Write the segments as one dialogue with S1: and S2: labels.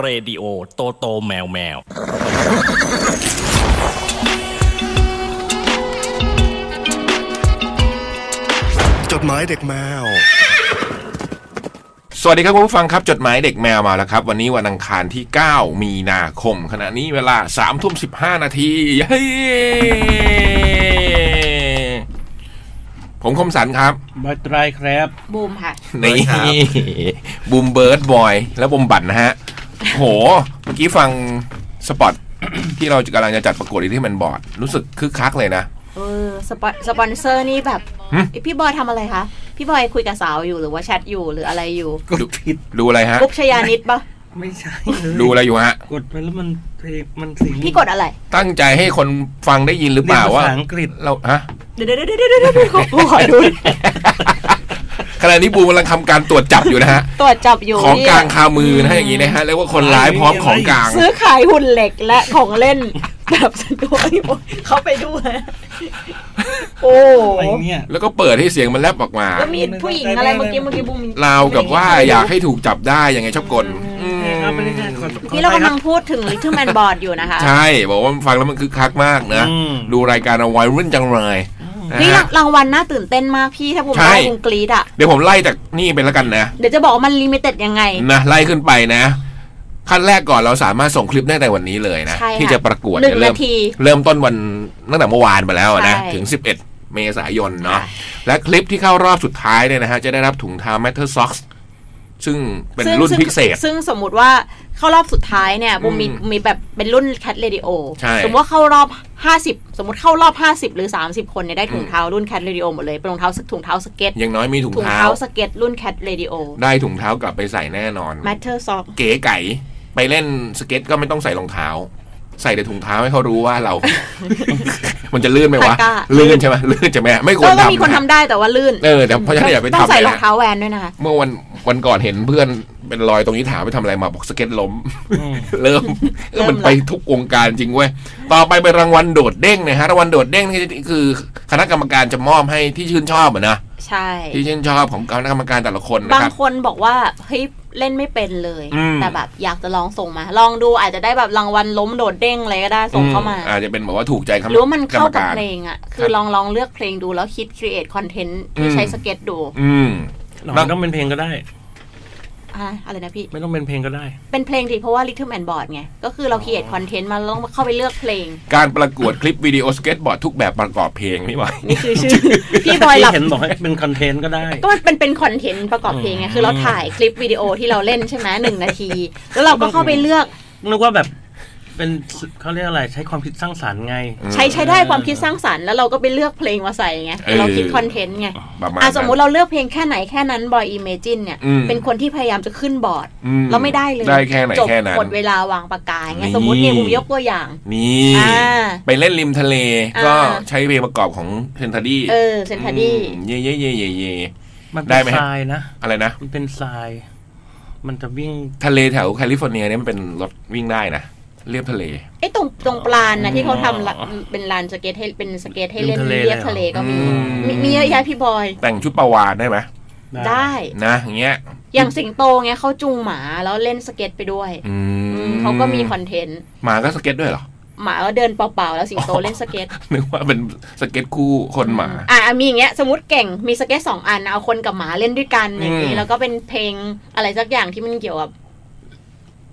S1: เรดิโอโตโตแมวแมว
S2: จดหมายเด็กแมว
S3: สวัสดีครับคุณผู้ฟังครับจดหมายเด็กแมวมาแล้วครับ วันนี้วันอังคารที่ 9 มีนาคม ขณะนี้เวลา3ามทุ่มสินาทีเฮ้ยผมคมสันครับ
S4: บอยตรายครับ
S5: บูมค่ะ
S3: นี่บูมเบิร์ดบอย และบมบัตนะฮะโห เมื่อกี้ฟังสปอต ที่เรากำลังจะจัดประกวดอีที่มันบอร์ดรู้สึกคึกคักเลยนะ
S5: เออสปอนสปอนเซอร์นี่แบบ
S3: หึ
S5: เอ้ยพี่บอยทำอะไรคะ พี่บอยคุยกับสาวอยู่หรือว่าแชทอยู่หรืออะไรอยู่
S4: กดผิด
S3: ดูอะไรฮะ
S5: กุ๊บชยานิดปะ
S4: ไม่ใช่เลย
S3: ดูอะไรอยู่ฮะ
S4: กดไปแล้วมันเพลงมันเสียง
S5: พี่กดอะไร
S3: ตั้งใจให้คนฟังได้ยินหรือเป
S4: เรียน
S3: ล่า
S4: ภา
S3: ว่า
S4: ษาอังกฤษ
S3: เราฮะ
S5: เดี๋ยวเดี๋ยวเดี๋ยวเดี๋ยวเดี๋ยวเดี๋ยวขอดู
S3: ขณะนี้บูมกำลังทำการตรวจจับอยู่นะฮะ
S5: ตรวจจับอยู่
S3: ของ
S5: นี่
S3: กลางคามือนะฮะอย่างนี้นะฮะเรียกว่าคนร้ายพร้อมของกลาง
S5: ซื้อขายหุ่นเหล็กและของเล่น แบบสะดวกเขาไปด้วยโอ้
S4: อะไรเนี่ย
S3: แล้วก็เปิดให้เสียงมันแลบออกมา
S5: แล้วมีผู้หญิงอะไรเมื่อกี้เมื่อกี้บูมมี
S3: ราวกับว่าอยากให้ถูกจับได้ยังไงชอบกลอืม
S4: เอาไปเลยค่ะขอขอ
S5: นี่เรา
S4: ไป
S5: กำ
S4: คบ
S5: ลังพูดถึง Little Man Board อยู่นะคะ
S3: ใช่ บอกว่าฟังแล้วมันคึกคักมากนะ
S4: อืม
S3: ดูรายการเอาไว้รุ่นจังเลยนะ
S5: นี่
S3: ฮะ
S5: รางวัลน่าตื่นเต้นมากพี่ถ้าบูม
S3: ใช่
S5: ได้บูมกรี๊ดอ่ะ
S3: เดี๋ยวผมไล่จากนี่เป็นละกันนะ
S5: เดี๋ยวจะบอกว่ามันลิมิเต็ดยังไง
S3: นะไล่ขึ้นไปนะ ขั้นแรกก่อนเราสามารถส่งคลิปได้แต่วันนี้เลยนะ
S5: ใช่ค่ะ
S3: ที่จะประกวด
S5: หนึ่ง
S3: เยเริ่ม
S5: นาที
S3: เริ่มต้นวันตั้งแต่เมื่อวานไปแล้วนะ
S5: ใช่
S3: ถึง 11 เมษายนเนาะ
S5: ค่ะ
S3: และคลิปที่เข้ารอบสุดท้ายเนี่ยนะฮะ จะได้รับถุงเท้า Matter Socks ซึ่งเป็น
S5: ซึ่ง
S3: รุ่น
S5: ซึ่ง
S3: พิเศษ
S5: ซึ่งสมมุติว่าเข้ารอบสุดท้ายเนี่ยบูมมี
S3: อืม
S5: มีแบบเป็นรุ่นแคทเรดิโอ
S3: ใช่
S5: สมมติว่าเข้ารอบ 50 สมมติเข้ารอบ 50 หรือ 30 คนเนี่ยได้ถุงเท้ารุ่นแคทเรดิโอหมดเลยเป็นรองเท้าถุงเท้าสเก็ต
S3: อย่างน้อยมีถุง
S5: ถุง
S3: เท้า
S5: เท้าสเก็ตรุ่นแคทเรดิโอ
S3: ได้ถุงเท้ากลับไปใส่แน่นอน
S5: matter song
S3: เก๋ไก่ไปเล่นสเก็ตก็ไม่ต้องใส่รองเท้า ใส่แต่ถุงเท้าให้เขารู้ว่าเรา มันจะลื่นไหมวะ
S5: ตะกร้า
S3: ลื่นใช่ไหมลื่นใช่ไหมไม่คว
S5: ก็
S3: ร
S5: ก็
S3: ทำ
S5: มีคนทำ
S3: นะ
S5: ได้แต่ว่าลื่น
S3: เออแต่เพราะฉะนั้นอย่าไป
S5: ต้อง
S3: ทำ
S5: ใส่
S3: เลย
S5: รอง
S3: นะ
S5: เท้าแวนด้วยนะคะ
S3: เมื่อวันวันก่อนเห็นเพื่อนเป็นรอยตรงนี้ถามไปทำอะไรมาบอกสเก็ตล้ม
S4: อืม
S3: เริ่มเออมัน
S5: เริ่มละ
S3: ไปทุกวงการจริงเว้ยต่อไปเป็นรางวัลโดดเด้งนะฮะรางวัลโดดเด้งนี่คือคณะกรรมการจะมอบให้ที่ชื่นชอบอะนะ
S5: ใช่
S3: ที่ชื่นชอบของคณะกรรมการแต่ละคนนะ
S5: บาง
S3: ครับ
S5: คนบอกว่าเฮ้ยเล่นไม่เป็นเลย
S3: อืม
S5: แต่แบบอยากจะลองส่งมา ลองดูอาจจะได้แบบรางวัลล้มโดดเด้งอะไรก็ได้ส่งเข้ามา
S3: อือาจจะเป็นแบบว่าถูกใจคณะ
S5: หรือว่ามัน
S3: กรร
S5: เข้าม กับ
S3: การ
S5: เพลงอ่ะ คือลองลองเลือกเพลงดูแล้วคิดครีเอทคอนเทนต์ที่
S3: อืม
S5: ใช้สเก็ตดู
S3: อืม
S4: หรอไม่ต้องเป็นเพลงก็ได้
S5: อ่ะอะไรนะพี่
S4: ไม่ต้องเป็นเพลงก็ได้
S5: เป็นเพลงดีเพราะว่า Little Man Board ไง ก็คือเราครีเอทคอนเทนต์มาแล้วต้องเข้าไปเลือกเพลง
S3: การประกวดคลิปวิดีโอสเก็ตบอร์ดทุกแบบประกอบเพลง นี่หว่า
S5: นี่คือชื่อ พี่บอยห
S4: ที่
S5: ลับ
S4: เห็นบอกให้เป็นคอนเทนต์ก็ได้
S5: ก็มันเป็นเป็นคอนเทนต์ประกอบเพลงไง คือเราถ่ายคลิปวิดีโอที่เราเล่นใช่ไหมหนึ่งนาที แล้วเราก็เข้าไปเลือก
S4: นึกว่าแบบเป็นเขาเรียกอะไรใช้ความคิดสร้างสรรค์ไง
S5: ใช้ใช้ได้ความคิดสร้างสรรค์แล้วเราก็ไปเลือกเพลงมาใส่ไงเราคิด
S3: เออ
S5: คอนเทนต์ไง
S3: ประมาณ
S5: อ่ะ
S3: นั้น
S5: สมมุติเราเลือกเพลงแค่ไหนแค่นั้นบอยอิมเมจินเนี่ย
S3: อืม
S5: เป็นคนที่พยายามจะขึ้นบอร์ด
S3: อื
S5: แล้วไม่ได้เลย
S3: ได้แค่ไหน
S5: จบ
S3: แค่นั้น
S5: หมดเวลาวางปากกาอย่างเงี้
S3: นี่
S5: ยสมมติเนี่ยผมยกตัวอย่าง
S3: นี่
S5: อ่า
S3: ไปเล่นริมทะเลก็
S5: อ่า
S3: ใช้เพลงประกอบของเซนทาดี้
S5: เออเซนทาดี้
S3: อืมเย่เย่เย่เย่เย่
S4: มันเป็นทรายนะ
S3: อะไรนะ
S4: มันเป็นทราย มันจะวิ่ง
S3: ทะเลแถวแคลิฟอร์เนียเนี่ยมันเป็นรถวิ่งได้นะเรียบทะเล
S5: ไอ้ตรงตรงปลานนะที่เขาทำละ
S4: อ๋อ
S5: เป็นลานสเก็ตให้เป็นสเก็ตให้เล่น
S4: ริมทะเล
S5: เรียบ
S4: เลยเหรอ
S5: ทะเลก็มี
S3: อืม
S5: มีมีเยอะแยะพี่บอย
S3: แต่งชุดปลาวานได้ไหม
S5: ได้
S3: นะอย่างเงี้ย
S5: อย่างสิงโตเงี้ยเขาจูงหมาแล้วเล่นสเก็ตไปด้วย
S3: อื
S5: อื
S3: ม
S5: มเขาก็มีคอนเทนต์
S3: หมาก็สเก็ตด้วยเหรอ
S5: หมาก็เดินเปล่าๆแล้วสิงโตเล่นสเก็ต
S3: นึกว่าเป็นสเก็ตคู่คนหมา
S5: อ่ะอ่ะมีอย่างเงี้ยสมมติเก่งมีสเก็ตสองอันนะเอาคนกับหมาเล่นด้วยกันอย่าง
S3: อื
S5: นี้
S3: ม
S5: แล้วก็เป็นเพลงอะไรสักอย่างที่มันเกี่ยวกับ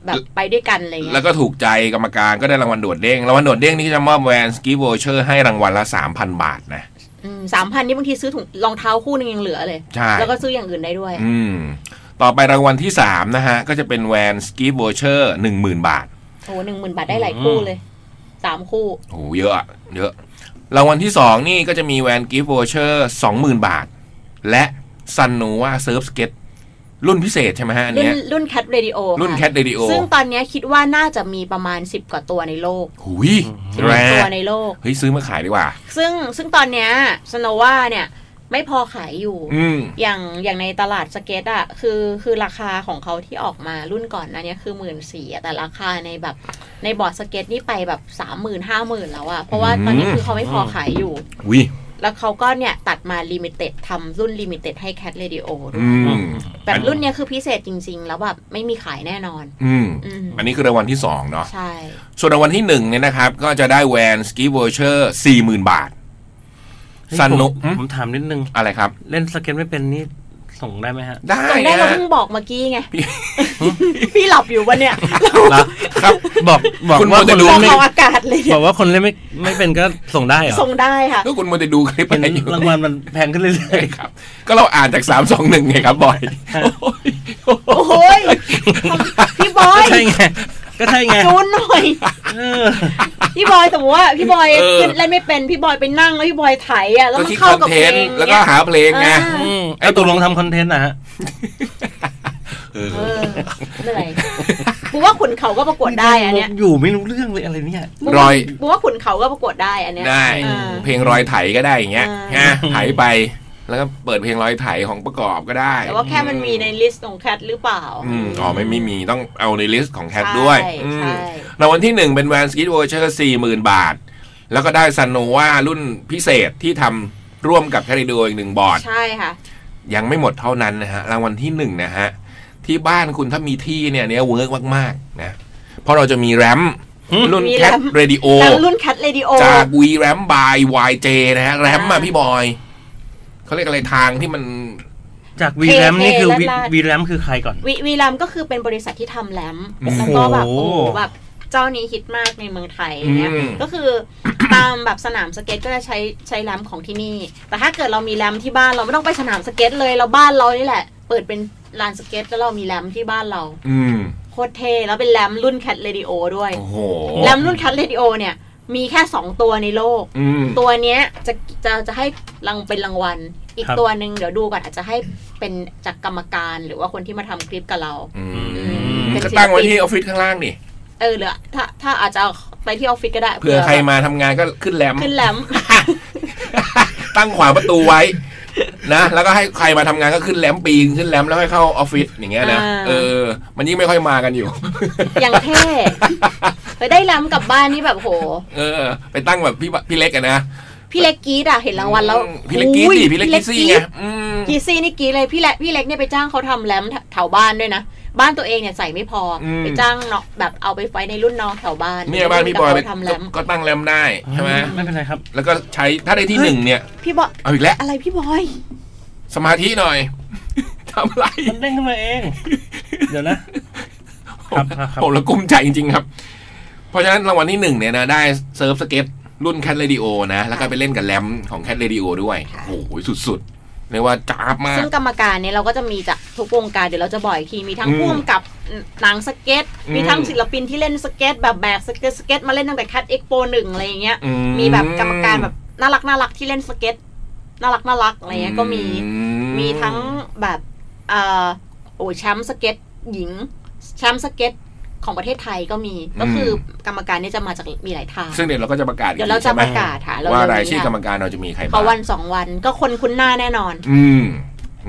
S5: แบบไปด้วยกันอะไรเงี้ย
S3: แล้วก็ถูกใจกรรมการก็ได้รางวัลโดดเด้งรางวัลโดดเด้งนี่จะมอบแวนสกีโวเชอร์ให้รางวัลละ 3,000 บาทนะ
S5: สามพันนี่บางทีซื้อถุงรองเท้าคู่หนึงยังเหลือเลย
S3: ใช่
S5: แล้วก็ซื้ออย่างอื่นได้ด้วย
S3: อืม ต่อไปรางวัลที่ 3 นะฮะ ก็จะเป็นแวนสกีโวเชอร์10,000 บาท
S5: โอ้หนึ่งหมื่นบาทได้หลายคู่เลยสามคู่
S3: โอ้โหเยอะอะเยอะ รางวัลที่ 2 นี่ก็จะมีแวนกิฟต์วอเชอร์สองหมื่นบาท และซันโนวาเซิร์ฟสเก็ตรุ่นพิเศษใช่ไหมฮะอัน
S5: รุ่น
S3: เนี้ย
S5: รุ่นแคทเรดิโอ
S3: รุ่นแคทเรดิโอ
S5: ซึ่งตอนเนี้ยคิดว่าน่าจะมีประมาณ 10 กว่าตัวในโลก
S3: หุยแร
S5: 10ตัว
S3: ง
S5: ในโลก
S3: เฮ้ย ซื้อมาขายดีกว่า
S5: ซึ่งซึ่งตอนเนี้ยสโนวาเนี่ย ไม่พอขายอยู่
S3: อืม
S5: อย่างอย่างในตลาดสเก็ตอะคือคือราคาของเขาที่ออกมารุ่นก่อนหนะเนี้ยคือหมื่นสี่แต่ราคาในแบบในบอร์ดสเก็ตนี่ไปแบบสามหมื่นห้าหมื่นแล้วอะเพราะว่าตอนนี้คือเขาไม่พอขายอยู่
S3: หุย
S5: แล้วเขาก็เนี่ยตัดมาลิมิเต็ดทำรุ่นลิมิเต็ดให้แคทเรดิโอด้วย
S3: อืม
S5: แบบรุ่นเนี้ยคือพิเศษจริง ๆ แล้วแบบไม่มีขายแน่นอน
S3: อืม
S5: อืม
S3: อันนี้คือรางวัลที่สองเนาะ
S5: ใช่
S3: ส่วนรางวัลที่หนึ่งเนี่ยนะครับ ก็จะได้แวนสกีเวอร์เชอร์สี่หมื่นบาท
S4: เฮ้ย
S3: สนุก
S4: ผม
S3: อืม
S4: ผมถามนิดนึง
S3: อะไรครับ
S4: เล่นสเก็ตไม่เป็นนี่ส่งได้ไหมฮะ
S3: ได้
S5: จำได้เรา
S3: นะ
S5: เพิ่งบอกเมื่อกี้ไง พี่หลับอยู่วะเนี่ย
S3: ครับ
S4: บอกบอก
S3: คุณ
S4: ว่า
S3: มัว
S4: ค
S3: แต่
S4: น
S3: ดู
S4: เล่นไม่
S5: เราอากาศเลย
S4: บอกว่าคนเล่นไม่ไม่เป็นก็ส่งได้เหรอ
S5: ทรงได้ค่ะ
S3: ก็คุณมัวแต่ดูคลิปอะ
S4: เห็น
S3: ไรอยู่
S4: รางวัลมันแพงขึ้นเรื่อย
S3: ใช่ครับ ก็เราอ่านจากสามสองหนึ่งไงครับบ อยโอ้ย
S5: โอ้โหยพี่บอ
S4: ๆก็
S5: ย
S4: ใช่ไงก็ใช่ไง
S5: จูนหน่อย
S4: เออ
S5: พี่บอยสมมติว่าพี่บอยเล่นไม่เป็นพี่บอยไปนั่งแล้วพี่บอยไถอ่ะแล้ว
S3: ก็
S5: มัน
S3: คิดค
S5: เข้า
S3: อน
S5: กับ
S3: เท
S5: เพล
S3: น
S5: ง
S3: ต์แล้วก็หาเพลงไง
S4: อืมก็ตกลงทำคอนเทนต์นะฮะ
S5: เออ เหนื่อยกูว่าขุนเขาก็ประกวดได้อันเนี้ย
S4: อยู่ไม่รู้เรื่องเลยอะไรเนี่ย
S3: รอย
S5: กูว่าขุนเขาก็ประกวดได้อันเนี้ย
S3: ได้
S5: อ่า
S3: เพลงรอยไถก็ได้อย่างเงี้ย
S5: อ่า
S3: นะไถไป แล้วก็เปิดเพลงรอยไถของประกอบก็ได้
S5: แต่ว่าแค่มันมีในลิสต์ของแคทหรือเปล่า
S3: อืมอ๋อไม่ไม่มีต้องเอาในลิสต์ของแคทด้วย
S5: ใช่
S3: อืม
S5: ใช่
S3: รางวัลที่หนึ่งเป็นแวนสกิทโวเชอร์สี่หมื่นบาท แล้วก็ได้ซันโนวารุ่นพิเศษที่ทำร่วมกับแคริโดอีกหนึ่งบอร์ด
S5: ใช่ค่ะ
S3: ยังไม่หมดเท่านั้นนะฮะ รางวัลที่หนึ่งนะฮะ ที่บ้านคุณถ้ามีที่เนี่ยเนี่ยเวิร์กมาก ๆ นะ เพราะเราจะมีแรมรุ่น
S5: มี
S3: แค
S5: แร
S3: ท
S5: ม
S3: เรดิโอ
S5: แล้วรุ่นแคทเรดิโอ
S3: จาก V Ram by YJ นะฮะ แรมมา
S5: อ่า
S3: พี่บอย เขาเรียกอะไรทางที่มัน
S4: จากวีแรม
S5: เท่ๆ
S4: นี่คือวี
S5: ลาดๆ
S4: วีแรมคือใครก่อน
S5: วีวีรัมก็คือเป็นบริษัทที่ทำแรม
S3: โอ้โห
S5: แล้วก็แบบโอ้โหแบบเจ้านี้ฮิตมากในเมืองไทยเนี่ย
S3: อืม
S5: ก็คือ ตามแบบสนามสเก็ตก็จะใช้ใช้แรมของที่นี่ แต่ถ้าเกิดเรามีแรมที่บ้านเราไม่ต้องไปสนามสเก็ตเลยเราบ้านเรานี่แหละ เปิดเป็นลานสเก็ตแล้วเรามีแรมที่บ้านเรา
S3: อืม
S5: โคตรเท่แล้วเป็นแรมรุ่นแคทเรดิโอด้วย
S3: โอ้โห
S5: แรมรุ่นแคทเรดิโอเนี่ยมีแค่ 2 ตัวในโลก
S3: อืม
S5: ตัวเนี้ยจะจะจะให้รางเป็นรางวัล อีก
S4: ครับ
S5: ตัวหนึ่งเดี๋ยวดูก่อนอาจจะให้เป็นจากกรรมการหรือว่าคนที่มาทำคลิปกับเรา
S3: อืม
S5: เป็น
S3: ก็ตั้งไว้
S5: ศิลปิน
S3: ที่ออฟฟิศข้างล่างนี่
S5: เออหรือถ้าถ้าอาจจะเอาไปที่ออฟฟิศก็ได้
S3: เผื่อใครมาทำงานก็ขึ้นแรม
S5: ขึ้นแลม
S3: ตั้งขวางประตูไว้ นะ แล้วก็ให้ใครมาทำงานก็ขึ้นแรมปีนขึ้นแรมแล้วให้เข้าออฟฟิศอย่างเงี้ยนะ
S5: อ่า
S3: เออ มันยิ่งไม่ค่อยมากันอยู่
S5: อย่างเท่ไปได้แลมกลับบ้านนี่แบบโห
S3: เออ ไปตั้งแบบพี่บพี่เล็กอะนะ
S5: พี่เล็กกรีดอะเห็นรางวัลแล้ว
S3: อืมพี่เล็กกี้
S5: อุ้ย
S3: ดิพี่เล็กกี้ซี่ไงอืม
S5: กรีดซี่นี่กรีดเลยพี่เล็กพี่เล็กเนี่ยไปจ้างเขาทำแลมแถวบ้านด้วยนะ บ้านตัวเองเนี่ยใส่ไม่พออไปจ้างเนาะแบบเอาไปไฟในรุ่นน้องแถวบ้าน
S3: เนี่ยบ้านพี่บอยไป
S5: แต่เขาทำแลม
S3: ก็ตั้งแรมได้ใช่ไหม
S4: ไม่เป็นไรครับ
S3: แล้วก็ใช้ถ้าได้ที่หนึ่งเนี่ย
S5: พี่บอย
S3: เอาอีกแล้ว
S5: อะไรพี่บอย
S3: สมาธิหน่อย ทำอะไร
S4: มันเด้งขึ้นมาเอง เดี๋ยวนะ ครับครับครับ
S3: ผมละกุ้มใจจริง ๆ ครับ เพราะฉะนั้นรางวัลที่หนึ่งเนี่ยนะ ได้เซิร์ฟสเก็ตรุ่นแคทเ a ดิโอนะ แล้วก็ไปเล่นกับแรมของแคทเ a ดิโอด้วย โอ้โห สุดๆเรียกว่าจ้าบมาก
S5: ซึ่งกรรมการเนี่ยเราก็จะมีจากทุกวงการเดี๋ยวเราจะบ่อยอีกทีมีทั้ง
S3: อืม
S5: พ่วงกับหนังสเก็ต มี
S3: อืม
S5: ทั้งศิลปินที่เล่นสเก็ต แบบแบกสเก็ตสเก็ตมาเล่นตั้งแต่คัดเอ็กโปหนึ่งอะไรอย่างเงี้ย
S3: อื
S5: มีแบบกรรมการแบบน่ารักน่ารักที่เล่นสเก็ตน่ารักน่ารักอะไรเงี้ยก็มี
S3: อื
S5: มีทั้งแบบเอ่อโอ้แชมป์สเก็ตหญิงแชมป์สเก็ตของประเทศไทยก็มีก็คือกรรมการเนี่ยจะมาจากมีหลายทาง
S3: ซึ่งเดี๋ยวเราก็จะประกาศอีก
S5: เดี๋ยวเรา
S3: ที
S5: จะ
S3: ใช่ไหม
S5: ประกาศค่ะเ
S3: ว่าราย
S5: เ
S3: ชื่อกรรมการเราจะมีใคร
S5: พอ
S3: บ้าง
S5: วันสองวันก็คนคุ้นหน้าแน่นอน
S3: อืม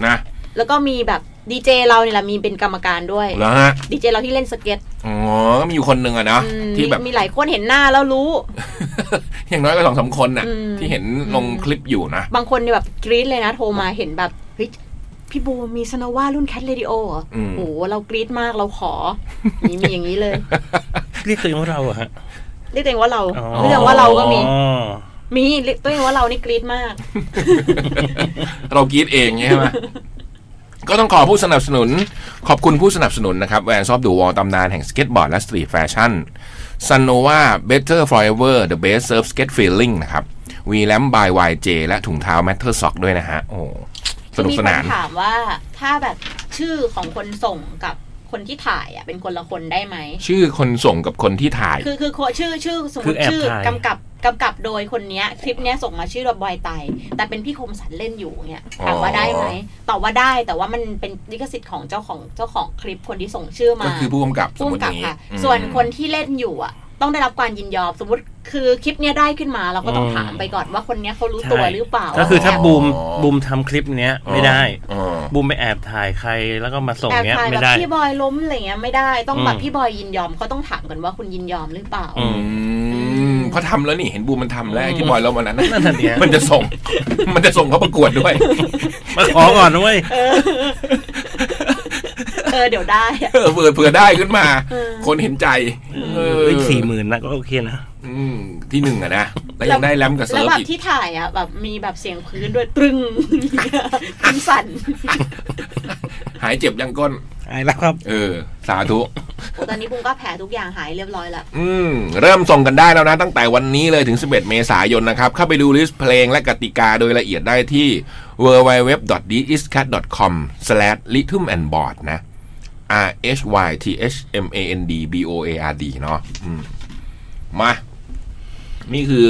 S3: นะ
S5: แล้วก็มีแบบดีเจเราเนี่ยแหละมีเป็นกรรมการด้วย
S3: แล้วฮะ
S5: ดีเจเราที่เล่นสเก็ต
S3: อ๋อ มีอยู่คนหนึ่งอะเนาะ
S5: อืม
S3: ที่แบบ
S5: มีหลายคนเห็นหน้าแล้วรู้
S3: อย่างน้อยก็สองสามคนน่ะ
S5: อืม
S3: ที่เห็นลงคลิปอยู่นะ
S5: บางคนเนี่ยแบบกรี๊ดเลยนะโทรมาเห็นแบบเฮ้ยพี่บูมีสนว่ารุ่นแคทเรดิโอเหรอ
S3: อืม
S5: โหเรากรี๊ดมากเราข อมีมีอย่างนี้เลย
S4: เรียกตัวเองว่าเราอะฮะ
S5: เรียกตัวเองว่าเรา
S4: อ๋อ
S5: เรียกตัวเองว่าเราก็มี
S4: อ๋อ
S5: มีเรียกตัวเองว่าเรานี่กรี๊ดมาก
S3: เรากรีดเองใช่ไหม ก็ต้องขอผู้สนับสนุน ขอบคุณผู้สนับสนุนนะครับแวนซอฟดูวอลตำนานแห่งสเก็ตบอร์ดและสตรีทแฟชั่นซันโนวา Better Forever The Best Surf Skate Feeling นะครับวีแลมบาย YJ และถุงเท้า Matter Sock ด้วยนะฮะ โอ้สนุก
S5: มี
S3: ส
S5: คน
S3: นาน
S5: ถามว่าถ้าแบบชื่อของคนส่งกับคนที่ถ่ายอ่ะเป็นคนละคนได้ไหม
S3: ชื่อคนส่งกับคนที่ถ่าย
S5: คือคือโคชื่อชื่อสมม
S4: คือ
S5: ติ
S4: แอบ
S5: ชื่อ
S4: ถ่าย
S5: กำกับกำกับโดยคนเนี้ยคลิปเนี้ยส่งมาชื่อดบบอยไต แต่เป็นพี่คมสันเล่นอยู่เนี่ย
S3: อ๋อ
S5: ถามว่าได้ไหมตอบว่าได้แต่ว่ามันเป็นลิขสิทธิ์ของเจ้าของเจ้าของคลิปคนที่ส่งชื่อมา
S3: ก็คือผู้กำกับสม
S5: ผู้
S3: มติ
S5: กำกั
S3: อบ ย่างนี้
S5: ค่ะ
S3: อืม
S5: ส่วนคนที่เล่นอยู่อ่ะ ต้องได้รับการยินยอมสมมติคือคลิปเนี้ยได้ขึ้นมาเราก็ต้องถามไปก่อนว่าคนเนี้ยเขารู้ตัว
S4: ใช่
S5: หรือเปล่า
S4: ก็คือถ้า
S5: แ
S4: บูม
S3: อ๋อ
S4: บูมทำคลิปเนี้ยไม่ได้
S3: อ๋อ
S4: บูมไปแอบถ่ายใครแล้วก็มาส่ง
S5: แอบ
S4: เนี้ย
S5: ถ่ายแบ
S4: ไม่
S5: บ
S4: ได้
S5: พี่บอยล้มอะไรเงี้ยไม่ได้ต้องแบบ
S4: อืม
S5: พี่บอยยินยอมเขาต้องถามกันว่าคุณยินยอมหรือเปล่า
S4: อืม
S3: อืม เขาทำแล้วนี่เห็นบูมมันทำแล้วไอ้ที่บอยเราวันนั้น
S4: นั่นน่ะเนี่ย
S3: มันจะส่ง มันจะส่งเขาประกวด ด้วย
S4: มาขอก่อนด้วย
S5: เออเดี๋ยวได้อะ
S3: เออเผื่อเผื่อได้ขึ้นมา คนเห็นใจ เออ
S4: สี่หมื่นนะก็โอเคนะ
S3: อืมที่หนึ่งอะนะแล้วยังได้แรมกับเซิ
S5: แล้ว
S3: ร์ฟ
S5: แบบ
S3: อีก
S5: ที่ถ่ายอ่ะแบบมีแบบเสียงพื้นด้วยตรึง ตึงสั่น
S3: หายเจ็บยังก้น
S4: ไอ้แล้วครับ
S3: เออ สาธุ
S5: โอ้ตอนนี้บุ้งก็แผลทุกอย่างหายเรียบร้อยละ
S3: อืม เริ่มส่งกันได้แล้วนะ ตั้งแต่วันนี้เลยถึง 11 เมษายนนะครับ เข้าไปดูลิสต์เพลงและกติกาโดยละเอียดได้ที่ www.discat.com/rhythmandboard นะ r h y t h m a n d b o a r d เนาะอืมมา นี่คือ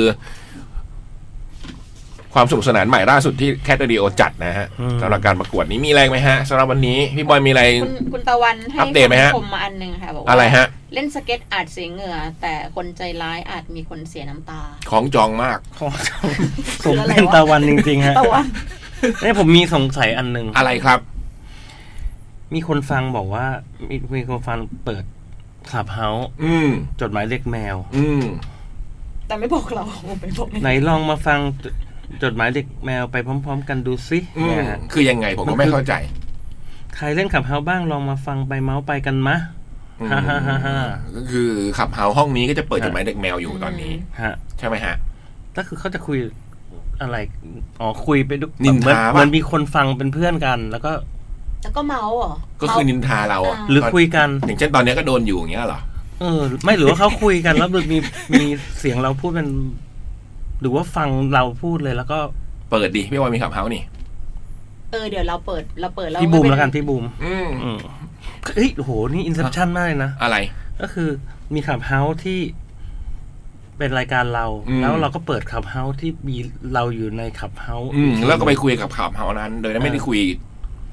S3: ความสนุกสนานใหม่ล่าสุดที่แคทเดีโอจัดนะฮะ
S4: อืม
S3: สำหรับการประกวดนี้มีอะไรไหมฮะสำหรับวันนี้พี่บอยมีอะไร
S5: คุณคุณตะวันให้
S3: อัปเดตไหมฮะ
S5: คำคมมาอันหนึ่งค่ะบอกว่า
S3: อะไรฮะ
S5: เล่นสเก็ตอาจเสียเหงื่อ แต่คนใจร้ายอาจมีคนเสียน้ำตา
S3: ของจองมาก
S4: ขอผมเป็นตะวันจริงๆฮะ
S5: ตะวัน
S4: นี่ผมมีสงสัยอันหนึ่ง
S3: อะไรครับ
S4: มีคนฟังบอกว่า มีมีคนฟังเปิดขับเฮาส์
S3: อืม
S4: จดหมายเล็กแมว
S3: อืม
S5: แต่ไม่บอกเรา ไม่บอก
S4: ไหนลองมาฟังจจดหมายเด็กแมวไปพร้อม ๆ กันดูสิ
S3: อืม
S4: เนี่ยฮะ
S3: คือยังไงผมก็ไม่เข้าใจ
S4: ใครเล่นขับเฮาส์บ้างลองมาฟังไปเมาส์ไปกันมะ
S3: อืม
S4: ฮ่าฮ่าฮ่าฮ่า
S3: ก็คือขับเฮาห้องนี้ก็จะเปิดจดหมายเด็กแมวอยู่ตอนนี้
S4: ฮะ
S3: ใช่ไหมฮะ
S4: ก็คือเขาจะคุยอะไร อ๋อคุยไปดู
S3: นินทา
S4: เหมือ
S3: ปะ
S4: เหมันมีคนฟังเป็นเพื่อนกัน แล้วก็
S5: แล้วก็เมาเหรอ
S3: ก็คือนินทาเราะ
S4: หรือคุยกัน
S3: อย่างเช่นตอนเนี้ยก็โดนอยู่อย่างเงี้ยเหรอ
S4: เออ ไม่หรือว่าเขาคุยกันแล้วมันมีมีเสียงเราพูดเป็นหรือว่าฟังเราพูดเลยแล้วก็
S3: เปิดดิพี่วอยมีขับเฮานี่
S5: เออเดี๋ยวเราเปิดเราเปิดแล้ว
S4: พี่บูม
S5: เป็
S4: แล้วกันพี่บูม
S3: อืม
S4: อืมเฮ้ยโหนี่อินเ p t ชันมากเลยนะ
S3: อะไร
S4: ก็คือมีขับเฮาส์ที่เป็นรายการเรา
S3: อืม
S4: แล้วเราก็เปิดขับเฮาส์ที่มีเราอยู่ในขับเฮาส์
S3: อืม แล้วก็ไปคุยกับขับเฮานั้น โดยไม่ได้คุย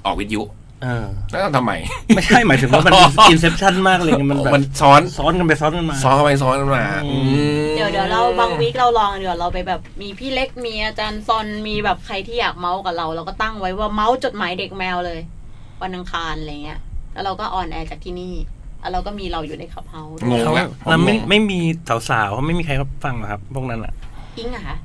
S3: ออกวิทยุ
S4: เออ
S3: แล้วทำไม
S4: ไม่ใช่หมายถึงว่า มัน อินเซ t ชันมากเลยไงมันแบ
S3: มั
S4: บ
S3: นซ้อน
S4: ซ้อนกันไปซ้อนกันมา
S3: ซ้อนเข้าไปซ้อนกันมา
S4: อืม
S3: อืม
S5: เดี๋ยวเดี๋ยวเราบางวีคเราลองเดี๋ยวเราไปแบบมีพี่เล็กมีอาจารย์ซอนมีแบบใครที่อยากเมาส์กับเรา เราก็ตั้งไว้ว่าเมาส์จดหมายเด็กแมวเลย วันอังคารอะไรเงี้ย แล้วเราก็ออนแอร์จากที่นี่แล้วเราก็มีเราอยู่ในขับเฮาส์
S3: งง
S4: เขา
S3: แล้ว
S4: เราไม่
S3: งง
S4: ไม่มีสาวๆเขาไม่มีใครเขาฟังหรอกครับ พวกนั้นอ่ะ
S5: อิงเหรอะคะ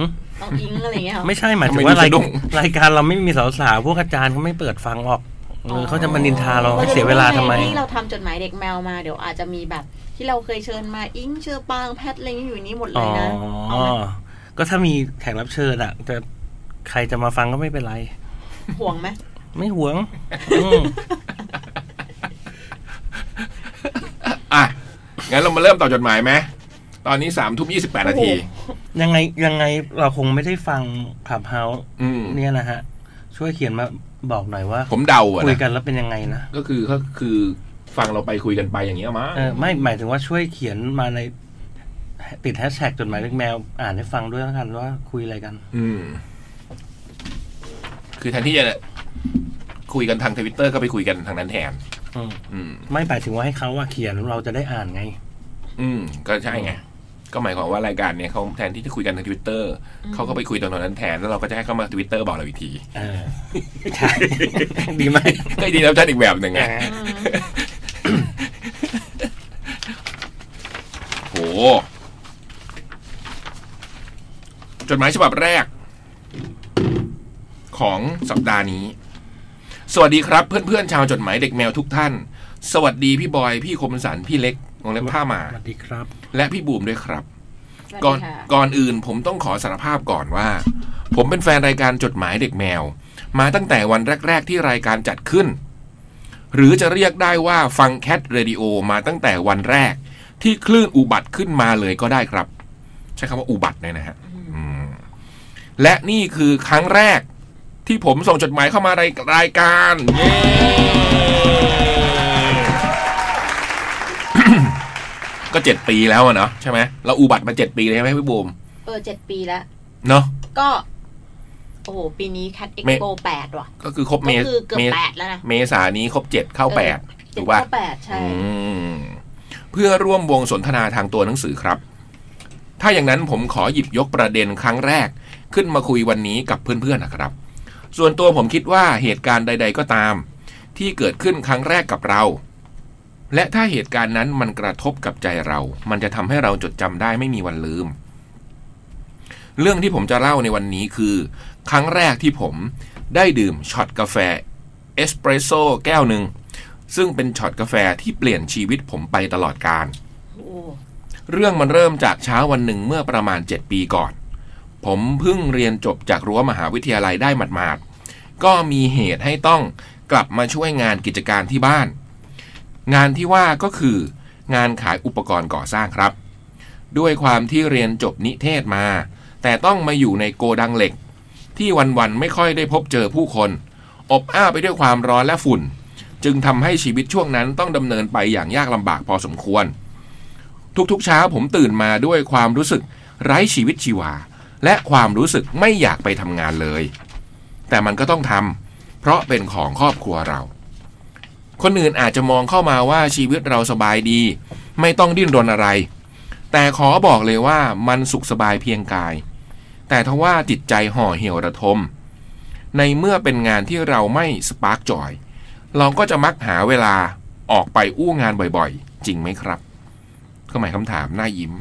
S4: หึ
S5: ต้องอิงอะไรเงี้ยเหรอ
S4: ไม่ใช่หมายถึงว่า
S3: ทำไมดูสะ
S4: ราย
S3: ดุ้ง
S4: รายการเราไม่มีสาวๆพวกอาจารย์เขาไม่เปิดฟังออกเออเขาจะมานินทาเรา
S5: จะ
S4: เสียเวลาทำไม
S5: ที่เราทำจดหมายเด็กแมวมาเดี๋ยวอาจจะมีแบบ ที่เราเคยเชิญมาอิงเชือปางแพทอะไรอย่างนี้อยู่นี่หมดเล
S4: อ๋
S5: ย
S4: อ
S5: นะเอาไหม
S4: ก็ถ้ามีแขกรับเชิญอ่ะจะใครจะมาฟังก็ไม่เป็นไร
S5: ห่วงไหม
S4: ไม่หวง
S3: อ่ะงั้นเรามาเริ่มต่อจดหมายไหมตอนนี้สามทุ่มยี่สิบแปดนาที
S4: ยังไงยังไงเราคงไม่ได้ฟังขับเฮาส์
S3: อืม
S4: เนี่ยนะฮะ ช่วยเขียนมาบอกหน่อยว่า
S3: ผมเดาอะ
S4: คุย
S3: นะ
S4: กันแล้วเป็นยังไงนะ
S3: ก็คือก็คือฟังเราไปคุยกันไปอย่างเงี้ยมั้ง
S4: เออไม่หมายถึงว่าช่วยเขียนมาใน ติดแฮชแท็กจดหมายเล็กแมว อ่านให้ฟังด้วยแล้วกันว่าคุยอะไรกัน
S3: อืม คือแทนที่จะคุยกันทางทวิตเตอร์ก็ไปคุยกันทางนั้นแทน
S4: อืม
S3: อืม
S4: ไม่หมายถึงว่าให้เขาว่าเขียนเราจะได้อ่านไง
S3: อืม ก็ใช่ไง ก็หมายความว่ารายการเนี่ยเขาแทนที่จะคุยกันทางทวิตเตอร์เขาก็ไปคุยตรงนั้นแทนแล้วเราก็จะให้เขามาทวิตเตอร์บอกเราอีกที
S4: เออใช่ ดีไหม
S3: ก็ดีแล้วท่านอีกแบบหนึ่งไงโหจดหมายฉบับแรก ของสัปดาห์นี้ สวัสดีครับ เพื่อนๆชาวจดหมายเด็กแมวทุกท่าน สวัสดีพี่บอย พี่คมสันพี่เล็กวงเล็บผ้าหมา
S4: สวัสดีครับ
S3: และพี่บูมด้วยครับ
S5: สวัส
S3: ก่
S5: ดี
S3: อน
S5: ค่ะ
S3: ก่อนอื่นผมต้องขอสารภาพก่อนว่า ผมเป็นแฟนรายการจดหมายเด็กแมว มาตั้งแต่วันแรก ๆ ที่รายการจัดขึ้น หรือจะเรียกได้ว่าฟังแคทเรดิโอมาตั้งแต่วันแรก ที่คลื่นอุบัติขึ้นมาเลยก็ได้ครับ ใช้คำว่าอุบัติเลยนะฮะอืมและนี่คือครั้งแรกที่ผมส่งจดหมายเข้ามารายรายการเย้ ก็เจ็ดปีแล้วอะเนาะใช่ไหมเราอุบัติมาเจ็ดปีเลยใช่ไหมพี่บูม
S5: เออเจ็ดปีแล้ว
S3: เนาะ
S5: ก็ โอ้โห ปีนี้แคทเอ็ก
S3: ไม่
S5: โปแปดว่ะ
S3: ก็คือครบเม
S5: ก็
S3: ษ
S5: คือเกือบ
S3: เมษ
S5: แปดแล้วนะ
S3: เมษานี้ครบเจ็ดเข้าแปด
S5: เจ็
S3: ถู
S5: ด
S3: กป่ะ
S5: เข้าแปดใช่
S3: อืมเพื่อร่วมวงสนทนาทางตัวหนังสือครับ ถ้าอย่างนั้นผมขอหยิบยกประเด็นครั้งแรก ขึ้นมาคุยวันนี้กับเพื่อนๆนะครับ ส่วนตัวผมคิดว่าเหตุการณ์ใด ๆ ก็ตาม ที่เกิดขึ้นครั้งแรกกับเรา และถ้าเหตุการณ์นั้นมันกระทบกับใจเรา มันจะทำให้เราจดจำได้ไม่มีวันลืม เรื่องที่ผมจะเล่าในวันนี้คือ ครั้งแรกที่ผมได้ดื่มช็อตกาแฟเอสเปรสโซ่แก้วหนึ่ง ซึ่งเป็นช็อตกาแฟที่เปลี่ยนชีวิตผมไปตลอดกาล
S5: โอ้
S3: เรื่องมันเริ่มจากเช้าวันหนึ่งเมื่อประมาณ 7 ปีก่อน ผมเพิ่งเรียนจบจากรั้วมหาวิทยาลัยได้หมาดๆ ก็มีเหตุให้ต้องกลับมาช่วยงานกิจการที่บ้าน งานที่ว่าก็คืองานขายอุปกรณ์ก่อสร้างครับ ด้วยความที่เรียนจบนิเทศมา แต่ต้องมาอยู่ในโกดังเหล็ก ที่วันๆไม่ค่อยได้พบเจอผู้คน อบอ้าวไปด้วยความร้อนและฝุ่น จึงทำให้ชีวิตช่วงนั้นต้องดำเนินไปอย่างยากลำบากพอสมควร ทุกๆ เช้าผมตื่นมาด้วยความรู้สึกไร้ชีวิตชีวา และความรู้สึกไม่อยากไปทำงานเลย แต่มันก็ต้องทำเพราะเป็นของครอบครัวเรา คนอื่นอาจจะมองเข้ามาว่าชีวิตเราสบายดี ไม่ต้องดิ้นรนอะไร แต่ขอบอกเลยว่ามันสุขสบายเพียงกาย แต่ทว่าจิตใจห่อเหี่ยวระทม ในเมื่อเป็นงานที่เราไม่สปาร์กจอย เราก็จะมักหาเวลาออกไปอู้งานบ่อยๆ จริงไหมครับ ก็หมายคำถามหน้ายิ้ม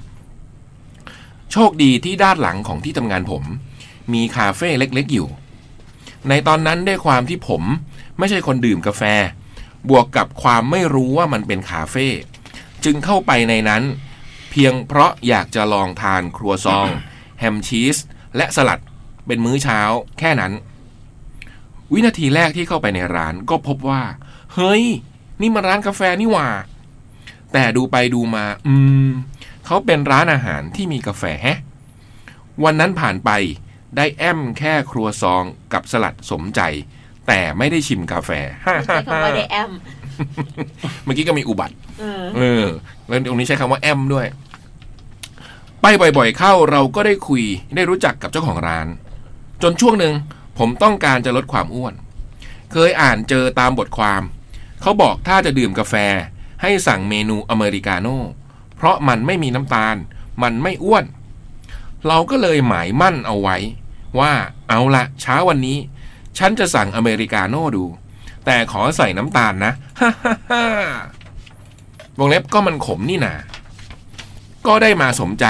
S3: โชคดีที่ด้านหลังของที่ทำงานผม มีคาเฟ่เล็กๆอยู่ ในตอนนั้นด้วยความที่ผมไม่ใช่คนดื่มกาแฟ บวกกับความไม่รู้ว่ามันเป็นคาเฟ่จึงเข้าไปในนั้น เพียงเพราะอยากจะลองทานครัวซอง แฮมชีส และสลัดเป็นมื้อเช้าแค่นั้น วินาทีแรกที่เข้าไปในร้านก็พบว่า เฮ้ย นี่มันร้านกาแฟนี่หว่า แต่ดูไปดูมา อืม เขาเป็นร้านอาหารที่มีกาแฟแฮะ วันนั้นผ่านไปได้แอมแค่ครัวซองกับสลัดสมใจ แต่ไม่ได้ชิมกาแฟ ฮ่าฮ่า
S5: ใช้
S3: ฮ่า
S5: คำว่าไดแอม
S3: เมื่อกี้ก็มีอุบัติ
S5: เออ
S3: เออแล้วตรงนี้ใช้คำว่าแอมด้วย ไปบ่อยๆเข้าเราก็ได้คุยได้รู้จักกับเจ้าของร้าน จนช่วงหนึ่งผมต้องการจะลดความอ้วน เคยอ่านเจอตามบทความ เขาบอกถ้าจะดื่มกาแฟให้สั่งเมนูอเมริกาโน่เพราะมันไม่มีน้ำตาล มันไม่อ้วน เราก็เลยหมายมั่นเอาไว้ ว่าเอาละเช้าวันนี้ ฉันจะสั่งอเมริกาโน่ดู แต่ขอใส่น้ำตาลนะ ฮ่าฮ่าฮ่า วงเล็บก็มันขมนี่นา ก็ได้มาสมใจ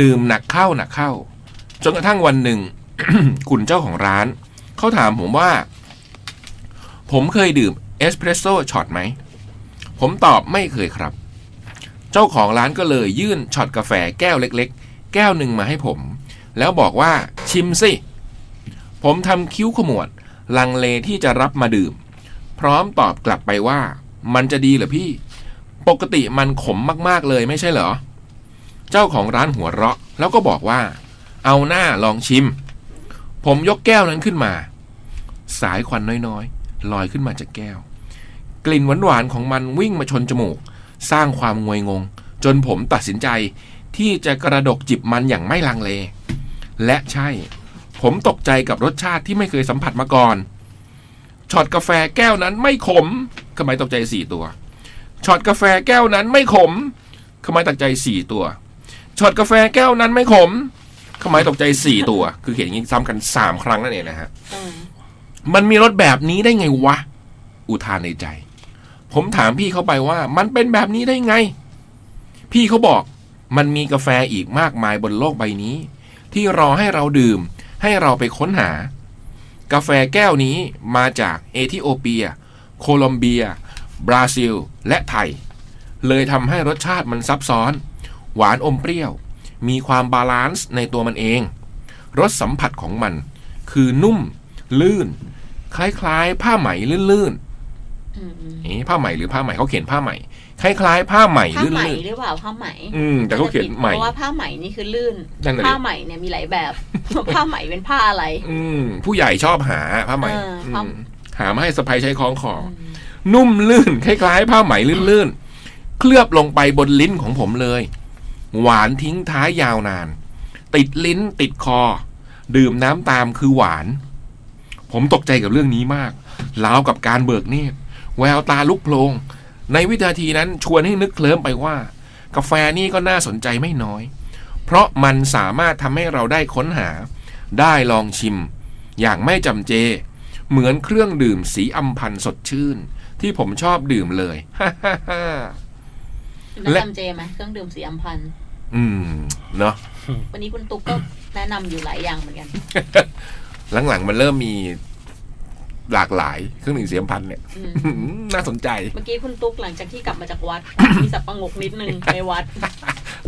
S3: ดื่มหนักเข้าหนักเข้า จนกระทั่งวันหนึ่ง คุณเจ้าของร้าน เขาถามผมว่า ผมเคยดื่มเอสเปรสโซ่ช็อตไหม ผมตอบไม่เคยครับ เจ้าของร้านก็เลยยื่นช็อตกาแฟแก้วเล็กๆ แก้วหนึ่งมาให้ผม แล้วบอกว่าชิมสิ ผมทำคิ้วขมวด ลังเลที่จะรับมาดื่ม พร้อมตอบกลับไปว่า มันจะดีเหรอพี่ ปกติมันขมมากๆเลยไม่ใช่เหรอ เจ้าของร้านหัวเราะ แล้วก็บอกว่า เอาหน้าลองชิม ผมยกแก้วนั้นขึ้นมา สายควันน้อยๆ ลอยขึ้นมาจากแก้ว กลิ่นหวานๆของมันวิ่งมาชนจมูก สร้างความงวยงง จนผมตัดสินใจที่จะกระดกจิบมันอย่างไม่ลังเล และใช่ ผมตกใจกับรสชาติที่ไม่เคยสัมผัสมาก่อนช็อตกาแฟแก้วนั้นไม่ขมทำไมตกใจสี่ตัว ช็อตกาแฟแก้วนั้นไม่ขมขมายตกใจสี่ตัว ช็อตกาแฟแก้วนั้นไม่ขมขมายตกใจสี่ตัว คือเขียนอย่างนี้ซ้ำกันสามครั้งนั่นเองนะฮะ
S5: เออ
S3: มันมีรถแบบนี้ได้ไงวะ อุทานในใจ ผมถามพี่เขาไปว่า มันเป็นแบบนี้ได้ไง พี่เขาบอก มันมีกาแฟอีกมากมายบนโลกใบนี้ ที่รอให้เราดื่ม ให้เราไปค้นหา กาแฟแก้วนี้มาจากเอธิโอเปีย โคลอมเบีย บราซิล และไทย เลยทำให้รสชาติมันซับซ้อน หวานอมเปรี้ยว มีความบาลานซ์ในตัวมันเอง รสสัมผัสของมัน คือนุ่ม ลื่น คล้ายๆ ผ้าไหมลื่น
S5: อืมอืม
S3: ๆเอ๊ะผ้าไหมหรือผ้าไหมเขาเขียนผ้าไหมคล้ายๆ ผ้าไหม
S5: ผ้า
S3: ลื่
S5: ไหม
S3: น
S5: หรือเปล่าผ้าไหม
S3: ๆอืมแต่เขาเขียนไหม
S5: เพราะว่าผ้าไหมนี่คือลื่น
S3: นั่นน่ะดิ
S5: ผ้าไหมเนี่ยมีหลายแบบ ผ้าไหมเป็นผ้าอะไร
S3: อืมผู้ใหญ่ชอบหาผ้าไหม
S5: เออผ้า
S3: อืมหามาให้สะพายใช้คล้องคออนุ่มลื่น คล้ายๆ ผ้าไหมลื่นๆ เคลือบลงไปบนลิ้นของผมเลย หวานทิ้งท้ายยาวนาน ติดลิ้นติดคอ ดื่มน้ำตามคือหวาน ผมตกใจกับเรื่องนี้มากลาวกับการเบิกเนตรแววตาลุกโพลง ในวินาทีนั้นชวนให้นึกเคลิ้มไปว่า กาแฟนี่ก็น่าสนใจไม่น้อย เพราะมันสามารถทำให้เราได้ค้นหา ได้ลองชิม อย่างไม่จำเจ เหมือนเครื่องดื่มสีอำพันสดชื่น ที่ผมชอบดื่มเลย
S5: คุณต้อง
S3: และ
S5: จำเจไหมเครื่องดื่มสีอัมพันธ์
S3: อืมเนาะ
S5: วันนี้คุณตุ๊กก็แนะนำอยู่หลายอย่างเหมือนกัน
S3: หลังๆมันเริ่มมีหลากหลายเครื่องดื่มเสียมพันธุ์เนี่ย
S5: อืม
S3: น่าสนใจ
S5: เมื่อกี้คุณตุ๊กหลังจากที่กลับมาจาก วัด มีสับประงกนิดนึงในวัด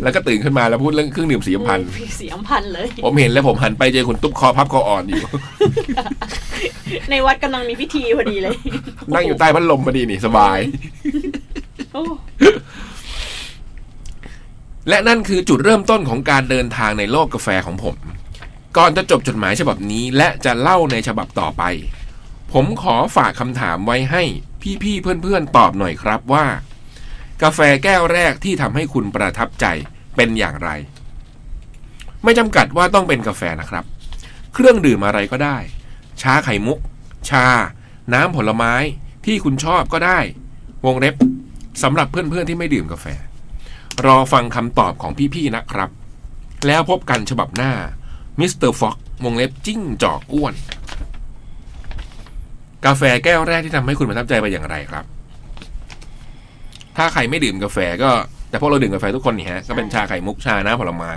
S3: แล้วก็ตื่นขึ้นมาแล้วพูดเรื่องเครื่องดื่มเสียมพันธุ์
S5: มี สีอัมพันธ์เลย
S3: ผมเห็นแล้วผมหันไปเจอคุณตุ๊บคอพับคออ่อนอยู่
S5: ในวัดกำลังมีพิธีพอดีเลย
S3: นั่งอยู่ใต้พัดลมพอดีนี่สบาย
S5: โอ้
S3: และนั่นคือจุดเริ่มต้นของการเดินทางในโลกกาแฟของผม ก่อนจะจบจดหมายฉบับนี้และจะเล่าในฉบับต่อไป ผมขอฝากคำถามไว้ให้พี่ๆเพื่อนๆตอบหน่อยครับว่า กาแฟแก้วแรกที่ทำให้คุณประทับใจเป็นอย่างไร ไม่จำกัดว่าต้องเป็นกาแฟนะครับ เครื่องดื่มอะไรก็ได้ ชาไข่มุก ชา น้ำผลไม้ที่คุณชอบก็ได้ วงเล็บสำหรับเพื่อนๆที่ไม่ดื่มกาแฟ รอฟังคำตอบของพี่ ๆ นะครับ แล้วพบกันฉบับหน้า มิสเตอร์ฟ็อกวงเล็บจิ้งจอกอ้วน กาแฟแก้วแรกที่ทำให้คุณประทับใจไปนอย่างไรครับ ถ้าใครไม่ดื่มกาแฟก็แต่พวกเราดื่มกาแฟทุกคนนี่ฮะ ก็เป็นชาไข่มุกชาน้ำผลไม้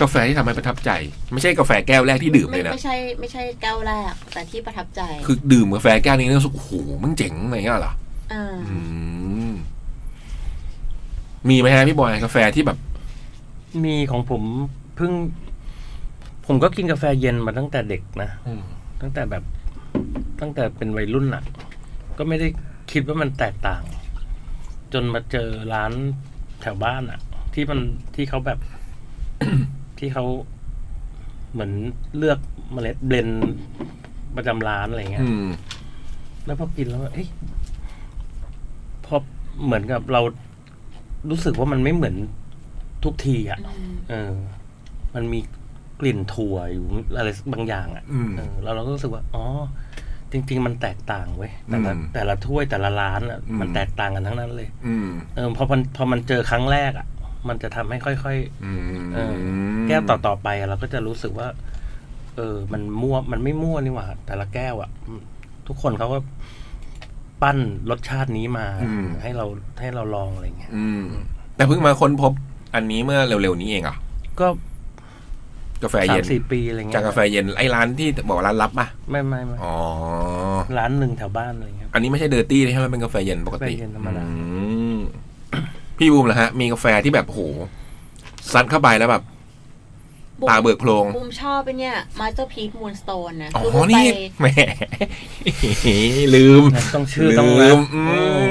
S3: กาแฟที่ทำให้ประทับใจ ไม่ใช่กาแฟแก้วแรกที่ดื่ม
S5: ไม่
S3: เลยนะ
S5: ไม่ใช่ไม่ใช่แก้วแรก แต่ที่ประทับใจ
S3: คือดื่มกาแฟแก้วนี้แล้วรู้สึกโอ้โหมันเจ๋งอะไรเงี้ยเหรอ
S5: อ่า
S3: อืม มีไหมฮะพี่บอยกาแฟที่แบบ
S4: มีของผมเพิ่ง ผมก็กินกาแฟเย็นมาตั้งแต่เด็กนะ
S3: อืม
S4: ตั้งแต่แบบตั้งแต่เป็นวัยรุ่นอะก็ไม่ได้คิดว่ามันแตกต่าง จนมาเจอร้านแถวบ้านอะที่มันที่เขาแบบ ที่เขาเหมือนเลือกเมล็ดเบลนด์ประจำร้านอะไรเงี้ย
S3: อืม
S4: แล้วพอกินแล้วเอ้ยพอเหมือนกับเรารู้สึกว่ามันไม่เหมือนทุกทีอะ่ะ
S5: อืม
S4: เออ มันมีกลิ่นถั่วอยู่อะไรบางอย่างอะ่ะ
S3: อืม
S4: เออแล้วเราก็รู้สึกว่า อ๋อ จริง ๆ มันแตกต่างเว้ยแต่ละ
S3: อืม
S4: แต่ละถ้วยแต่ละร้านอะ่ะ
S3: อืม
S4: มันแตกต่างกันทั้งนั้นเลย
S3: อืม
S4: เออพอมันพอมันเจอครั้งแรกอะ่ะ มันจะทำให้ค่อย
S3: อืม
S4: เออ ๆ แก้วต่อต่อๆไปอะเราก็จะรู้สึกว่า เออ มันมั่วมันไม่มั่วนี่หว่า แต่ละแก้วอะ่ะอืมทุกคนเขาก็ปั้นรสชาตินี้มา
S3: อืม
S4: ให้เราให้เราลองอะไรเงี้ย
S3: อืม แต่เพิ่งมาค้นพบอันนี้เมื่อเร็วๆนี้เองเหรอ่ะ
S4: ก็
S3: กาแฟ
S4: สา
S3: เย็
S4: ม
S3: น
S4: สี่ปีอะไรเงี้ย
S3: จากกาแฟเย็นไอ้ร้านที่บอกร้านลับป่ะ
S4: ไม่ไม่ไม่
S3: อ๋อ
S4: ร้านหนึ่งแถวบ้านอะไรเงี้ย
S3: อันนี้ไม่ใช่เดอร์ตี้ใช่ไหมเป็นกาแฟเย็นปกติ
S4: กาแฟเย็นธรรมดา
S3: อืม พี่บูมเหรอฮะ มีกาแฟที่แบบโหซัดเข้าไปแล้วแบบ
S5: บุ้ม
S3: ตาเบิกโพลง
S5: บุมชอบเป็นเนี่ยมาสเตอร์พี o มูนสโตนนะ
S3: อ๋
S5: คือบุ
S3: อ
S5: มไป
S3: นี่แหม ลืม
S4: นะต้องชื่อต้อง
S3: ลื
S4: นะ
S3: มอืม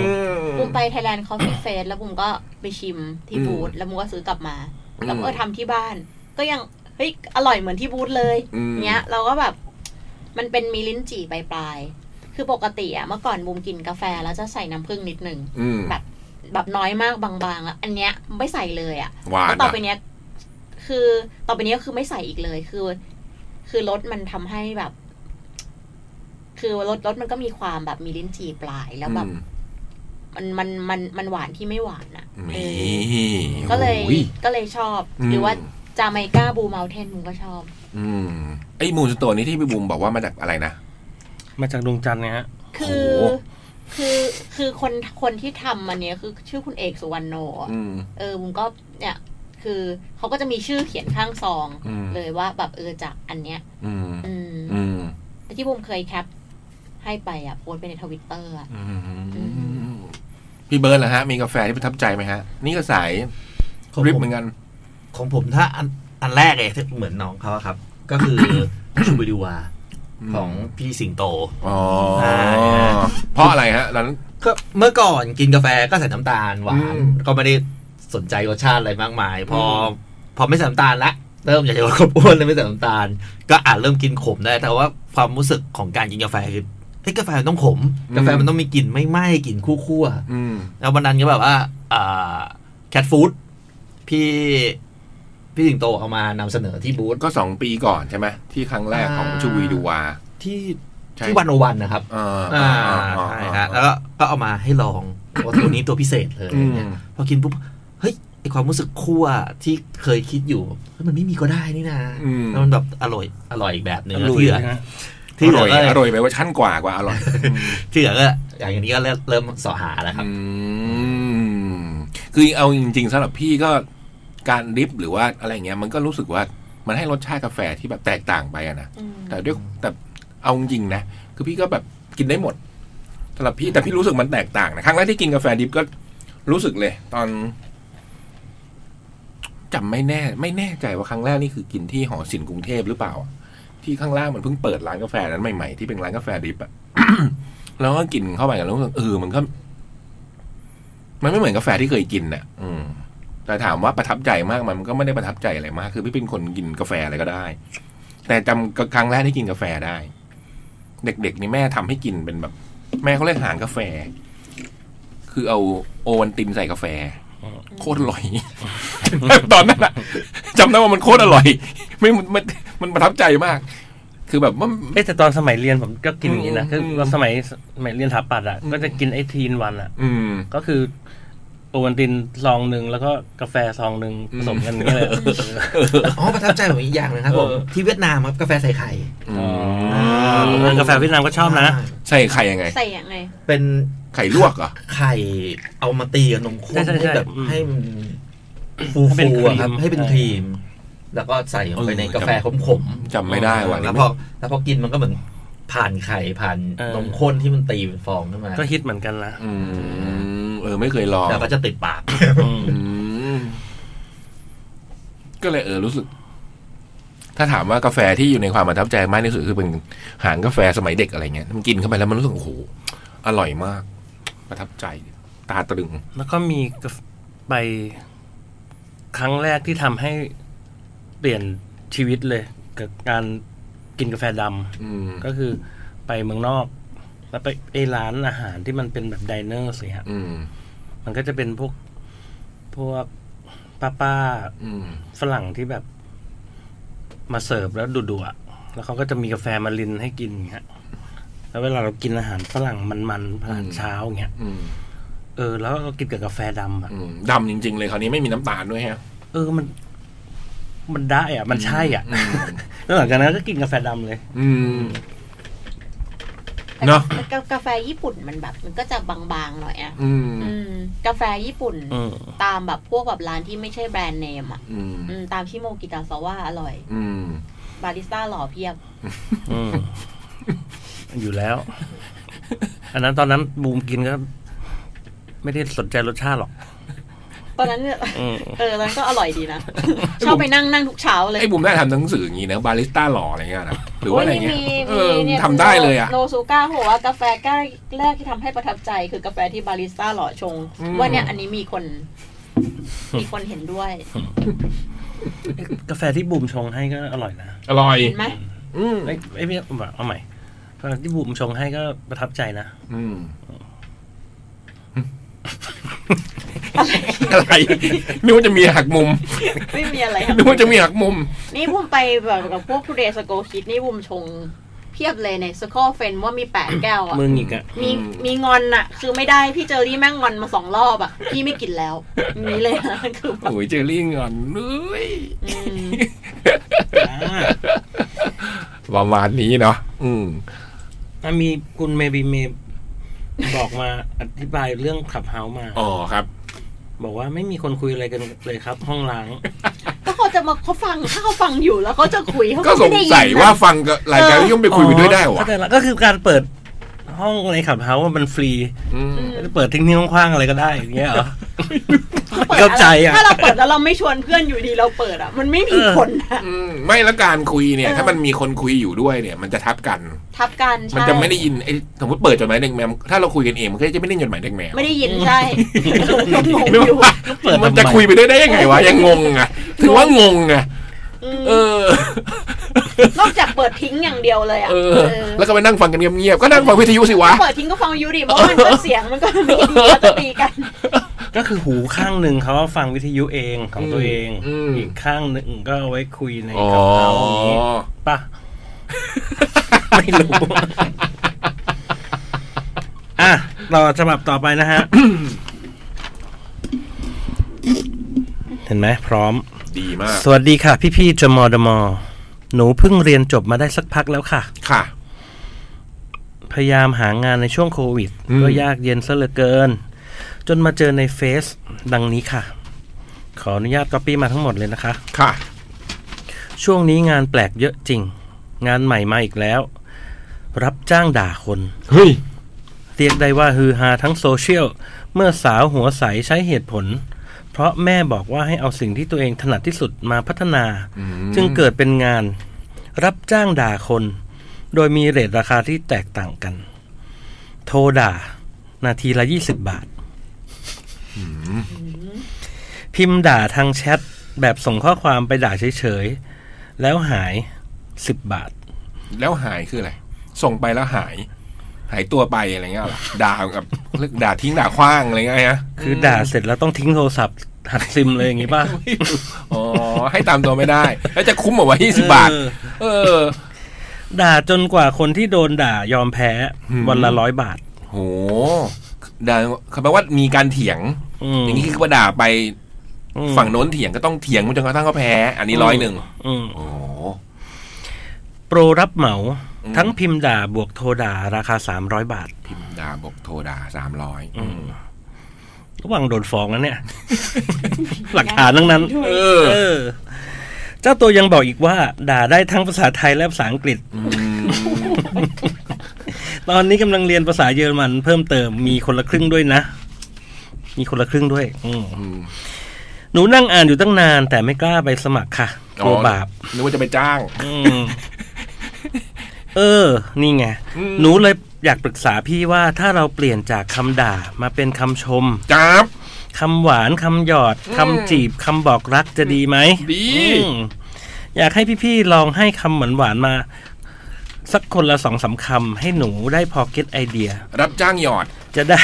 S5: บุมไปไทยแลนด์คอฟฟี่เฟสแล้วบุมก็ไปชิมที่
S3: อืม
S5: บูธแล้วบุมก็ซื้อกลับมา แล้ว
S3: อืม
S5: ก็เออทำที่บ้าน ก็ยังเฮ้ยอร่อยเหมือนที่บูธเลย
S3: อืม
S5: เนี้ยเราก็แบบ มันเป็นมีลิ้นจี่ปลายๆคือปกติอะเมื่อก่อนบูมกินกาแฟแล้วจะใส่น้ำผึ้งนิดนึง
S3: อืม
S5: แบบแบบน้อยมากบางๆแล้วอันเนี้ยไม่ใส่เลยอะ
S3: หวาน
S5: แล้วต่อไป
S3: อะ
S5: เนี้ย คือต่อไปเนี้ยคือไม่ใส่อีกเลยคือ คือรสมันทำให้แบบ คือรสรสมันก็มีความแบบมีลิ้นจี่ปลายแล้วแบบ
S3: อืม
S5: มันมันมันมันหวานที่ไม่หวานอะเอ
S3: นี
S5: อ่ ก็เลย
S3: โอ้
S5: ก็เลยชอบ
S3: อืม
S5: หรือว่าจาไมกาบูเมลเทนมึงก็ชอบ
S3: อืมไอ้มูนสโตนนี่ที่พี่บูมบอกว่ามาจากอะไรนะ
S4: มาจากดวงจันทร์เนี่ยฮะ
S5: คือ
S3: โอ้โห
S5: คือคือคนคนที่ทำมันเนี้ยคือชื่อคุณเอกสุวรรณโนอะ
S3: อืม
S5: เออบุมก็เนี่ยคือเขาก็จะมีชื่อเขียนข้างซอง
S3: อืม
S5: เลยว่าแบบเออจากอันเนี้ย
S3: อืม
S5: อืม
S3: อืม
S5: แต่ที่บุมเคยแคปให้ไปอ่ะโพสต์ไปในทวิตเตอร์อ่ะ
S3: อืม พี่เบิร์ดเหรอฮะ มีกาแฟที่ประทับใจไหมฮะ นี่ก็สาย
S6: ของ
S3: ริบ
S6: ผม
S3: เหมือนกัน
S6: ของผมถ้าอันอันแรกเลยที่เหมือนน้องเขาอะครับ ก็คือ ชูบิดูวาของพี่สิงโต
S3: อ๋อ
S6: อ่า
S3: เพราะอะไรฮะตอนนั้น
S6: ก็เมื่อก่อนกินกาแฟก็ใส่น้ำตาลหวา
S3: อื
S6: น
S3: ม
S6: ก็ไม่ได้สนใจรสชาติอะไรมากมาย พอ
S3: ม
S6: พอไม่ใส่น้ำตาลละเริ่มอยากจะลดความอ้วนเลยไม่ใส่น้ำตาล ก็อาจเริ่มกินขมได้ แต่ว่าความรู้สึกของการกินกาแฟคือเฮ้ยกาแฟมันต้องขม กาแฟมันต้องมีกลิ่นไม่ไหม้กลิ่นคั่วๆ
S3: อืม
S6: แล้ววันนั้นก็แบบว่าแคทฟู้ดพี่พี่สิงโตเอามานำเสนอที่บูธ
S3: ก็สองปีก่อนใช่ไหมที่ครั้งแรกของ
S6: อ่า
S3: ชูวีดูวา
S6: ที่
S3: ใช่
S6: ที่วันโอวันนะครับ
S3: อ่า
S6: อ่าใช่ฮะแล้วก็ก็เอามาให้ลองว่าตัวนี้ตัวพิเศษเลย
S3: อืม
S6: เนี่ยพอกินปุ๊บเฮ้ยไอความรู้สึกคั่วที่เคยคิดอยู่เฮ้ยมันไม่มีก็ได้นี่นะ
S3: อืม
S6: แล้วมันแบบอร่อยอร่อยอีกแบบหนึง
S4: อ
S6: แล้ว
S4: ร่อย
S6: ที่เหลือ
S4: นะ
S6: ที่
S3: อ
S6: เหลื
S3: ร่อ
S6: อย ก็
S3: อร่อยไปว่าชั้นกว่ากว่าอร่อย
S6: ที่เหลือก็อย่างนี้ก็เริ่มเริ่มเสอหาแล้วครับ
S3: อืมคือเอาจริง ๆสำหรับพี่ก็การดริฟหรือว่าอะไรเงี้ยมันก็รู้สึกว่ามันให้รสชาติกาแฟที่แบบแตกต่างไปอะนะ
S5: อืม
S3: แต่ด้วยแต่เอาจริงๆนะคือพี่ก็แบบกินได้หมดสำหรับพี่แต่พี่รู้สึกมันแตกต่างนะครั้งแรกที่กินกาแฟดริฟก็รู้สึกเลย ตอนจำไม่แน่ ไม่แน่ใจว่าครั้งแรกนี่คือกินที่หอศิลป์กรุงเทพหรือเปล่าอะที่ข้างล่างมันเพิ่งเปิดร้านกาแฟนั้นใหม่ๆที่เป็นร้านกาแฟดริฟอะ แล้วก็กินเข้าไปกันแล้วรู้สึกเออมันก็ มันไม่เหมือนกาแฟที่เคยกินน่ะ อืม แต่ถามว่าประทับใจมากไหมมันก็ไม่ได้ประทับใจอะไรมาก คือพี่เป็นคนกินกาแฟอะไรก็ได้ แต่จำครั้งแรกที่กินกาแฟได้ เด็กๆนี่แม่ทำให้กินเป็นแบบ แม่เขาเรียกหางกาแฟ คือเอาโอวันตินใส่กาแฟ โคตรอร่อย ตอนนั้นอะจำได้ว่ามันโคตรอร่อย ไม่มันมันประทับใจมาก คือแบบว่า
S4: เอ้ยแต่ตอนสมัยเรียนผมก็กินอย่างนี้นะ
S3: อื
S4: คือ
S3: ม
S4: ตอนสมัยสมัยเรียนสถาปัตย์อ่ะ
S3: อืม
S4: ก็จะกินไอทีนวันอ่ะ
S3: อืม
S4: ก็คือโอวันตินซองหนึ่งแล้วก็กาแฟซองหนึ่งผสมกันอย่างนี้เลยเออ
S6: อ๋อประทับใจผมอีกอย่างหนึงครับผมที่เวียดนามครับกาแฟใส่ไข่
S3: อืม
S4: เออกาแฟเวียดนามก็ชอบนะ
S3: ใส่ไข่ยังไง
S5: ใส่ยังไง
S6: เป็น
S3: ไข่ลวกเหรอ
S6: ไข่เอามาตีกับนมข้น
S4: ใช่ใช่
S6: ให้แบบ
S4: อืม
S6: ให้มันฟู
S4: ให้เป็น
S6: ฟู
S4: ครีม
S6: อะครับให้เป็นครีม แล้วก็ใส่ลงไปในกาแฟขมๆ
S3: จำไม่ได้ว่ะ
S6: แล้วพอแล้วพอกินมันก็เหมือนผ่านไข่ผ่านนมข้นที่มันตีเป็นฟองขึ้นมา
S4: ก็ฮิตเหมือนกันนะ
S3: อืมเออ ไม่เคยลอง
S6: แล้วก็จะติดปาก
S4: อืม
S3: อืมก็เลยเออรู้สึก ถ้าถามว่ากาแฟที่อยู่ในความประทับใจมากที่สุดคือเป็นหางกาแฟสมัยเด็กอะไรเงี้ยมันกินเข้าไปแล้วมันรู้สึกโอ้โหอร่อยมาก ประทับใจ ตาตรึง
S4: แล้วก็มีกาแฟไปครั้งแรกที่ทำให้เปลี่ยนชีวิตเลยกับการกินกาแฟดำ
S3: อืม
S4: ก็คือไปเมืองนอก แล้วไปไอร้านอาหารที่มันเป็นแบบไดเนอร์สิฮะ
S3: อืม
S4: มันก็จะเป็นพวกพวกป้าป้า
S3: อืม
S4: ๆฝรั่งที่แบบมาเสิร์ฟแล้วดุๆอะแล้วเขาก็จะมีกาแฟมารินให้กินอย่างเงี้ยแล้วเวลาเรากินอาหารฝรั่งมันๆอาหารเช้าอย่างเงี้ย
S3: อืม
S4: เออแล้วเรากินกับกาแฟดำอะ
S3: อืมดำจริง ๆ เลยคราวนี้ไม่มีน้ำตาลด้วยฮะ
S4: เออ มัน มันได้อ่ะ มันใช่อ่ะ
S3: อืม
S4: แล้วหลังจากนั้นก็กินกาแฟดำเลย
S3: อืม เนอะ
S5: แต่กากาแฟญี่ปุ่นมันแบบ มันก็จะบางๆหน่อยอะ
S3: อืม
S5: อืม กาแฟญี่ปุ่น
S4: อืม
S5: ตามแบบพวกแบบร้านที่ไม่ใช่แบรนด์เนมอ่ะ
S3: อืม
S5: อืมตามชิโมกิตาซาว่าอร่อย
S3: อืม
S5: บาริสต้าหล่อเพียบ
S4: อืมอยู่แล้ว อันนั้นตอนนั้นบูมกินก็ ไม่ได้สนใจรสชาติหรอก
S5: ตอนนั้นเนี่ย
S4: อืม
S5: เออตอนนั้นก็อร่อยดีนะ ชอบไปนั่งนั่งทุกเช้าเลย
S3: ไอ้บุ๋มได้ทำหนังสืออย่างนี้นะบาริสต้าหล่ออะไรเงี้ยนะหรือว่าอะไรเงี้ย
S5: โยนี่มี
S3: เออ
S5: มีเนี่ย
S3: ทำได้เลยอ่ะ
S5: โนซูก้าเขาบอกว่ากาแฟแก้วแรกที่ทำให้ประทับใจ คือกาแฟที่บาริสต้าหล่อชง
S3: อืม
S5: ว่าเนี่ยอันนี้มีคน มีคนเห็นด้วย
S4: กาแฟที่บูมชงให้ก็อร่อยนะ
S3: อร่อย
S5: เห็นไหม
S3: อืม
S4: ไอ้ไอ้เนี่ยเอาใหม่กาแฟที่บูมชงให้ก็ประทับใจนะ
S3: อืม อะไร นึกว่าจะมีหักมุม
S5: ไม่มีอะไรครับ
S3: นึกว่าจะมีหักมุม
S5: นี่บุมไปแบบกับพวกทูเดย์สโกคิดนี่บุมชง เพียบเลยในสโคเฟนว่ามีแปดแก้วอ่ะ
S4: มึงอีกอ่ะ
S5: มีมีงอนอะคือไม่ได้พี่เจอรี่แม่งงอนมาสองรอบอะพี่ไม่กินแล้วอย่างนี้เลยนะคือแบบ
S3: โอ้ยเจอรี่งอนเลย
S5: อืม
S3: ประมาณนี้เนาะอืม
S4: มันมีคุณเมบีเมบอกมาอธิบายเรื่องขับเฮามา
S3: อ๋อครับ
S4: บอกว่าไม่มีคนคุยอะไรกันเลยครับ ห้องล้าง
S5: ก็เขาจะมาเขาฟังถ้าเขาฟังอยู่แล้วเขาจะคุยเขา
S3: ก็สง
S5: ไม่ได้น
S3: สัย
S5: นะ
S3: ว่าฟังกับรายการที่ย่อมไปคุยไปด้วยได้เหรอ
S4: อ๋อ
S3: วะ
S4: เข้าใจละก็คือการเปิดห้องในขับเฮาส์ว่ามันฟรี
S3: อืม
S4: จะเปิดทิ้งที่คว้างๆอะไรก็ได้อย่างเงี้ยเหรอ
S5: เปิด
S4: เข้าใจอะ
S5: ถ้าเราเปิดแล้วเราไม่ชวนเพื่อนอยู่ดีเราเปิดอะมันไม่มีคนนะ
S3: อืม ไม่แล้วการคุยเนี่ย ถ้ามันมีคนคุยอยู่ด้วยเนี่ย มันจะทับกัน
S5: ทับกัน
S3: มัน
S5: ใช่
S3: จะไม่ได้ยินไอ้สมมติเปิดจดหมายเด็กแมวถ้าเราคุยกันเองมันก็จะไม่ได้ยินจดหมายเด็กแมว
S5: ไม่ได้ยินใช่งง
S3: นึก
S5: อยู่
S3: ว่า
S4: เปิดทำไม
S3: มันจะคุยไปได้ได้ยังไงวะ ยังงงไงถือว่างงไงเออ
S5: นอกจากเปิดทิ้งอย่างเดียวเลยอะ
S3: เออ
S5: เออ
S3: แล้วก็ไปนั่งฟังกันเงียบๆก็นั่งฟังวิทยุสิวะ
S5: เปิดทิ้งก็ฟังอยู่ดิเพราะมันก็เสียงมันก็ไม่ดีแล้วจะตีกัน
S4: ก็คือหูข้างหนึ่งเขาฟังวิทยุเองของตัวเอง
S3: อืม
S4: อีกข้างหนึ่งก็เอาไว้คุยใน
S3: อ๋อ
S4: ขับเฮาส์อย่างงี้ ป่ะ ไม่รู้ อ่ะต่อฉบับต่อไปนะฮะ เห็นไหมพร้อม
S3: ดีมาก
S4: สวัสดีค่ะ พี่พี่ๆจมอดมอ หนูเพิ่งเรียนจบมาได้สักพักแล้วค่ะ
S3: ค่ะ
S4: พยายามหางานในช่วงโควิด
S3: อืม
S4: ก็ยากเย็นซะเหลือเกิน จนมาเจอในเฟซดังนี้ค่ะ ขออนุญาตก๊อปปี้มาทั้งหมดเลยนะคะ
S3: ค่ะ
S4: ช่วงนี้งานแปลกเยอะจริง งานใหม่มาอีกแล้ว รับจ้างด่าคน
S3: เฮ้ย
S4: เรียกได้ว่าฮือฮาทั้งโซเชียล เมื่อสาวหัวใสใช้เหตุผล เพราะแม่บอกว่าให้เอาสิ่งที่ตัวเองถนัดที่สุดมาพัฒนา จึงเกิดเป็นงาน รับจ้างด่าคน โดยมีเรทราคาที่แตกต่างกัน โทรด่า นาทีละ 20 บาท พิมพ์ด่าทางแชท แบบส่งข้อความไปด่าเฉยๆ แล้วหาย 10 บาท
S3: แล้วหายคืออะไร ส่งไปแล้วหาย หายตัวไปอะไรเงี้ยเหรอด่ากับ เรียกด่าทิ้งด่าคว้างอะไรเงี้ยนะ
S4: คือด่าเสร็จแล้วต้องทิ้งโทรศัพท์หักซิมเลยอย่างงี้ป่ะ
S3: อ๋อ ให้ตามตัวไม่ได้ แล้วจะคุ้มเหรอว่ายี่สิบบาท เออ
S4: ด่าจนกว่าคนที่โดนด่ายอมแพ้
S3: อืม
S4: วันละร้อยบาท
S3: โหด่าคือแปลว่ามีการเถียง
S4: อืม
S3: อย่างนี้คือว่าด่าไป
S4: อืม
S3: ฝั่งโน้นเถียงก็ต้องเถียงจนกระทั่งเขาแพ้ อันนี้ร้อยหนึ่ง
S4: อืม
S3: โอ้โห
S4: โปรรับเหมา
S3: อืม
S4: ทั้งพิมพ์ด่าบวกโทรด่าราคาสามร้อยบาท
S3: พิมพ์ด่าบอกโทรด่าสามร้อย
S4: ระหว่างโดนฟ้องนั้ นเนี่ย หลักฐานทั้งนั้น
S3: เออ
S4: เออ เจ้าตัวยังบอกอีกว่า ด่าได้ทั้งภาษาไทยและภาษาอังกฤษ
S3: ม
S4: ตอนนี้กำลังเรียนภาษาเยอรมันเพิ่มเติมมีคนละครึ่งด้วยนะ มีคนละครึ่งด้วย อืม
S3: อืม
S4: หนูนั่งอ่านอยู่ตั้งนาน แต่ไม่กล้าไปสมัครค่ะกลัวบาป
S3: นึกว่าจะไปจ้าง
S4: อืมเออ นี่ไง
S3: อืม
S4: หนูเลยอยากปรึกษาพี่ว่าถ้าเราเปลี่ยนจากคำด่ามาเป็นคำชม
S3: จับ
S4: คำหวานคำหยอดคำจีบคำบอกรักจะดีไหม
S3: ดี
S4: อืมอยากให้พี่ๆลองให้คำหวานหวานๆมา สักคนละสองสามคำให้หนูได้พอเก็ตไอเดีย
S3: รับจ้างหยอด
S4: จะได้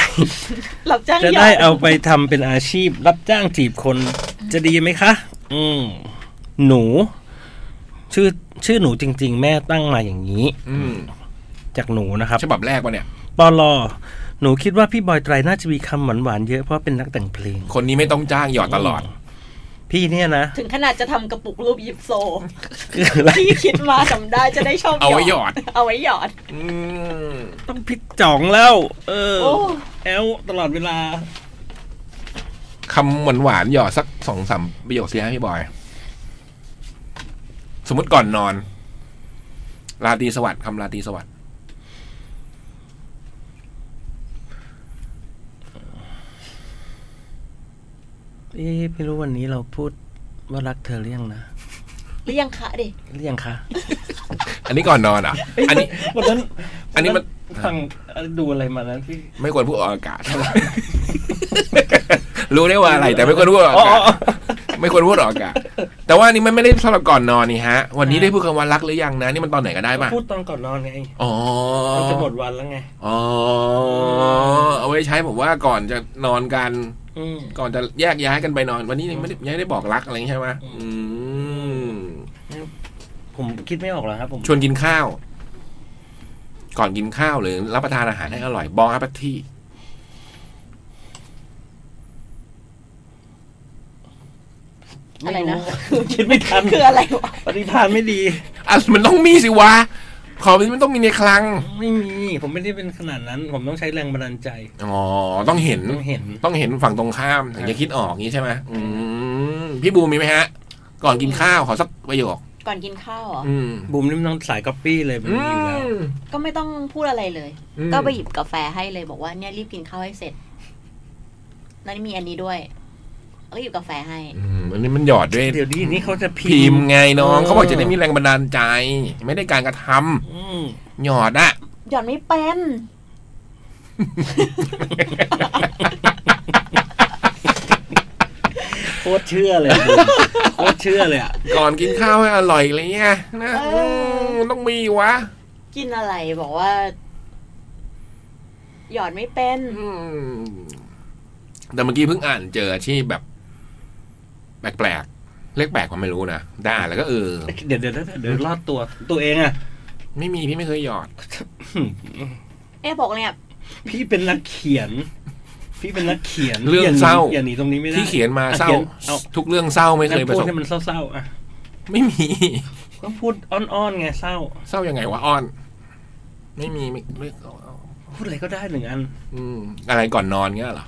S5: รับจ้าง
S4: จะ
S5: หยก
S4: ได้เอาไปทำเป็นอาชีพ รับจ้างจีบคนจะดีไหมคะ อืม หนู ชื่อชื่อหนูจริง ๆ แม่ตั้งมาอย่างนี้
S3: อืม
S4: จากหนูนะครับ
S3: ฉบับแรกวะเนี่ย
S4: ปลอหนูคิดว่าพี่บอยไตรน่าจะมีคำหวานๆเยอะเพราะเป็นนักแต่งเพลง
S3: คนนี้ไม่ต้องจ้างหยอดตลอด
S4: พี่เนี่ยนะ
S5: ถึงขนาดจะทำกระปุกรูปยิปโซ
S4: คืออะไร
S5: ที่คิดมาทำได้จะได้ชอบ
S3: เอาไว้หยอด
S5: เอาไว้หยอด
S3: อืม
S4: ต้องพิดจ่องแล้ว เออ
S5: โอ้
S4: แอลตลอดเวลา
S3: คำหวานหวานๆหยอดสักสองสามประโยคสิฮะพี่บอย สมมติก่อนนอน ราตรีสวัสดิ์คำราตรีสวัสดิ์
S4: เอ๊ะไม่รู้วันนี้เราพูดว่ารักเธอหรือยังนะ
S5: เรียงคะดิ
S4: หรือยังคะ
S3: อันนี้ก่อนนอนเหรอ่ะ อันนี้
S4: วันนั้น
S3: อันนี้มัน
S4: ฟังดูอะไรมานั้นพี่
S3: ไม่ควรพูดออกอากาศ รู้ได้ว่าอะไร แต่ไม่ควรพูดออกอากาศไม่ควรพูดออกอากาศแต่ว่านี่มันไม่ได้สำหรับก่อนนอนนี่ฮะ วันนี้ได้พูดคำว่ารักหรือยังนะ นี่มันตอนไหนก็ได้ป่ะ
S4: พูดตอนก่อนนอนไง
S3: อ๋อ
S4: มันจะหมดวันแล้วไง
S3: อ๋อ เอาไว้ใช้ผมว่าก่อนจะนอนกัน
S4: อืม
S3: ก่อนจะแยกย้ายกันไปนอน วันนี้ยังไม่ได้ยังไม่ได้บอกรักอะไรอย่างงี้ใช่ไหมอืม
S4: ผมคิดไม่ออกแล้วครับ ผม
S3: ชวนกินข้าว ก่อนกินข้าวหรือรับประทานอาหารให้อร่อยบองอัปที่
S5: อะไรนะ
S4: คิดไม่ทัน
S5: คืออะไรวะ
S4: ปฏิทานไม่ดี
S3: อ่ะมันต้องมีสิวะของมันต้องมีในคลัง
S4: ไม่มี ผมไม่ได้เป็นขนาดนั้น ผมต้องใช้แรงบันดาลใจ
S3: อ๋อ ต้องเห็น
S4: ต้องเห็น
S3: ต้องเห็นฝั่งตรงข้ามถึงจะคิดออกงี้ใช่ไหมอืมพี่บูมมีไหมฮะ ก่อนกินข้าวขอสักประโยค
S5: ก่อนกินข้าวเหรอ
S3: อืม
S4: บุมนี่มันต้องสายก๊อปปี้เลยมัน
S3: อื
S4: มีอยู่แล้ว
S3: ม
S5: ก็ไม่ต้องพูดอะไรเลย
S3: อืม
S5: ก็ไปหยิบกาแฟให้เลยบอกว่าเนี่ยรีบกินข้าวให้เสร็จนั่นมีอันนี้ด้วยแล้วก็หยิบกาแฟให้
S3: อืมอันนี้มันหยอดด้วย
S4: เดี๋ยวนี้นี่เขาจะพิ
S3: พิม
S4: ม
S3: พ์
S4: พ์
S3: ไงน้อง
S4: เออ
S3: เขาบอกจะได้มีแรงบันดาลใจ ไม่ได้การกระทำ
S4: อืม
S3: หยอดอะ
S5: หยอดไม่เป็น
S4: โคตรเชื่อเลยบูมโคตรเชื่อเลยอ่ะ
S3: ก่อนกินข้าวให้อร่อยอะไรเงี้ยนะอืมต้องมีวะ
S5: กินอะไรบอกว่า หยอดไม่เป็น
S3: อืมแต่เมื่อกี้เพิ่งอ่านเจอที่แบบ แปลกๆเลขแปลกผมไม่รู้นะได้อ่านแล้วก็เออ
S4: เดี๋ยวเดี๋ยวเดี๋ยวเดี๋ยวรอดตัวตัวเองอ่ะ
S3: ไม่มีพี่ไม่เคยหยอด
S5: เอ๊ะบอกเนี่ย
S4: พี่เป็นนักเขียน พี่เป็นนักเขียน
S3: เรื่องเศร้า
S4: อย่าหนีอย่หนีตรงนี้ไม่ได้
S3: ที่เขียนมา
S4: อ่ะ
S3: เศร้า
S4: ขียนเอา
S3: ทุกเรื่องเศร้าไม่เคยประ
S4: พู
S3: ส
S4: ด
S3: บ
S4: ให้มันเศร้าๆอ่ะ
S3: ไม่มี
S4: ก็พูดอ้อนๆไงเศร้า
S3: เศร้ายังไงวะอ้อน ไม่มีไม่ไม่
S4: พูดอะไรก็ได้หนึ่งอัน
S3: อืมอะไรก่อนนอนเงี้ยเหรอ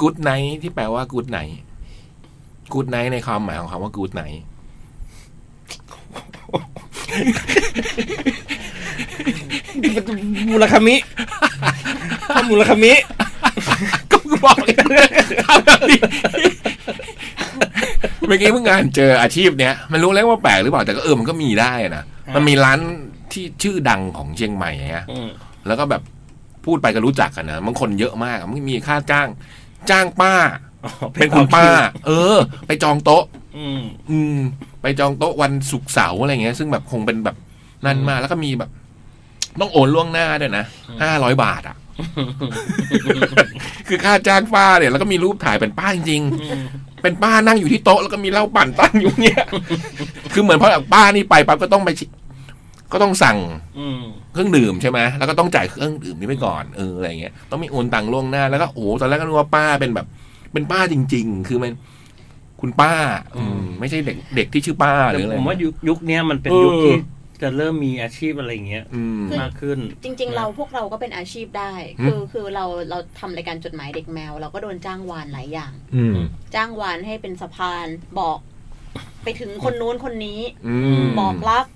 S3: กูดไนที่แปลว่ากูดไนกูดไนในความหมายของคำว่ากูดไน
S4: มูลคามิ ทำมูลคามิ
S3: ก็ บอกทำแบบนี้ เมื่อกี้เพิ่งงานเจออาชีพเนี้ยมันรู้แล้วว่าแปลกหรือเปล่าแต่ก็เออมันก็มีได้นะมันมีร้านที่ชื่อดังของเชียงใหม่เนี้ย แล้วก็แบบพูดไปก็รู้จักกันนะบางคนเยอะมากอะมันมีค่าจ้าง จ้างป้า เป็นคุณป้า เออ ไปจองโต๊ะ
S4: อืม
S3: อืม ไปจองโต๊ะวันศุกร์เสาร์อะไรเงี้ย ซึ่งแบบคงเป็นแบบนั่นมากแล้วก็มีแบบ ต้องโอนล่วงหน้าด้วยนะห้าร้อยบาทอ่ะ คือค่าจ้างป้าเนี่ยแล้วก็มีรูปถ่ายเป็นป้าจริงๆ เป็นป้านั่งอยู่ที่โต๊ะแล้วก็มีเหล้าปั่นตั้งอยู่เนี่ย คือเหมือนพอป้านี่ไปปั๊บก็ต้องไปชิก็ต้องสั่ง
S4: อืม
S3: เครื่องดื่มใช่ไหมแล้วก็ต้องจ่ายเครื่องดื่มนี้ไปก่อน เออ อะไรเงี้ย ต้องมีโอนตังค์ล่วงหน้า แล้วก็โอ้โหตอนแรกก็นึกว่าป้าเป็นแบบ เป็นป้าจริง ๆ คือมัน คุณป้า อืม ไม่ใช่เด็กเด็กที่ชื่อป้าห
S4: แต่
S3: รืออะไร
S4: ผมว่ายุคยุคเนี้ยมันเป็น
S3: เออ
S4: ยุคที่จะเริ่มมีอาชีพอะไรอย่างเงี้ย
S3: อืม
S4: มากขึ้น
S5: จริง ๆ เราพวกเราก็เป็นอาชีพได้
S3: อืม
S5: คือคือเราเราทำรายการจดหมายเด็กแมว เราก็โดนจ้างวานหลายอย่าง
S3: อืม
S5: จ้างวานให้เป็นสะพานบอก ไปถึงคนนู้นคนนี้
S3: อืม
S5: บอกรัก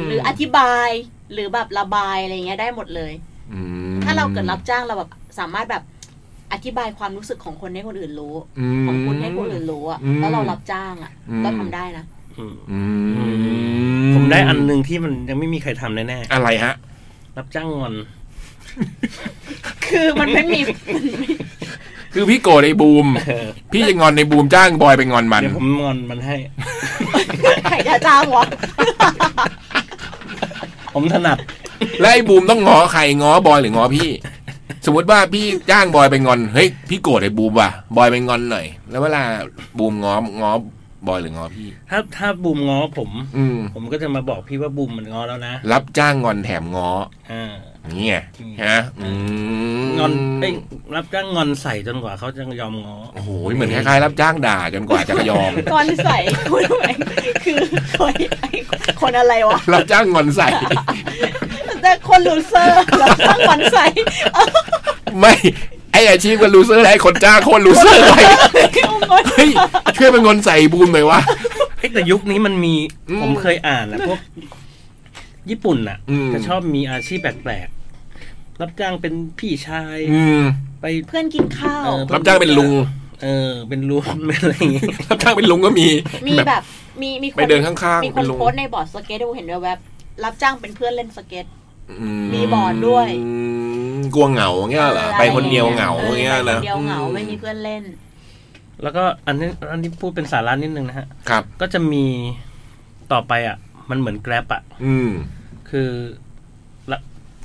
S3: ม
S5: หรืออธิบายหรือแบบระบายอะไรเงี้ยได้หมดเลย
S3: อืม
S5: ถ้าเราเกิดรับจ้างเราแบบสามารถแบบอธิบายความรู้สึกของคนให้คนอื่นรู้
S3: ม
S5: ของคุณให้คนอื่นรู้อะ
S3: อืม
S5: แล้วเรารับจ้างอะ
S3: อืม
S5: เราทำได้นะ
S4: อืม
S3: อืม
S4: ผมได้อันหนึ่งที่มันยังไม่มีใครทำแน่
S3: อะไรฮะ
S4: ๆ รับจ้างงอน
S5: คือมันไม่มี มันไม่
S3: คือพี่โกรธไอ้บูม
S4: เออ
S3: พี่จะงอนในบูมจ้างบอยไปงอนมัน
S4: เดี๋ยวผมงอนมันให้
S5: ใครจะจ้างวะ
S4: ผมถนัด
S3: และไอ้บูมต้องงอใครงอบอยหรืองอพี่ สมมติว่าพี่จ้างบอยไปงอนเฮ้ยพี่โกรธไอ้บูมว่ะบอยไปงอนหน่อยแล้วเวลาบูมงองอบอยหรืองอพี่
S4: ถ้าถ้าบูมง้อผม
S3: อืม
S4: ผมก็จะมาบอกพี่ว่าบูมมันง้อแล้วนะ
S3: รับจ้างงอนแถมงอ
S4: อ่า
S3: นี่ไงฮะอืม
S4: งอนเอ้ยรับจ้างงอนใส่จนกว่าเขาจะยอมง้อ
S3: โอ้โหเหมือนคล้ายๆ รับจ้างด่าจนกว่าจะยอม
S5: ก่อนใส่คุณทำไมคือคนไอ้คนอะไรวะ
S3: รับจ้างงอนใส่
S5: แต่คนลูเซอร์แล้วตั้างวันใส่เอ้า
S3: ไม่ไออาชีพก็รู้เซอร์และไอ้คนจ้างโคตรรู้เซอร์เลย
S5: เอางอน
S3: เฮ้ยช่วยไปงอนใส่บูมหน่อยวะ
S4: เอ้ยแต่ยุคนี้มันมี
S3: อืม
S4: ผมเคยอ่านนะพวกญี่ปุ่นน่ะ
S3: อืม
S4: จะชอบมีอาชีพแปลกๆ รับจ้างเป็นพี่ชาย
S3: อืม
S4: ไป
S5: เพื่อนกินข้าว
S4: เออ
S3: รับจ้างเป็นลุง
S4: เออ เป็นรวม เป็นอะไรอย่างงี้
S3: รับจ้างเป็นลุงก็มี
S5: มีแบบมีมีค
S3: ไปเดินข้างๆ
S5: มีค
S3: เป็น
S5: น
S3: ลุง
S5: โพสต์ในบอร์ดสเก็ตที่ผมเห็นแวบๆรับจ้างเป็นเพื่อนเล่นสเก็ต
S3: อื
S5: มีบอร์ดด้วย
S3: กลัวเหงาเงี้ยเหรอ ไปคนเดียวเหงา
S5: ออ
S3: เงี้ย
S5: ไป
S3: นะ
S5: คนเดียวเหงาไม่มีเพื่อนเล่น
S4: แล้วก็อันนี้อันนี้พูดเป็นสาระนิดนึงนะฮะ
S3: ครับ
S4: ก็จะมีต่อไปอ่ะ มันเหมือนแกร็บอ่ะ
S3: อืม
S4: คือรับ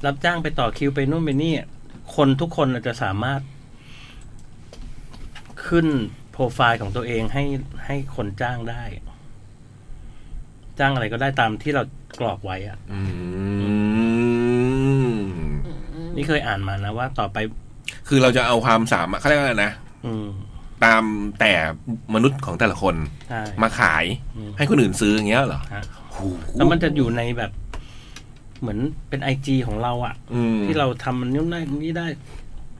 S4: รับจ้างไปต่อคิวไปนู่นไปนี่อะคนทุกคนอาจจะสามารถ ขึ้นโปรไฟล์ของตัวเองให้ให้คนจ้างได้ จ้างอะไรก็ได้ตามที่เรากรอกไว้อะ
S3: อืม
S4: นี่เคยอ่านมานะว่าต่อไป
S3: คือเราจะเอาความสามารถเขาเรียกว่าอะไรนะ
S4: อืม
S3: ตามแต่มนุษย์ของแต่ละคน
S4: ใช่
S3: มาขาย
S4: อืม
S3: ให้คนอื่นซื้ออย่างเงี้ยเหรอ
S4: ฮะ
S3: โห
S4: แล้วมันจะอยู่ในแบบ เหมือนเป็นไอจีของเราอะ
S3: อืม
S4: ที่เราทำมันนู่นได้นี่ได้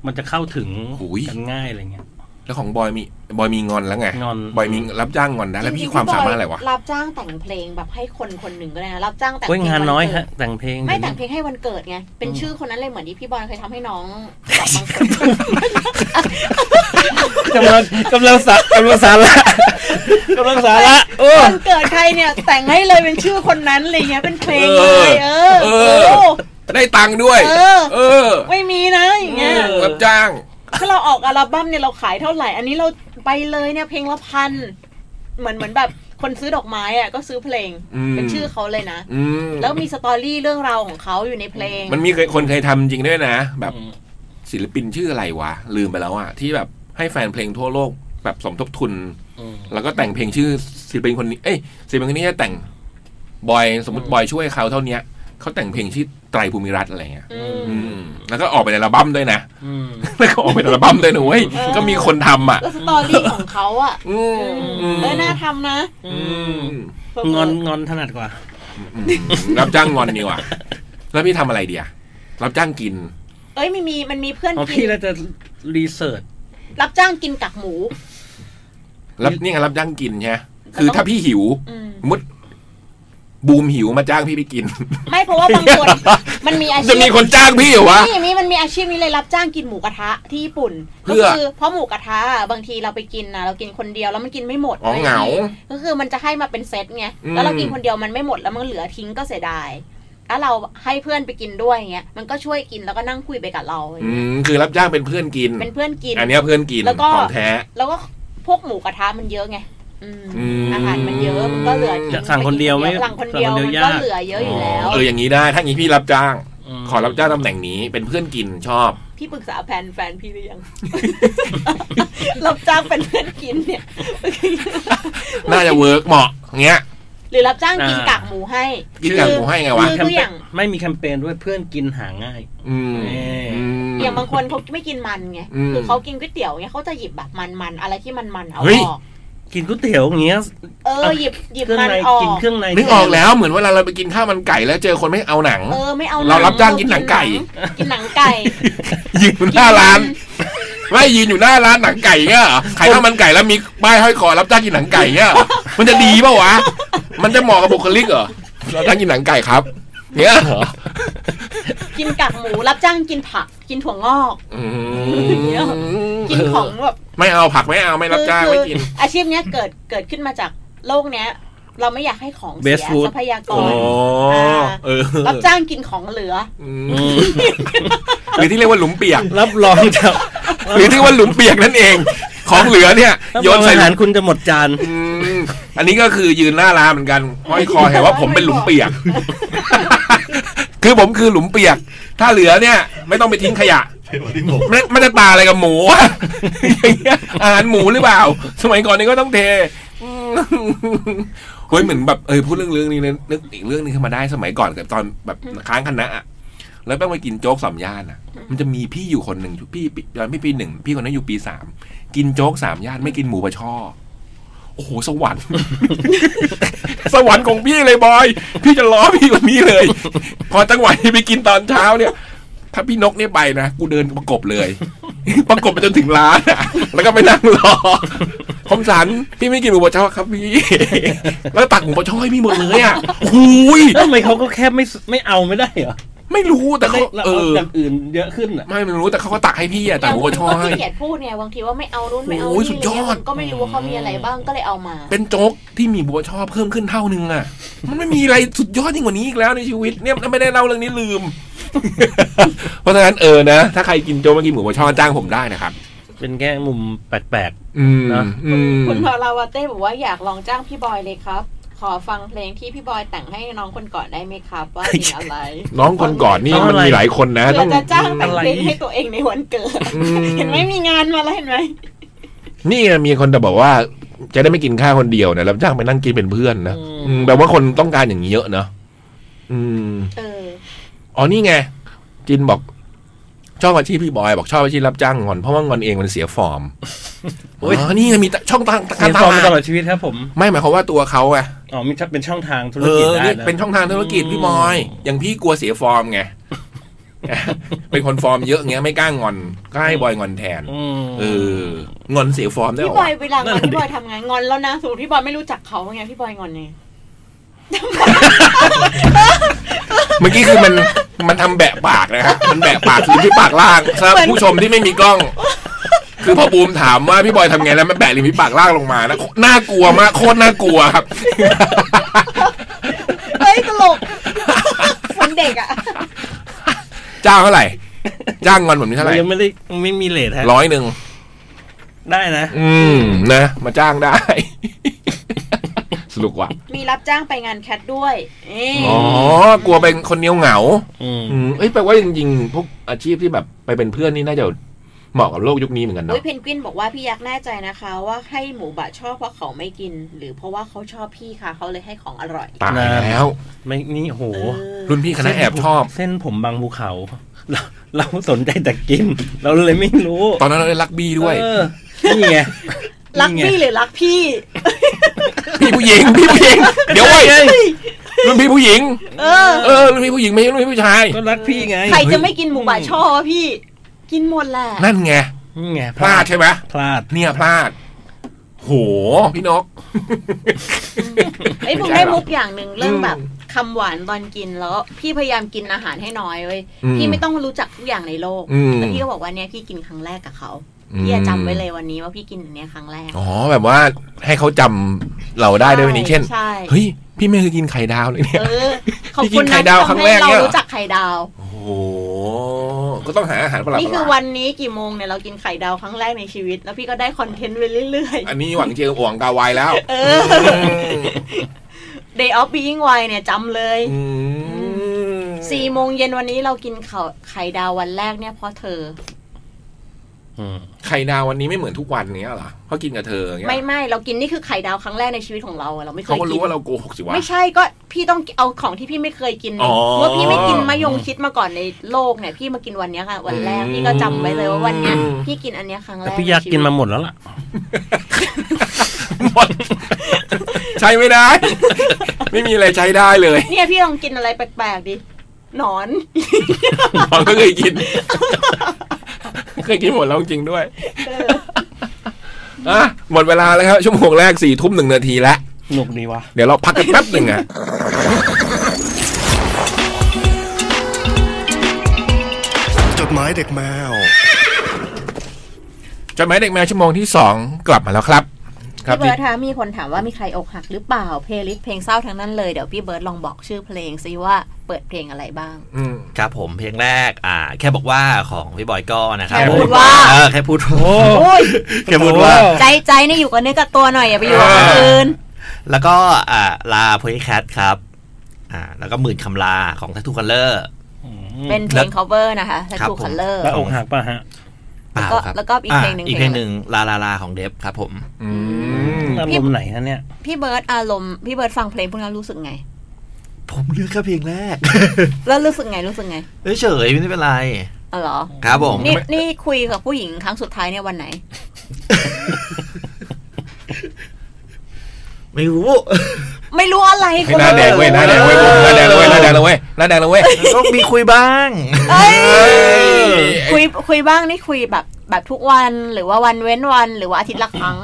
S4: มันจะเข้าถึง
S3: หูย
S4: กันง่ายอะไรเงี้ย
S3: แล้วของบอยมีบอยมีงอนแล้วไง
S4: งอน
S3: บอยมีรับจ้างงอนนะแล้ว
S5: จ
S3: พี่
S5: งๆ
S3: ความสามารถ
S5: พี่บย
S3: อะไรวะ
S5: รับจ้างแต่งเพลงแบบให้คนคนหนึ่งก็ได้นะรับจ้างแต่ง
S4: โอ้ยงาน
S5: วั
S4: น้อย
S5: เกิ
S4: ฮะ
S5: ด
S4: แต่งเพลง
S5: ไม่แต่
S4: เดี๋ย
S5: ง
S4: ว
S5: เพ
S4: นี้
S5: ลงให้วันเกิดไงเป็นชื่อคนนั้นเลยเหมือนที่พี่บอลเคยทำให้น้อง
S4: กำลัง กำลังสากำลังสาระกำลังสาระโอ้
S5: วันเกิดใครเนี่ย แต่งให้เลยเป็นชื่อคนนั้นอะไรเงี้ยเป็นเพลงเลย เออ
S3: เอ
S5: เอ
S3: อ
S5: อ
S3: ได้ตังค์ด้วย
S5: เออ
S3: เออ
S5: ไม่มีนะอย่างเงี้ย
S3: รับจ้าง
S5: ถ้าเราออกอัลบั้มเนี่ยเราขายเท่าไหร่ อันนี้เราไปเลยเนี่ยเพลงละพันเหมือนเหมือนแบบคนซื้อดอกไม้อ่ะก็ซื้อเพลง
S3: อืม
S5: เป็นชื่อเขาเลยนะ
S3: อืม
S5: แล้วมีสตอรี่เรื่องราวของเขาอยู่ในเพลง
S3: มันมีเคยคนเคยทำจริงด้วยนะ แบบศิลปินชื่ออะไรวะ ลืมไปแล้วอะที่แบบให้แฟนเพลงทั่วโลกแบบสมทบทุน
S4: อืม
S3: แล้วก็แต่งเพลงชื่อศิลปินคนนี้เอ้ยศิลปินคนนี้จะแต่งบอยสมมติบอยช่วยเขาเท่าเนี้ยเขาแต่งเพลงชื่อไตรภูมิรัตน์อะไรเงี้ย
S5: อืม
S3: อืมแล้วก็ออกเป็นอัลบั้มด้วยนะ
S4: อืม
S3: แล้วก็ออกเป็นอัลบั้มด้วยหนูเว้ย
S5: เออ
S3: ก็มีคนทำอ่ะ
S5: แล้วสตอรี่ของเขาอ่ะ
S3: อืมอืม
S5: เออน่าทำนะ
S3: อืม
S5: เผื่ๆ
S4: งอนงอนถนัดกว่า
S3: อืมรับจ้างงอนดีกว่า แล้วพี่ทำอะไรเดียรับจ้างกิน
S5: เอ้ยมีมีมันมีเพื่อน
S4: ของ
S5: กิ
S4: พี่
S5: น
S4: น่าจะรีเสิร์ช
S5: รับจ้างกินกักหมู
S3: รับนี่ไงรับจ้างกินใช่ไหมคือถ้าพี่หิว
S5: อืม
S3: สมมุดบูมหิวมาจ้างพี่ไปกิน
S5: ไม่เพราะว่าบางคน มันมีอาชี
S3: จะ
S5: พ
S3: มีคนจ้างพี่เหรอวะ
S5: นี่มีมันมีอาชีพนี้เลยรับจ้างกินหมูกระทะที่ญี่ปุ่น
S3: เพื่
S5: ก็
S3: อ
S5: คือเพราะหมูกระทะบางทีเราไปกินนะเรากินคนเดียวแล้วมันกินไม่หมด
S3: อ๋อ
S5: ว้ย
S3: เหงา
S5: ก็คือมันจะให้มาเป็นเซตไง
S3: อืม
S5: แล้วเรากินคนเดียวมันไม่หมดแล้วมันเหลือทิ้งก็เสียดายแล้วเราให้เพื่อนไปกินด้วยอย่างเงี้ยมันก็ช่วยกินแล้วก็นั่งคุยไปกับเราอย่าง
S3: อื
S5: เงี้ย
S3: มคือรับจ้างเป็นเพื่อนกิน
S5: เป็นเพื่อนกิน
S3: อันเนี้ยเพื่อนกิน
S5: แล้วก็
S3: ของแท้
S5: แล้วก็พวกหมูกระทะมันเยอะไงอืม
S3: อืม
S5: อาหารมันเยอะมันก็เหลือทิ้
S4: สั่งคนเดียวไม่
S5: สั่งคนเดียว
S4: สั่งคน
S5: มั
S4: เดียวนยา
S5: ก็
S4: ก
S5: เหลือเยอะอยู่แล้ว
S3: เอออย่างนี้ได้ ถ้างี้พี่รับจ้าง
S4: ม
S3: ขอรับจ้างตำแหน่งนี้เป็นเพื่อนกินชอบ
S5: พี่ปรึกษาแฟนแฟนพี่หรือยัง รับจ้างเป็นเพื่อนกินเนี่ย
S3: น่าจะเวิร์กเหมาะเงี้ย
S5: หรือรับจ้างกินกากหมูให้
S3: กินกากหมูให้ไงวะ
S5: คือ
S4: แค
S5: คื
S4: ม
S5: อ
S4: เป
S5: อ
S4: ญ
S5: ย่าง
S4: ไม่มีแคมเปญด้วยเพื่อนกินหาง่าย
S3: อืม
S4: เอ่ออื
S3: ม
S5: อย่างบางคนเขาไม่กินมันไง
S3: อืม
S5: คือเขากินก๋วยเตี๋ยวเนี่ยเขาจะหยิบแบบมันมันๆอะไรที่มันมันๆเอา
S3: เฮ้ย
S5: ออก
S4: กินก๋วยเตี๋ยวอย่างเงี้ย
S5: เออหยิบหยิบ
S4: เครื่อง
S5: มัน
S4: ใน
S5: ออก
S4: กินเครื่องใน
S3: นึกออกแล้วเหมือนเวลาเราไปกินข้าวมันไก่แล้วเจอคนไม่เอาหนัง
S5: เออไม่เอา
S3: เรารับจ้างกินหนังไก่
S5: กินหนังไก่
S3: ยืนอยู่หน้าร้าน ไม่ยืนอยู่หน้าร้านหนังไก่เงี้ยเหรอขายข้าวมันไก่แล้วมีป้ายห้อยคอรับจ้างกินหนังไก่เงี้ยเหรอมันจะดีเปล่าวะ มันจะเหมาะกับบุคลิกเหรอรับจ้างกินหนังไก่ครับเงี้ยเหรอ
S5: กินกากหมูรับจ้างกินผัก กินถั่วงอก
S3: อื
S5: เงี้ย
S3: ม
S5: กินของแบบ
S3: ไม่เอาผักไม่เอาไม่รับจ้าง
S5: คื
S3: ไม่
S5: อ
S3: กิน
S5: อาชีพเนี้ยเกิดเกิดขึ้นมาจากโลกเนี้ย เราไม่อยากให้ของเสี
S4: Best
S5: ย
S4: food
S5: ทรัพยาก
S3: อ๋อ
S5: ร
S3: เออ
S5: รับจ้างกินของเหลือ
S3: อืมหรือที่เรียกว่าหลุมเปียก
S4: รับรองจะ
S3: หรือที่ว่าหลุมเปียกนั่นเอง ของเหลือเนี่ย
S4: รับ
S3: โย
S4: รอน ง
S3: ใส่
S4: อา
S3: หลุ
S4: หาร
S3: ม
S4: คุณจะหมดจาน
S3: อืมอันนี้ก็คือยืนหน้าร้านเหมือนกันห้อยคอเห็นว่าผมเป็นหลุมเปียก คือผมคือหลุมเปียก ถ้าเหลือเนี่ย ไม่ต้องไปทิ้งขยะ
S2: เป็นวันที่ผม
S3: ไม่ไม่จะตาอะไรกับหมู วะอย่างเงี้ยอาหารหมูหรือเปล่า สมัยก่อนนี่ก็ต้องเทอืมเฮ้ยเหมือนแบบเออพูดเรื่องเรื่องนี้นะนึกอีกเรื่องนึงขึ้นมาได้สมัยก่อนกับตอนแบบค้างคณะอะแล้วแป้งไปกินโจ๊กสามย่านอะมันจะมีพี่อยู่คนหนึ่งอยู่พี่ปีตอนพี่ปีหนึ่งพี่คนนั้นอยู่ปีสามกินโจ๊กสามย่านไม่กินหมูปลาช่อ โอ้โหสวรรค์ สวรรค์ของพี่เลยบอย พี่จะล้อพี่วันนี้เลย พอจังหวะที่ไปกินตอนเช้าเนี่ย ถ้าพี่นกเนี่ยไปนะกูเดินประกบเลย ประกบไปจนถึงร้านอะแล้วก็ไปนั่งรอคมสันพี่ไม่กินหมูบดช่อครับพี่ แล้วตักหมูบดช่อให้พี่หมดเลยอ่ะหุย
S4: แล้วทำไมเขาก็แค่ไม่ไม่เอาไม่ได้เหรอ
S3: ไม่รู้แต่เขา
S4: เรา
S3: เอ
S4: เอา
S3: อ
S4: อย่างอื่นเยอะขึ้นอ่ะ
S3: ไม่ไม่รู้แต่เขาก็ตักให้พี่อะตักหมูบดช่อให้
S5: ขี้เกียจพูดไงบางทีว่าไม่เอานู่นไม่เอา
S3: โอ้ย
S5: นี่
S3: สุดยอด
S5: ะไรเงี้มันก็ไม่รู้ว่าเขามีอะไรบ้างก็เลยเอามา
S3: เป็นโจ๊กที่มีบัวชอบเพิ่มขึ้นเท่านึงอ่ะ มันไม่มีอะไร สุดยอดยิ่งกว่านี้อีกแล้วในชีวิต เนี่ยถ้าไม่ได้เล่าเรื่องนี้ลื ม เพราะฉะนั้นเออนะ ถ้าใครกินโจ๊กมากินหมูบัวชอบจ้างผมได้นะครับ
S4: เป็นแง่มุมแปลก
S3: อืม
S4: นะ
S3: อืม
S5: คุณพาราวาเต้บอกว่าอยากลองจ้างพี่บอยเลยครับ ขอฟังเพลงที่พี่บอยแต่งให้น้องคนก่อนได้ไหมครับ ว่าเพลงอะไร
S3: น้องคนก่อนนี่
S4: ต้อง
S3: มัน
S4: อะไร
S3: มีหลายคนนะ
S5: เพื่
S3: ต้
S5: อ
S3: อง
S5: จะจ้างแต่งเพลง
S4: อะไร
S5: ให้ตัวเองในวันเกิด
S3: อืม
S5: เห็นไหมมีงานมาแล้วเห็นไหม
S3: นี่ไงมีคนแต่บอกว่า จะได้ไม่กินข้าวคนเดียวนะรับจ้างไปนั่งกินเป็นเพื่อนนะ
S4: อืม
S3: อืมแปลว่าคนต้องการอย่างนี้เยอะเนอะอืม
S5: เออ
S3: อ๋อนี่ไง จินบอก ชอบอาชีพพี่บอย บอกชอบอาชีพรับจ้างงอนเพราะว่างอนเองมันเสียฟอร์มอ๋อนี่ไงมีช่องทาง
S4: ๆเสี
S3: การ
S4: ย
S3: ต
S4: ฟอร์มมาตล
S3: ลาด
S4: อดชีวิตครับผม
S3: ไม่หมายความว่าตัวเขาไง
S4: อ๋อมีชักเป็นช่องทางธุร
S3: เอ
S4: กิจ
S3: อ
S4: ได้
S3: นี่
S4: นะ
S3: เป็นช่องทางธุรกิจพี่บอย อย่างพี่กลัวเสียฟอร์มไง เป็นคนฟอร์มเยอะเงี้ยไม่กล้างอนก็ให้บอยงอนแทน
S4: อืม
S3: เอองอนเสียฟอร์มได้
S5: พี่
S3: เหร
S5: บอยว
S3: อะ
S5: เวลางอน
S4: นั่
S5: น
S4: น่ะดิ
S5: พี่บอยทำงานงอนแล้วนะสมมติพี่บอยไม่รู้จักเขาไงพี่บอยงอนไง
S3: เมื่อกี้คือมันมันทำแบะปากนะครับมันแบะปากคือที่ปากล่างสำหรับผู้ชมที่ไม่มีกล้อง คือพอบูมถามว่าพี่บอยทำไงแล้วมันแบะริมฝีปากล่างลงมานะน่ากลัวมากโคตรน่ากลัวครับ
S5: เฮ้ยตลก เหมือนเด็กอ่ะ
S3: จ้างเท่าไหร่ จ้างเงินผมนี่เท่าไหร่
S4: ยังไม่ได้ไม่มีเลทฮะ
S3: ร้อยหนึ่ง
S4: ได้นะ
S3: อืม นะ มาจ้างได้ สนุกว่ะ
S5: มีรับจ้างไปงานแคทด้วยเอ้ย
S3: อ๋อ กลัวเป็นคนเดียวเหงา
S4: อืม
S3: อืมเอ้ยแปลว่าจริงๆ พวกอาชีพที่แบบไปเป็นเพื่อนนี่น่าจะเหมาะกับโลกยุคนี้เหมือนกัน
S5: โอ้
S3: เนาะ
S5: ยเพนกวินบอกว่าพี่ยักษ์แน่ใจนะคะ ว่าให้หมูบะชอบเพราะเขาไม่กิน หรือเพราะว่าเขาชอบพี่ค่ะเขาเลยให้ของอร่อย
S3: ตายแล้ว
S4: ไม่นี่โห
S3: รุ่นพี่คณะแอบชอบ
S4: เส้นผมบางภูเขาเรา เราสนใจแต่กิน เราเลยไม่รู้
S3: ตอนนั้นเราได้รักบี้ด้วย
S4: เออนี่ไง
S5: รักพี่หรือรักพี่
S3: พี่ผู้หญิง พี่ผู้หญิง เดี๋ยวเว้ย รุ่นพี่ผู้หญิง
S5: เออ
S3: เออรุ่นพี่ผู้หญิงไม่ใช่รุ่นพี่ผู้ชาย
S4: ก็รักพี่ไง
S5: ใครจะไม่กินหมูบ่าช่อวะพี่ กินหมดแหละ
S3: นั่นไง
S4: นี่ไง
S3: พลาดใช่ไหม
S4: พลาด
S3: เนี่ยพลาด โห พี่นก
S5: ไอ้ย
S3: ไม่
S5: ผม
S3: ใช่
S5: ได้
S3: หรอ
S5: มุกอย่างหนึ่งเรื่อง
S3: อืม
S5: แบบคำหวานตอนกินแล้วพี่พยายามกินอาหารให้น้อยเว้ย
S3: อืม
S5: พี่ไม่ต้องรู้จักทุกอย่างในโลก
S3: อืม
S5: แต่พี่ก็บอกว่าเนี่ยพี่กินครั้งแรกกับเขาพี่จะจำไว้เลยวันนี้ว่าพี่กินอันเนี้ยครั้งแรก
S3: อ๋อแบบว่าให้เขาจำเราได้ด้วยวันนี้เช่น
S5: ใช่
S3: เฮ้ย พี่ไม่เคยกินไข่ดาวเลยเนี่ย
S5: เออขอบ
S3: พี่กิ
S5: คุณ
S3: นไข่
S5: นะ
S3: ดาว
S5: ที่
S3: ครั้
S5: ทำ
S3: งแร
S5: ให้
S3: ก
S5: เรา
S3: เนี่ย
S5: รู้จักไข่ดาว
S3: โอ้โห ก็ต้องหาอาหารประหลาด
S5: นี่คือ
S3: ๆ
S5: วันนี้กี่โมงเนี่ยเรากินไข่ดาวครั้งแรกในชีวิต แล้วพี่ก็ได้คอนเทนต์ไปเรื่อย
S3: อันนี้หวังเจออ่วงกาวาย แล้ว
S5: ๆ เออ day of being wine เนี่ยจำเลย
S3: อืม
S5: สี่โมงเย็นวันนี้เรากินข่าวไข่ดาววันแรกเนี่ยเพราะเธอ
S3: ไข่ดาววันนี้ไม่เหมือนทุกวันเนี้ยเหรอเพราะกินกับเธออย่างเงี้ย
S5: ไม่ไม่เรากินนี่คือไข่ดาวครั้งแรกในชีวิตของเราอะเราไม่เค
S3: เขา
S5: ย
S3: ก็
S5: กิ
S3: รู้ว่าเราโกหกสิวะ
S5: ไม่ใช่ก็พี่ต้องเอาของที่พี่ไม่เคยกิน
S3: อ๋อ
S5: เมื่อพี่ไม่กินมะยงชิดมาก่อนในโลกเนี่ยพี่มากินวันเนี้ยค่ะ วันแรก
S3: อืม
S5: พี่ก็จำไว้เลยว่าวันเนี้ยพี่กินอันเนี้ยครั้งแร
S4: แต่
S5: ก
S4: พี่ยากกินมาหมดแล้วล่ะ
S3: หมดใช้ไม่ได้ ไม่มีอะไรใช้ได้เลย
S5: เนี่ยพี่ลองกินอะไรแปลกๆดิหนอน
S3: หมอก็เคยกิน เคยกินหมดแล้วจริงๆด้วย
S5: เออ
S3: อ่ะหมดเวลาแล้วครับ ชั่วโมงแรกสี่ทุ่มหนึ่งนาทีแล้ว
S4: หนุกดีวะ
S3: เดี๋ยวเราพักกันแป๊บหนึ่งอ่ะ
S2: จดหมายเด็กแมว
S3: จดหมายเด็กแมวชั่วโมงที่สองกลับมาแล้วครับ ครั
S5: พี่เบิร์ด
S3: ที่
S5: คะมีคนถามว่ามีใครอกหักหรือเปล่าเพลย์ลิสต์เพลงเศร้าทั้งนั้นเลยเดี๋ยวพี่เบิร์ดลองบอกชื่อเพลงซิว่าเปิดเพลงอะไรบ้าง
S3: อืม
S6: ครับผมเพลงแรกอ่า แค่บอกว่าของพี่บอยก็นะครับ
S5: แค่พูด
S6: ผม
S5: ว่า
S6: เออแค่พูดว่า
S5: โอ้ย
S6: แค่พูดว่า
S5: ใจใจเนี่ยอยู่กับเนื้อกับตัวหน่อยอย่าไปอยู่กับคนอื่น
S6: แล้วก็อ่าลาโพลิแคทครับอ่าแล้วก็หมื่นคำลาของทัตทูคัลเลอร์
S5: เป็นเพลง cover นะคะแ a
S6: ครับ
S5: t ู o
S6: ผม
S5: คัลเลอร์
S4: แล้วอกหักป่ะฮะ
S6: เปล่าครับ
S5: แล้วก็อีกเพลงหนึ่ง
S6: าอีก
S5: เพ
S6: เพ
S5: ลง
S6: ล
S5: อะ
S6: ง
S5: ไร
S6: หนึ่งลาลาลาของเดฟครับผม
S3: อืม
S4: อารมณ์ไหนฮะเนี่ย
S5: พี่เบิร์ดอารมณ์พี่เบิร์ดฟังเพลงพวกนั้นรู้สึกไง
S6: ผมเลือกแค่เพลงแรก
S5: แล้วรู้สึกไงรู้สึกไง
S6: เฉยๆไม่ได้เป็นไร
S5: อ๋อเหรอ
S6: ครับผม
S5: นี่นี่คุยกับผู้หญิงครั้งสุดท้ายเนี่ยวันไหน
S6: ไม่รู้
S5: ไม่รู้อะไร
S3: เฮ้ยหน้าแดงเว้ยหน้าแดงเว้ยหน้าแดงเลยเว้ยหน้าแดงเลยเว้ยหน้าแดงเลยเว้ย
S6: ก็มีคุยบ้าง
S5: เอ้ย
S3: เฮ้ย
S5: คุยคุยบ้างนี่คุยแบบแบบทุกวันหรือว่าวันเว้นวันหรือว่าอาทิตย์ละครั้ง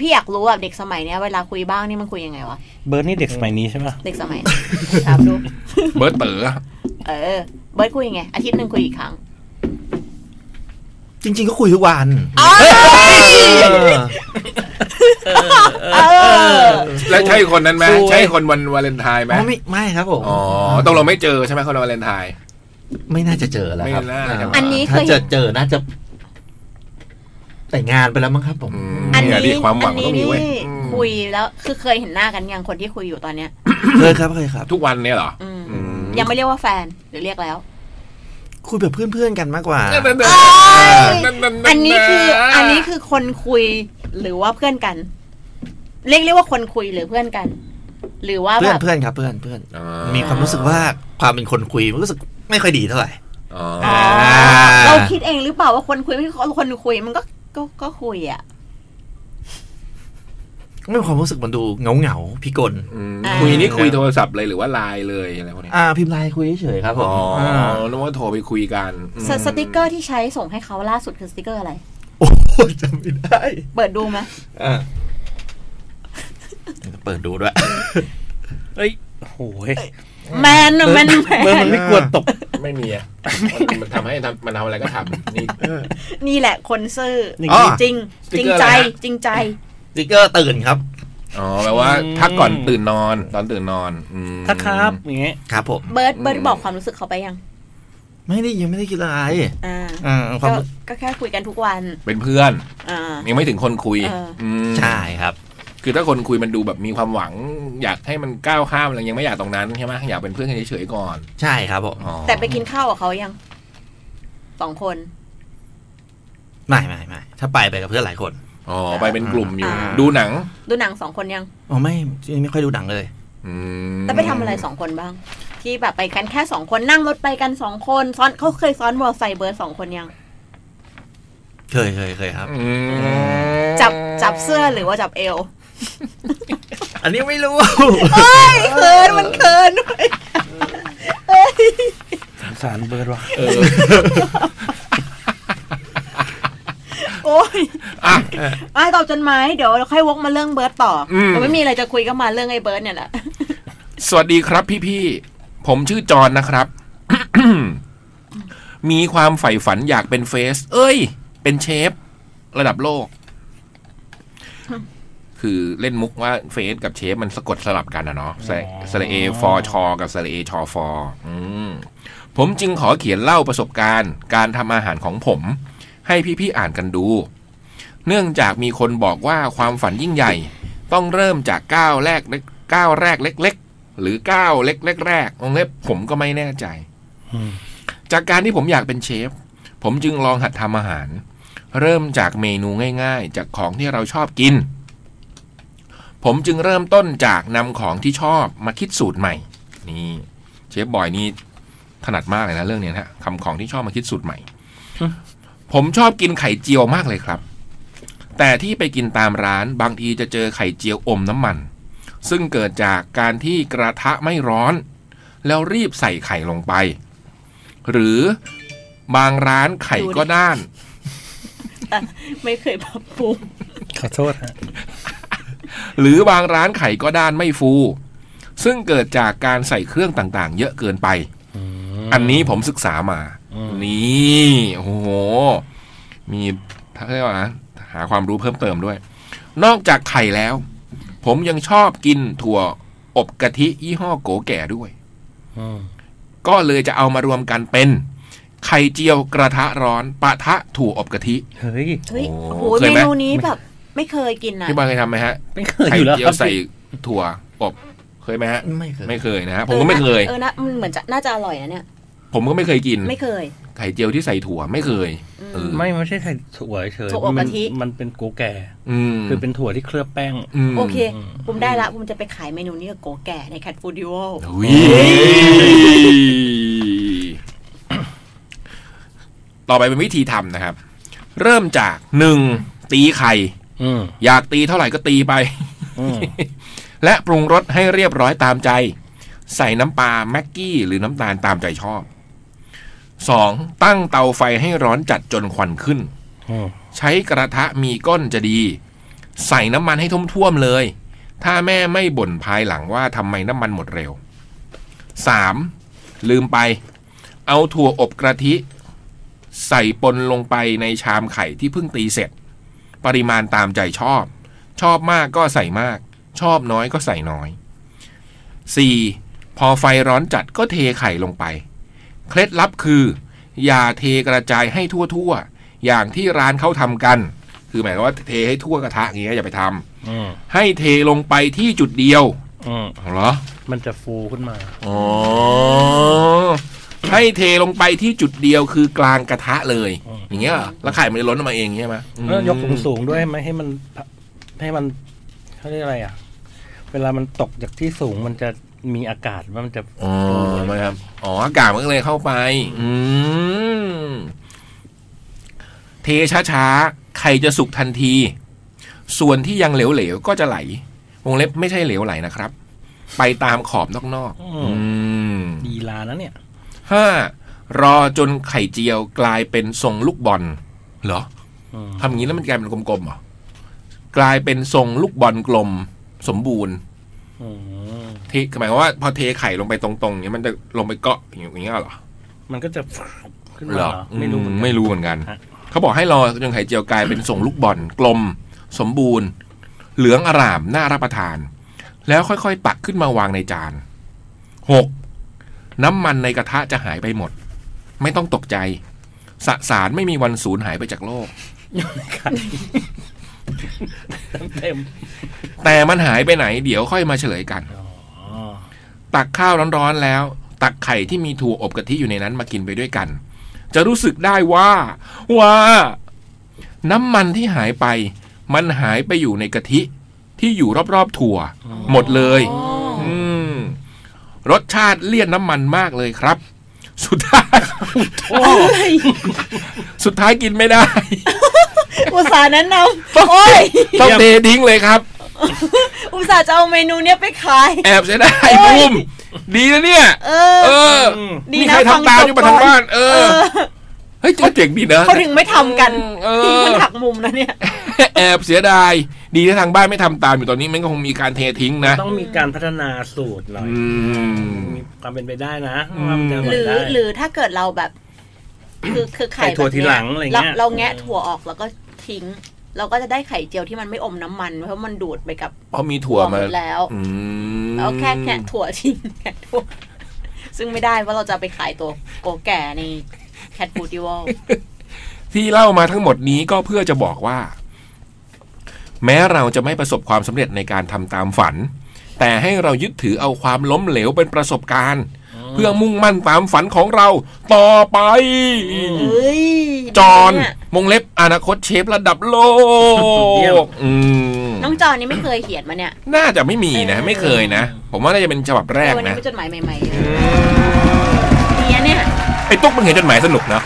S5: พี่อยากรู้แบบเด็กสมัยเนี้ยเวลาคุยบ้างนี่มันคุยยังไงวะ
S4: เบิร์ดนี่เด็กสมัยนี้ใช่ป่ะ
S5: เด็กสมัยนี้ถามดู
S3: เบิร์ตเต๋อ
S5: เออ เบิร์ดคุยยังไง อาทิตย์หนึ่งคุยกี่ครั้ง
S6: จริง ๆ ก็คุยทุกวัน
S5: อ้าว
S6: เออ
S5: เออ
S3: แล้วใช่คนนั้นไหม
S4: สวย
S3: ใช่คนวันวาเลนไทน์ไหม
S6: อ๋อไม่ไม่ครับผม
S3: อ๋อต้องเราไม่เจอใช่ไหมคนวันวาเลนไทน์
S6: ไม่น่าจะเจอแล้วครับ
S3: ไม่น่าจะ
S5: อันนี้เค
S6: ถ้าย เจอเจอน่าจะ แต่งงานไปแล้วมั้งครับผม
S3: อืม
S5: อันนี้
S3: เยดิความหวัง
S5: อัน
S3: มัน
S5: นี้
S3: ต้องมี
S5: นี่
S3: เว้ย
S5: คุยแล้วคือเคยเห็นหน้ากันยังคนที่คุยอยู่ตอนเนี้ย
S6: เคยครับเคยครับ
S3: ทุกวันเนี่ยเหรอ
S5: อืม
S3: อืม
S5: ยังไม่เรียกว่าแฟนหรือเรียกแล้ว
S6: คุยแบบเพื่อนๆกันมากกว่า
S3: นั่นๆๆนั่นๆๆๆ
S5: อันนี้คืออันนี้คือคนคุยหรือว่าเพื่อนกัน เรียกเรียกว่าคนคุยหรือเพื่อนกัน หรือว่า
S6: เพื่
S5: แบ
S6: อน
S5: บ
S6: เพื่อนครับเพื่อนเพื่อน
S3: อ๋อ
S6: มีความรู้สึกว่าความเป็นคนคุยมันรู้สึกไม่ค่อยดีเท่าไหร่
S3: อ๋อ
S5: อ๋อ
S6: อ่า
S5: เราคิดเองหรือเปล่าว่าคนคุยไม่ใช่คนคุยมันก็ก็ก็คุยอ่ะ
S6: ไม่ความรู้สึกมันดูเหงาเหงาๆพิกล
S3: อืม
S5: อ่า
S3: คุยนี่คุยโทรศัพท์เลยหรือว่าไลน์เลยอะไรพวกเนี้ย
S6: อ่าพิมพ์ไลน์คุยเฉยๆครับผ
S3: อ๋
S6: ม
S3: อ
S6: อ่า
S3: นึกว่าโทรไปคุยกันอืม
S5: สสติกเกอร์ที่ใช้ส่งให้เขาล่าสุดคือสติกเกอร์อะไร
S6: โอ้โหจำไม่ได้
S5: เปิดดูไหม
S6: อ่าเปิดดูด้วย
S4: เอ้ยโอ้ย
S5: แมนอะแมนแม
S4: เบิร์
S5: น
S4: ดมันไม่กลัวตก
S3: ไม่มีอ่ะ มันมันทำให้ทำมันทำอะไรก็ทำนี่
S5: นี่แหละคนซื่อ
S4: อย่างนี้
S5: จริง
S3: ส
S5: จ
S3: ติ
S5: ริ
S3: ก
S5: ง
S3: เกอร์
S5: ใจ
S3: อะไรนะ
S5: จริงใจ
S6: สติ๊กเกอร์ตื่นครับ
S3: อ๋อแปลว่า
S4: อืม
S3: ทักก่อนตื่นนอนตอนตื่นนอนอืม
S4: ทักครับอย่างเงี้ย
S6: ครับผม
S5: เบิร์ดเบิร์ดบอกความรู้สึกเขาไปยัง
S6: ไม่ได้ยังไม่ได้คิดอะไร
S5: อ่า
S6: อ่าความ
S5: ก็ก็แค่คุยกันทุกวัน
S3: เป็นเพื่อน
S5: อ่า
S3: ยังไม่ถึงคนคุย
S5: เอออื
S3: ม
S6: ใช่ครับ
S3: คือถ้าคนคุยมันดูแบบมีความหวัง อยากให้มันก้าวข้ามอะไรยังไม่อยากตรงนั้นใช่ไหมอยากเป็นเพื่อนกันเฉยๆก่อน
S6: ใช่ครับผม
S3: อ๋อ
S5: แต่ไปกินข้าวกับเขายังสองคน
S6: ไม่ไม่ไม่ถ้าไปไปกับเพื่อนหลายคน
S3: อ๋อไปเป็นกลุ่มอยู่
S5: อ่า
S3: ดูหนัง
S5: ดูหนังสองคนยัง
S6: อ๋อไม่ที่นี่ไม่ค่อยดูหนังเลย
S3: อืม
S5: แล้วไปทำอะไรสองคนบ้าง ที่แบบไปกันแค่สองคนนั่งรถไปกันสองคนซ้อนเขาเคยซ้อนมอเตอร์ไซค์เบิร์ดสองคนยัง
S6: เคยเคยเคยครับ
S3: อืม
S5: จับจับเสื้อหรือว่าจับเอว
S6: อันนี้ไม่รู้
S5: เขินมันเขิน
S4: สงสารเบิร์ดว่ะ
S3: เออ
S5: โอ้ย
S3: อ่ะ
S5: อ่ะตอบจดหมายเดี๋ยวเราค่อยวกมาเรื่องเบิร์ตต่ออ
S3: ม
S5: ผมไม่มีอะไรจะคุยก็มาเรื่องไอ้เบิร์ตเนี่ยแหละ
S3: สวัสดีครับพี่ๆ ผมชื่อจอนนะครับ มีความใฝ่ฝันอยากเป็นเฟส เอ้ย เป็นเชฟ ระดับโลก คือเล่นมุกว่าเฟสกับเชฟมันสะกดสลับกันนะเนาะสระสระเอฟอชอกับสระเอชอฟออืมผมจึงขอเขียนเล่าประสบการณ์ การทำอาหารของผม ให้พี่ๆ อ่านกันดู เนื่องจากมีคนบอกว่าความฝันยิ่งใหญ่ ต้องเริ่มจากก้าวแรกเล็กก้าวแรกเล็ก ๆ หรือก้าวเล็กๆแรกองเล็บผมก็ไม่แน่ใจ
S4: อืม
S3: จากการที่ผมอยากเป็นเชฟ ผมจึงลองหัดทำอาหาร เริ่มจากเมนูง่าย ๆ จากของที่เราชอบกิน ผมจึงเริ่มต้นจากนำของที่ชอบมาคิดสูตรใหม่ นี่เชฟบอยนี่ถนัดมากเลยนะเรื่องเนี้ยนะฮะคำของที่ชอบมาคิดสูตรใหม่ ผมชอบกินไข่เจียวมากเลยครับ แต่ที่ไปกินตามร้านบางทีจะเจอไข่เจียวอมน้ำมัน ซึ่งเกิดจากการที่กระทะไม่ร้อน แล้วรีบใส่ไข่ลงไป หรือบางร้านไข่ก็ด้าน
S5: แต่ไม่เคยปรับปรุง
S4: ขอโทษฮะ
S3: หรือบางร้านไข่ก็ด้านไม่ฟู ซึ่งเกิดจากการใส่เครื่องต่างๆ เยอะเกินไป อันนี้ผมศึกษามา
S4: อืม
S3: นี่โอ้โห มีเขาเรียกว่าอะไรนะหาความรู้เพิ่มเติมด้วย นอกจากไข่แล้ว ผมยังชอบกินถั่วอบกะทิยี่ห้อโกแก่ด้วย
S4: อืม
S3: ก็เลยจะเอามารวมกันเป็น ไข่เจียวกระทะร้อนปะทะถั่วอบกะทิ
S4: เฮ้ย
S5: เฮ้ย
S3: โอ้
S5: โอ้โห
S3: เค
S5: เม
S3: ยไหม
S5: นูนี้แบบ ไม่เคยกินนะ
S3: พี่บอยเคยทำไหมฮะ
S4: ไม่เคย
S3: ไข่
S4: อยู่แล้ว
S3: เจีย
S4: คว รับ
S3: ใส่ถั่วอบเคยไหมฮะ
S6: ไม่เคย
S3: ไม่เคยนะฮะผมก็ไม่เคย
S5: เออนะมันเหมือนจะน่าจะอร่อยนะเนี่ย
S3: ผมก็ไม่เคยกิน
S5: ไม่เคย
S3: ไข่เจียวที่ใส่ถั่วไม่เคย
S5: อืม
S3: เออ
S4: ไม่ไม่ใช่ไข่ถั่วเฉย
S5: ถั่วอบ
S4: มั
S5: กะทิ
S4: มันเป็นโกแก่
S3: อืม
S4: คือเป็นถั่วที่เคลือบแป้ง
S3: ม
S5: โอเคผมได้ละผมจะไปขายเมนูนี้กับโกแก่ในแคทฟูดิโอ
S3: อุ๊ยต่อไปเป็นวิธีทำนะครับ เริ่มจากหนึ่งตีไข่
S4: อืม
S3: อยากตีเท่าไหร่ก็ตีไป
S4: อืม
S3: และปรุงรสให้เรียบร้อยตามใจ ใส่น้ำปลาแม็กกี้หรือน้ำตาลตามใจชอบ 2. ตั้งเตาไฟให้ร้อนจัดจนควันขึ้น
S4: อืม
S3: ใช้กระทะมีก้นจะดี ใส่น้ำมันให้ท่วมๆเลย ถ้าแม่ไม่บ่นภายหลังว่าทำไมน้ำมันหมดเร็ว 3. ลืมไป เอาถั่วอบกระทิ ใส่ปนลงไปในชามไข่ที่เพิ่งตีเสร็จ ปริมาณตามใจชอบ ชอบมากก็ใส่มาก ชอบน้อยก็ใส่น้อย 4. พอไฟร้อนจัดก็เทไข่ลงไป เคล็ดลับคือ อย่าเทกระจายให้ทั่วๆ อย่างที่ร้านเขาทำกัน คือหมายความว่าเทให้ทั่วกระทะอย่างเงี้ยอย่าไปทำ
S4: อืม
S3: ให้เทลงไปที่จุดเดียว
S4: อืม
S3: เหรอ
S4: มันจะฟูขึ้นมา
S3: อ๋อให้เทลงไปที่จุดเดียวคือกลางกระทะเลย
S4: อืม
S3: อย่างเงี้ยเหรอแล้วไข่มันจะล้นออกมาเองอย่างเงี้ยไหมอืม
S4: แล้วยกสูงสูงๆด้วยไม่ให้มันให้มันเขาเรียกอะไรอ่ะ เวลามันตกจากที่สูงมันจะมีอากาศว่ามันจะ
S3: อ๋อไหมครับอ๋ออากาศมันก็เลยเข้าไป อืมเทช้าๆไข่จะสุกทันที ส่วนที่ยังเหลวๆก็จะไหลวงเล็บไม่ใช่เหลวไหลนะครับ ไปตามขอบนอกๆ
S4: อื
S3: อื
S4: ม
S3: ม
S4: ดีลานะเนี่ย
S3: ห้ารอจนไข่เจียวกลายเป็นทรงลูกบอลเหรอ
S4: อืม
S3: ทำอย่างนี้แล้วมันกลายเป็นกลมๆเหรอกลายเป็นทรงลูกบอลกลม สมบูรณ์
S4: อืม
S3: เทหมายความว่าพอเทไข่ลงไปตรงๆเนี้ยมันจะลงไปเกาะอย่างเงี้ยเหรอ
S4: มันก็จะขึ้นมา
S3: เห
S4: เห
S3: ร
S4: ร
S3: อ
S4: อไม่รู้เหมือน
S3: อื
S4: กั
S3: ม
S4: น
S3: ไม่รู้เหมือนกัน
S4: ฮะ
S3: เขาบอกให้รอจนไข่เจียวกลายเป็นทรงลูกบอลกลม สมบูรณ์ เหลืองอร่ามน่ารับประทาน แล้วค่อยๆตักขึ้นมาวางในจานหกน้ำมันในกระทะจะหายไปหมด ไม่ต้องตกใจ สสารไม่มีวันสูญหายไปจากโลก
S4: เต็ม
S3: แต่มันหายไปไหนเดี๋ยวค่อยมาเฉลยกัน
S4: ๆอ๋อ
S3: ตักข้าวร้อนๆแล้ว ตักไข่ที่มีถั่วอบกะทิอยู่ในนั้นมากินไปด้วยกัน จะรู้สึกได้ว่า ว่า น้ำมันที่หายไป มันหายไปอยู่ในกะทิที่อยู่รอบๆถั่ว หมดเลย
S5: อ๋อ
S3: อืมรสชาติเลี่ยนน้ำมันมากเลยครับ สุดท้าย
S5: อะไร
S3: สุดท้ายกินไม่ได้
S5: อุตส่าห์แนะนำโอ้ย
S3: ต้องเททิ้งเลยครับ
S5: อุตส่าห์จะเอาเมนูเนี้ยไปขาย
S3: แอบใช้ได้บูมดีนะเนี่ย
S5: เอ
S3: เออ
S5: อ
S4: อืม
S5: ดี
S3: มี
S5: นะ
S3: ใคร
S5: ฟัง
S3: ทำตามอยู่มาทางบ้าน เอ
S5: เอ
S3: อ
S5: อ
S3: เฮ้ยเจ๋งดีนะ
S5: เขาถึงไม่ทำกัน
S3: เออ
S5: ที่มันหักมุมนะเนี่ย
S3: แอบเสียดาย ดีที่ทางบ้านไม่ทำตามอยู่ตอนนี้มันก็คงมีการเททิ้งนะ
S4: ต้องมีการพัฒนาสูตรหน่อย
S3: อืม
S4: มีความเป็นไปได้นะว่ามันจะ
S5: หรื
S4: ร่ย
S5: อ
S4: ได้
S5: หรือถ้าเกิดเราแบบ คือคือไข่
S4: ไข่ถั่ว
S5: แบบ
S4: ที
S5: นี้ย
S4: หลังอะไรเงี้ย
S5: าเราแงะถั่วออกแล้วก็ทิ้ง เราก็จะได้ไข่เจียวที่มันไม่อมน้ำมัน เพราะมันดูดไปกับ
S3: เพราะมีถั่วมา
S5: ของแล้ว
S3: อืม
S5: แล้วแค่แค่ถั่วทิ้ง แค่ถั่วซึ่งไม่ได้ว่าเราจะเอาไปขายตัวโกแก่ในแคทฟูดิวอล
S3: ที่เล่ามาทั้งหมดนี้ก็เพื่อจะบอกว่า แม้เราจะไม่ประสบความสำเร็จในการทำตามฝัน แต่ให้เรายึดถือเอาความล้มเหลวเป็นประสบการณ์ เพื่อมุ่งมั่นตามฝันของเราต่อไป
S5: เอ้ย
S3: จอห์น
S5: ดีะเย
S3: มงเล็บอนาคตเชฟระดับโล
S4: เยี่ยม
S3: กอืม
S5: น้องจอนนี่ไม่เคยเขียนมาเนี่ย
S3: น่าจะไม่มีนะ ไม่เคยนะ ผมว่าน่าจะเป็นฉบับแรก
S5: เออวันนี้
S3: นะ
S5: มีจดหมายใหม่ๆเยอะเนี่ยเนี่ย
S3: ไอ้ตุ๊กมึงเห็นจดหมายสนุกนะ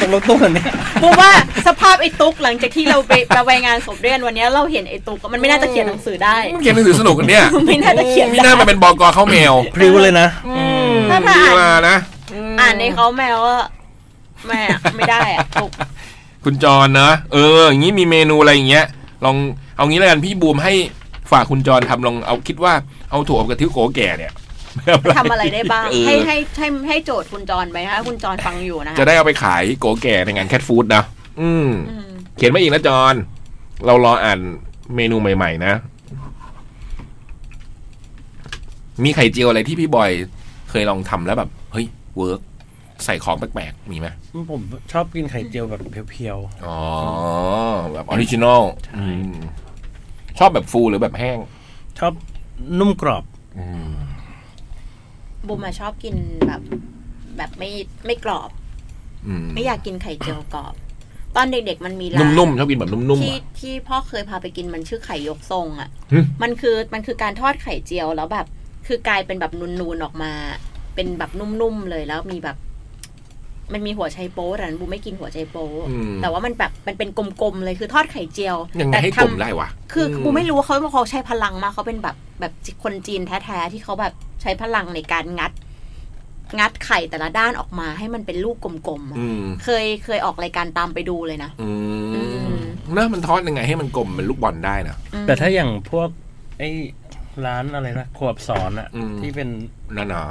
S4: ตรงรถตู้อันเนี้ย
S5: เพราะว่าสภาพไอ้ตุ๊กหลังจากที่เราไป ไปไวงานศพด้วยกันวันเนี้ยเราเห็นไอ้ตุ๊กอะมันไม่น่าจะเขียนหนังสือได้
S3: มึงเขียนหนังสือสนุกกันเนี่ย
S5: ไม่น่าจะเขียน
S3: มีห
S5: ได้
S3: น้ามาเป็นบอกอเข้าแมว
S4: พริ้วเลยนะ
S5: ถ้า
S3: ดี
S5: ผ่าน
S3: มานะ
S5: อ่านในเขาแมวว่าแม่อะไม่ได้อะถูก
S3: คุณจรนะเอออย่างนี้มีเมนูอะไรอย่างเงี้ย ลองเอางี้แล้วกันพี่บูมให้ฝากคุณจรทำลองเอาคิดว่าเอาถั่วกับทิ้วโกแก่เนี่ย
S5: ทำอะไรได้บ้าง
S3: เออ
S5: ให้ให้ให้ให้โจทย์คุณจรไปนะคะคุณจรฟังอยู่นะ
S3: จะ
S5: คะ
S3: ได้เอาไปขายโกแก่ในงานแคทฟู้ดนะอืม
S5: อืม
S3: เขียนมาอีกนะจรเรารออ่านเมนูใหม่ ๆ นะ มีไข่เจียวอะไรที่พี่บอย เคยลองทำแล้วแบบ เฮ้ยเวิร์กใส่ของแปลกๆมีไหม
S4: ผมชอบกินไข่เจียวแบบเพียว
S3: อ๋อ แบบออริจินอลอืมชอบแบบฟูลหรือแบบแห้ง
S4: ๆ ชอบนุ่มกรอบ
S5: บุมอะชอบกินแบบ แบบไม่ไม่กรอบ
S3: อืม
S5: ไม่อยากกินไข่เจียวกรอบ ตอนเด็กๆมันมีร้าน
S3: นุ่มๆชอบกินแบบนุ่มๆ
S5: ที่
S3: อะ
S5: ที่พ่อเคยพาไปกินมันชื่อไข่ยกทรงอ่ะ
S3: หึ
S5: มันคือมันคือการทอดไข่เจียวแล้วแบบ คือกลายเป็นแบบนูนๆออกมา เป็นแบบนุ่มๆเลยแล้วมีแบบ มันมีหัวไชโป๊ะแต่นั้นบูมไม่กินหัวไชโป๊ะ
S3: อืม
S5: แต่ว่ามันแบบมันเป็นกลมๆเลยคือทอดไข่เจียว
S3: ยังไง
S5: แต่
S3: ให้
S5: ทำ
S3: กลมได้วะ
S5: คือ
S3: อืม
S5: กูไม่รู้ว่าเขาเขาใช้พลังมากเขาเป็นแบบแบบคนจีนแท้ๆที่เขาแบบใช้พลังในการงัด งัดไข่แต่ละด้านออกมาให้มันเป็นลูกกลมๆอะ
S3: อืม
S5: เคยเคยออกรายการตามไปดูเลยนะ
S3: อื
S5: อื
S3: ม
S5: ม
S3: เนอะมันทอดยังไงให้มันกลมเป็นลูกบอลได้นะ
S5: อืม
S4: แต่ถ้าอย่างพวก ไอ้ร้านอะไรนะขวบสอนอะ
S3: อืม
S4: ที่เป็น
S3: หนา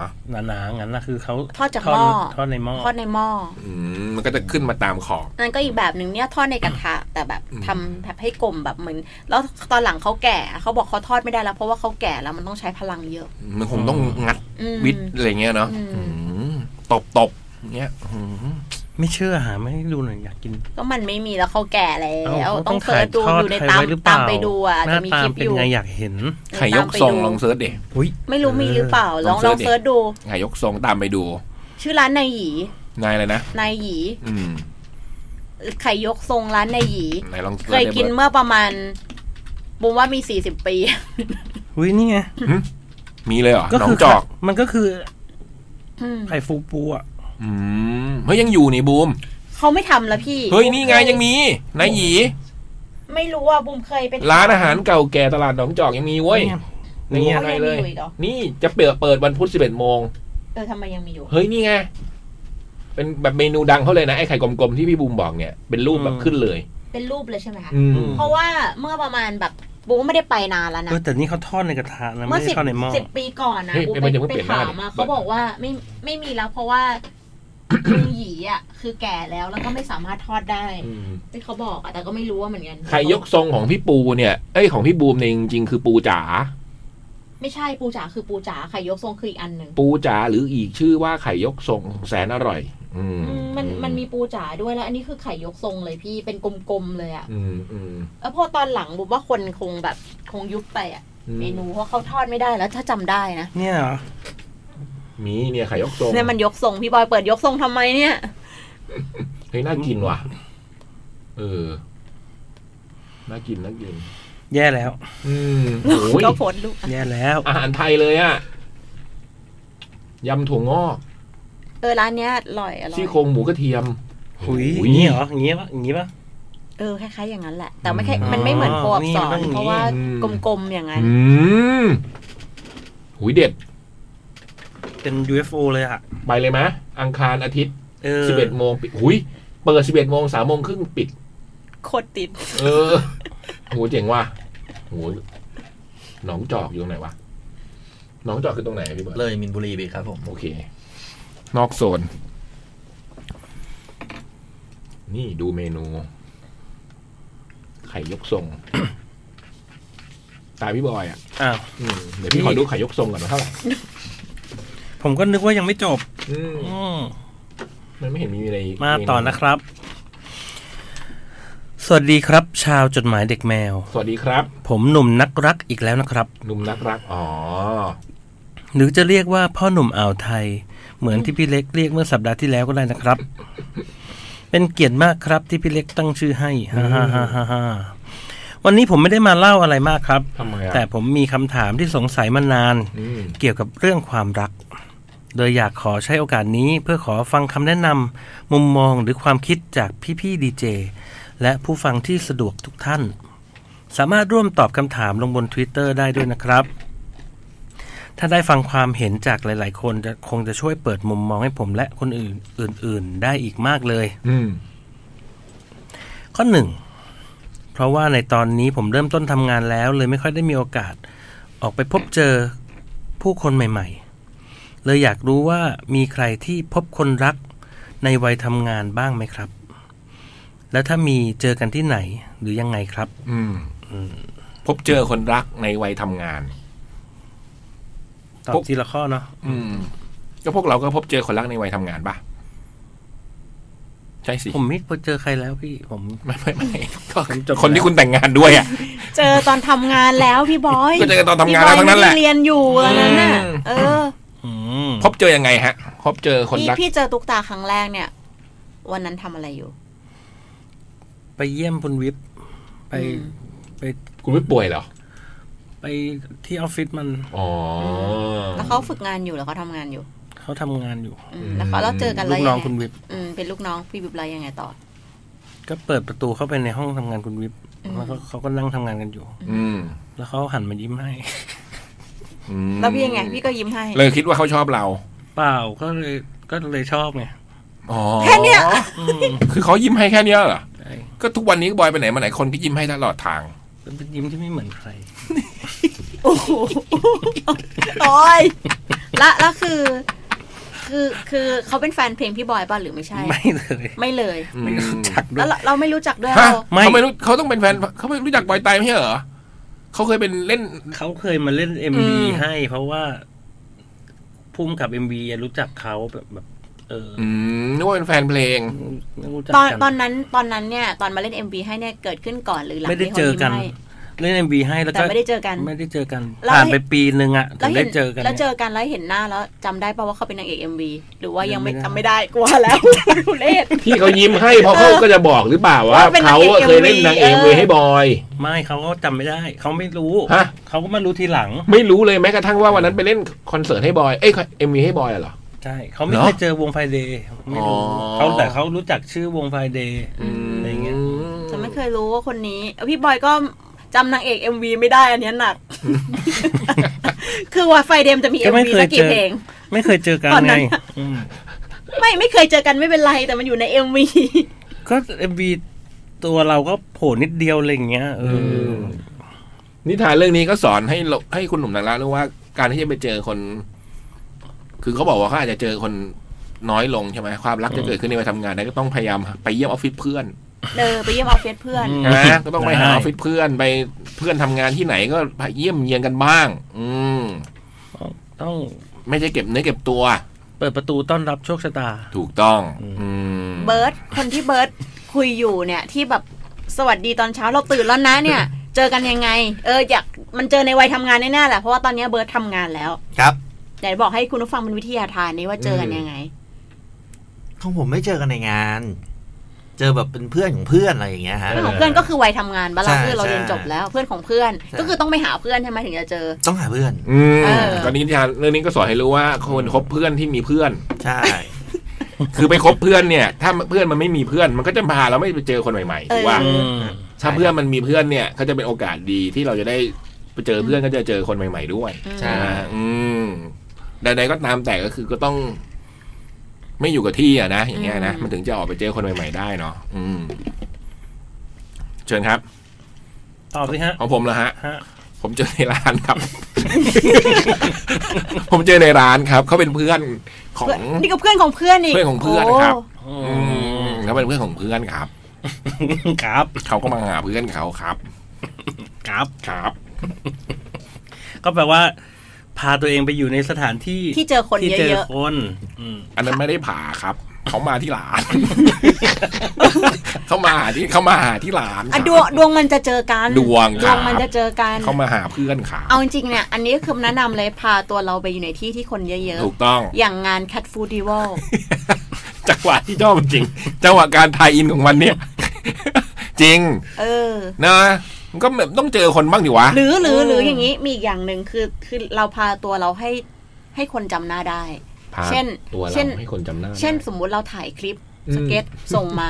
S4: หนาๆงั้นนะคือเขา
S5: ทอดจากหม้อ
S4: ทอดในหม้อ
S5: ทอดในหม้อ
S3: ๆอืมมันก็จะขึ้นมาตามขอบ
S5: นั่นก็อีกแบบหนึ่งเนี่ยทอดในกระทะแต่แบบ
S3: อืม
S5: ทำแบบให้กลมแบบเหมือนแล้วตอนหลังเขาแก่เขาบอกเขาทอดไม่ได้แล้วเพราะว่าเขาแก่แล้วมันต้องใช้พลังเยอะ
S3: มันคงต้องงัด
S5: อืม
S3: วิดอะไรเงี้ยเนาะ
S5: อืม
S3: อืมตบตบๆเงี้ยอืม
S4: ไม่เชื่อหาไม่ให้ดูหน่อยอยากกิน
S5: ก็มันไม่มีแล้วเขาแก่แล้
S4: เอ้าว เขา
S5: ต้องเสิร์ชดู
S4: ถ่ายท
S5: อ
S4: ด
S5: ยู่ใน
S4: ใคร
S5: ตาม
S4: ไว้หรือเป
S5: ตา
S4: ล่าม
S5: ไปดูอ่ะ
S4: ห
S5: จะ
S4: น้า
S5: มี
S4: ตา
S5: คลิป
S4: เป็
S5: อน ยู่
S4: ไงอยากเห็น
S3: ไข่ยกทรงลอง
S5: เสิร์ช
S3: เซิร์ชเด็
S4: อุ้ย
S5: ไม่รู้มีหรือเปล่าลอง
S3: ล
S5: ล
S3: อ
S5: อง ง
S3: เสิ
S5: เสิ
S3: ร์ช
S5: ร์ช
S3: ดิ
S5: ดู
S3: ไข่ยกทรงตามไปดู
S5: ชื่อร้านนายหยี
S3: นายอะไรนะ
S5: นายหยี
S3: อืม
S5: ไข่ยกทรงร้านนายหยี
S3: นายลองสิร์ช
S5: เคยกิน
S3: ได้บิร์ด
S5: เมื่อประมาณบุมว่ามีสี่สิบปี
S4: อุ้ยนี่ไง
S3: มีเลยเหรอ
S4: ก็
S3: น้อ
S4: คื
S3: ง
S4: อ
S3: จอก
S4: มันก็คือ
S5: อืม
S4: ไข่ฟูปูอะ
S3: อืมเฮ้ยยังอยู่นี่บูม
S5: เขาไม่ทำแล้วพี่
S3: เฮ้ยนี่ไงยังมีนายหยี
S5: ไม่รู้ว่าบุมเคยไป
S3: ร้านอาหารเก่าแก่ตลาดหนองจอกยังมีเว้ย
S4: นี่ไง
S5: เขา
S3: อะไร
S5: ยัง
S3: เลย
S5: มีอยู่อีกเหรอ
S3: นี่จะเปิดเปิดวันพุธ 11 โมง
S5: เออทำไมยังมีอยู่
S3: เฮ้ย นี่ไง เป็นแบบเมนูดังเขาเลยนะ ไอ้ไข่กลมๆ ที่พี่บูมบอกเนี่ย เป็นรูปแบบขึ้นเลย
S5: เป็นรูปเลยใช่ไหมคะ
S3: อืม
S5: เพราะว่าเมื่อประมาณแบบบุมไม่ได้ไปนานแล้วนะ
S4: เออแต่นี่เขาทอดในกระทะนะ
S5: เมื่อ
S4: ไม่ได้
S5: สิบ
S4: ทอดในหม้อ
S5: สิบปีก่อนนะ
S3: เฮ้ย
S5: กู
S3: ไม่
S5: ไป
S3: ได้เพิ่ง
S5: ไป
S3: เปลี่ยนห
S5: ถาม
S3: น้า
S5: มา
S3: ดิ
S5: เขาบอกว่าไม่ไม่มีแล้วเพราะว่าลุงหยีอ่ะ คือแก่แล้วแล้วก็ไม่สามารถทอดได้ที่เขาบอกอ่ะแต่ก็ไม่รู้ว่าเหมือนกัน
S3: ไข่ยกทรงของพี่ปูเนี่ย เอ้ยของพี่บูมเนี่ยจริงๆคือปูจ๋า
S5: ไม่ใช่ปูจ๋าคือปูจ๋าไข่ยกทรงคืออีกอันหนึ่ง
S3: ปูจ๋าหรืออีกชื่อว่าไข่ยกทรงแสนอร่อย อืม
S5: อืมมันมันมีปูจ๋าด้วยแล้ว อันนี้คือไข่ยกทรงเลยพี่เป็นกลมๆเลยอ่ะ
S3: อืมอืม
S5: แล้วพอตอนหลังบุมว่าคนคงแบบคงยุบไปอ่ะ
S3: อืม
S5: เมนูเพราะเขาทอดไม่ได้แล้ว ถ้าจำได้นะ
S4: เนี่ยเหรอ
S3: มีเนี่ยไข่ยกทรง
S5: เนี่ยมันยกทรงพี่บอยเปิดยกทรงทำไมเนี่ย
S3: เฮ้ยน่ากินว่ะ เออ น่ากินน่ากิน
S4: แย่แล้ว
S3: อื มโอ้ย
S5: ก็โพสต์รูป
S4: แย่แล้ว
S3: อาหารไทยเลยอะยำถั่วงอก
S5: เออร้านเนี้ยอร่อยอร่อย
S3: ซี่โครงหมูกระเทียม
S4: อุ้ยอย่างนี้เหรออย่างนี้ปะอย่างนี้ปะ
S5: เออคล้ายๆอย่างนั้นแหละ แต่ไม่ใช่มันไม่เหมือนโคอับสอน
S4: นี่มันต้องอย่างนี้
S5: เพราะว่า
S3: อืม
S5: กลมๆอย่างนั้น
S3: อืมหุยเด็ด
S4: เป็น UFO เลยอะ
S3: ไปเลยมะ อังคารอาทิตย์
S4: เออ
S3: 11โมงปิดหุยเปิด 11โมง3โมงครึ่งปิด
S5: โคตรติด
S3: เออโหเจ๋งว่ะโหหนองจอกอยู่ตรงไหนวะหนองจอกคือตรงไหนพี่เบิร์ด
S6: เลยมินบุรีไปครับผม
S3: โอเค นอกโซน นี่ดูเมนู ไข่ยกทรง ตายพี่บอยอ่ะ
S4: อ้าว
S3: อืมเดี๋ยวพี่ขอดูไข่ยกทรงก่อนว่าเท่าไหร่
S4: ผมก็นึกว่ายังไม่จบ
S3: อืม
S4: อืม
S3: มันไม่เห็นมีอะไร
S4: มาต่อนะครับ สวัสดีครับ ชาวจดหมายเด็กแมว
S3: สวัสดีครับ
S4: ผมหนุ่มนักรักอีกแล้วนะครับ
S3: หนุ่มนักรัก อ๋อ
S4: หรือจะเรียกว่าพ่อหนุ่มอ่าวไทย เหมือนที่พี่เล็กเรียกเมื่อสัปดาห์ที่แล้วก็ได้นะครับ เป็นเกียรติมากครับที่พี่เล็กตั้งชื่อให้ ฮ่าฮ่าฮ่าฮ่าฮ่าวันนี้ผมไม่ได้มาเล่าอะไรมากครับ
S3: ทำไมอ่ะ
S4: แต่ผมมีคำถามที่สงสัยมานาน
S3: อืม
S4: เกี่ยวกับเรื่องความรัก โดยอยากขอใช้โอกาสนี้เพื่อขอฟังคำแนะนำมุมมองหรือความคิดจากพี่ๆดีเจและผู้ฟังที่สะดวกทุกท่าน สามารถร่วมตอบคำถามลงบน Twitter ได้ด้วยนะครับ ถ้าได้ฟังความเห็นจากหลายๆ คนจะคงจะช่วยเปิดมุมมองให้ผมและคนอื่นอื่น ๆ ได้อีกมากเลย
S3: อืม
S4: ข้อหนึ่งเพราะว่าในตอนนี้ผมเริ่มต้นทำงานแล้ว เลยไม่ค่อยได้มีโอกาส ออกไปพบเจอผู้คนใหม่ ๆ เลยอยากรู้ว่ามีใครที่พบคนรักในวัยทำงานบ้างไหมครับ แล้วถ้ามีเจอกันที่ไหนหรือยังไงครับ
S3: อืม พบเจอคนรักในวัยทำงาน
S4: ตอบ
S3: พบ
S4: ทีละข้อเนาะ
S3: อืม ก็พวกเราก็พบเจอคนรักในวัยทำงานป่ะ ใช่สิ
S4: ผมไม่พบเจอใครแล้วพี่ผม
S3: ไม่ไม่ไม่ก็
S4: ผมจบ
S3: คนที่คุณแต่งงานด้วยอ่ะ
S5: เจอตอนทำงานแล้วพี่บอย
S3: ก็เจอกันตอนทำงานแล้วทั้งนั้นแหละ
S5: พี่บอยไม่ได้เรียนอยู่อันนั้นน่ะ
S3: อืม
S5: เออ
S4: อืม
S3: พบเจอยังไงฮะ พบเจอคน
S5: พี่
S3: รัก
S5: พี่เจอตุ๊กตาครั้งแรกเนี่ย วันนั้นทำอะไรอยู่
S4: ไปเยี่ยมคุณวิบไป
S5: อืม
S4: ไป
S3: คุณไม่ป่วยเหรอ
S4: ไปที่ออฟฟิศมัน
S3: อ๋อ
S5: แล้วเขาฝึกงานอยู่แล้วเขาทำงานอยู่
S4: เขาทำงานอยู่
S5: อืมแล้วเขาเราเจอกัน
S4: ลู
S5: แล้ว
S4: ก
S5: ยั
S4: น้อง ง
S5: ไง
S4: คุณวิบ
S5: อืมเป็นลูกน้องพี่บิบไลยังไงต่อ
S4: ก็เปิดประตูเข้าไปในห้องทำงานคุณวิบแล้วก็เขาก็นั่งทำงานกันอยู่
S3: อืม
S4: แล้วเขาหันมายิ้มให้
S3: อืม
S5: แล้วพี่ยังไง พี่ก็ยิ้มให้
S3: เลยคิดว่าเขาชอบเรา
S4: เปล่าก็เลยก็เลยชอบไง
S3: อ๋อ
S5: แค่เนี้ย
S4: อืม
S3: คือเขายิ้มให้แค่เนี้ยเหรอ
S4: ใช่
S3: ก็ทุกวันนี้บอยไปไหนมาไหนคนก็ยิ้มให้ตลอดทาง
S4: เป็นยิ้มที่ไม่เหมือนใคร
S5: โอ้โหโอ้ยและแล้วคือ คือคือเขาเป็นแฟนเพลงพี่บอยป่ะหรือไม่ใช่
S4: ไม่เลย
S5: ไม่เลย
S3: อืม
S4: ไม่รู้จักด้ว
S5: แล้
S4: ยว
S5: เราเราไม่รู้จักด้วย
S3: ฮะ
S5: เรา
S3: เขาไม่รู้เขาต้องเป็นแฟนเขาไม่รู้จักบอยไตายไม่ใช่เหรอเขาเคยเป็นเล่น
S4: เขาเคยมาเล่นเอ็มบีให้ เพราะว่าพุ่มกับเอ็มบีรู้จักเขาแบบแบบ เออ
S3: อืมนึกว่าเป็นแฟนเพลง
S4: ไม่รู้จัก
S5: ตอน
S4: กั
S5: ตอนนั้นตอนนั้นเนี่ยตอนมาเล่น MV ให้เนี่ยเกิดขึ้นก่อนหรือหลัง
S4: ไม่ได้
S5: ที่ขา
S4: เจอกัน
S5: ยิ้มให้
S4: เล่นเอ็มบีให้แล้ว
S5: แต่
S4: ก็
S5: ไม่ได้เจอกัน
S4: ไม่ได้เจอกัน
S5: แล้ว
S4: ผ่านไปปีหนึ่งอะถึงได้เจอกัน
S5: แล้วเจ
S4: เนี่ย
S5: อกันแล้วเห็นหน้าแล้วจำได้ป่ะว่าเขาเป็นนางเอก MV หรือว่ายังไม่
S4: ยังไม่ได้
S5: จำไม่ได้กลัวแล้ว ทุเรศ
S3: ที่เขายิ้มให้เพราะเขาก็จะบอกหรือเปล่าว่า
S5: ว่าเป็นนาง
S3: เขา
S5: เอก
S3: เคยเล่นนางเอก
S5: เออ
S3: เวให้บอย
S4: ไม่เขาก็จำไม่ได้ เขาไม่รู้
S3: ฮะ
S4: เขาก็มารู้ทีหลัง
S3: ไม่รู้เลยแม้กระทั่งว่าวันนั้นไปเล่นคอนเสิร์ตให้บอยเอ้ยเอ็มวีให้บอยเหรอ
S4: ใช่เขาไม่
S3: เหรอ
S4: เคยเจอวงไฟเดย์ไม่รู้
S3: อ๋อ
S4: เขาแต่เขารู้จักชื่อวงไฟเดย์อะไรเงี้ย
S5: จะไม่เคยรู้ว่าคนนี้พี่บอยก็จำนางเอก MV ไม่ได้อันเนี้ยหนัก คือว่าไฟเดมจะมี
S4: ก็ไม่
S5: MV
S4: เคย
S5: สักกี่
S4: เจอ
S5: เพลง
S4: ไม่เคยเจอกัน
S5: ตอนนั้
S4: ไง
S5: น
S4: อืม
S5: ไม่ไม่เคยเจอกันไม่เป็นไรแต่มันอยู่ใน MV
S4: ก็เอ็มวีตัวเราก็โผล่นิดเดียวอะไรอย่างเงี้ยเอออ
S3: ม นิทานเรื่องนี้ก็สอนให้เราให้คุณหนุ่มนักละรู้ว่าการที่จะไปเจอคน คือเขาบอกว่าเขาอาจจะเจอคนน้อยลงใช่ไหมความรักจะเกิดขึ้นในวัยทำงานได้ก็ต้องพยายามไปเยี่ยมออฟฟิศเพื่อน
S5: เออไปเยี่ยมออฟฟิศเพื่อน
S3: ใช่ไหมก็ต้องไปหาออฟฟิศเพื่อนไปเพื่อนทำงานที่ไหนก็ไปเยี่ยมเยียนกันบ้าง อืม
S4: ต้อง
S3: ไม่ใช่เก็บเนื้อเก็บตัว
S4: เปิดประตูต้อนรับโชคชะตา
S3: ถูกต้อง อืม
S5: เบิร์ดคนที่เบิร์ดคุยอยู่เนี่ย ที่แบบสวัสดีตอนเช้าเราตื่นแล้วนะเนี่ย เจอกันยังไง เอออยากมันเจอในวัยทำงานแน่ๆแหละเพราะว่าตอนเนี้ยเบิร์ดทำงานแล้ว
S6: ครับ
S5: อยากจะบอกให้คุณผู้ฟังเป็นวิทยาทานนี่ว่าเจอกันยังไง
S6: ของผมไม่เจอกันในงาน เจอแบบเป็นเพื่อนของเพื่อนอะไรอย่างเงี้ยฮะ
S5: เพื่อนของเพื่อนก็คือวัยทำงานบ้านเรา
S6: ใช่
S5: คือเราเรียนจบแล้วเพื่อนของเพื่อน
S6: ใช่
S5: ก็คือต้องไปหาเพื่อนใช่ไหมถึงจะเจอ
S6: ต้องหาเพื่อน
S3: อืม
S5: เออ
S3: ก็นิทานเรื่องนี้ก็สอนให้รู้ว่าคนคบเพื่อนที่มีเพื่อน
S6: ใช่
S3: คือไปคบเพื่อนเนี่ย ถ้าเพื่อนมันไม่มีเพื่อน มันก็จะพาเราไม่ไปเจอคนใหม่ๆถูกว่า
S5: เอ
S4: อืม
S3: ถ้าเพื่อนมันมีเพื่อนเนี่ยก็จะเป็นโอกาสดีที่เราจะได้ไปเจอเพื่อนก็จะเจอคนใหม่ ๆด้วย
S5: อืม
S6: ใช่
S3: อ่าอืมใดๆก็ตามแต่ก็คือก็ต้อง ไม่อยู่กับที่อะนะอย่างเงี้ยนะ
S5: อืม
S3: มันถึงจะออกไปเจอคนใหม่ ๆ ได้เนาะอืม เชิญครับ
S4: ตอบสิฮะ
S3: ของผมแล้วฮะ
S4: ฮะ
S3: ผมเจอในร้านครับ ผมเจอในร้านครับเขาเป็นเพื่อนของ
S5: เพื่อนนี่ก็เพื่อนของเพื่อนอีก
S3: เพื่อนของเพื่อนนะครับ
S5: โ
S3: อืมเขาเป็นเพื่อนของเพื่อนครับ
S4: ครับ
S3: เขาก็มาหาเพื่อนเขาครับ
S4: ครับ
S3: ครับ
S4: ก็แปลว่า พาตัวเองไปอยู่ในสถานที่
S5: ที่เจอคน
S4: ที่
S5: เยอะๆ
S4: คนอืม
S3: อันนั้นไม่ได้ผ่าครับ เขามาที่ร้าน เขามาหาที่เขามาหาที่ร้านค
S5: อ่ะ
S3: รับ
S5: ดวงดวงมันจะเจอกัน
S3: ดวง
S5: ด
S3: ครับ
S5: วงมันจะเจอกัน
S3: เขามาหาเพื่อนครับ
S5: เอาจริงๆเนี่ย อันนี้ก็คือแนะนำเลยพาตัวเราไปอยู่ในที่ที่คนเยอะ
S3: ถูกต้อง
S5: ๆ อย่างงาน Cat Food Festival
S3: จังหวะที่ชอบจริง จังหวะการทายอินของมันเนี่ย จริง
S5: เออ
S3: นะมันก็แบบต้องเจอคนบ้างดิวะ
S5: หรือหรือหรือ
S6: เออ
S5: อ
S6: อ
S5: ย่างนี้มีอีกอย่างหนึ่งคือคือเราพาตัวเราให้ให้คนจำหน้าได้
S3: พา
S5: เช่น
S3: ตัวเรา
S5: เช่น
S3: ให้คนจำหน้า
S5: เช่น
S3: ได้
S5: สมมุติเราถ่ายคลิปสเก็ตส่งมา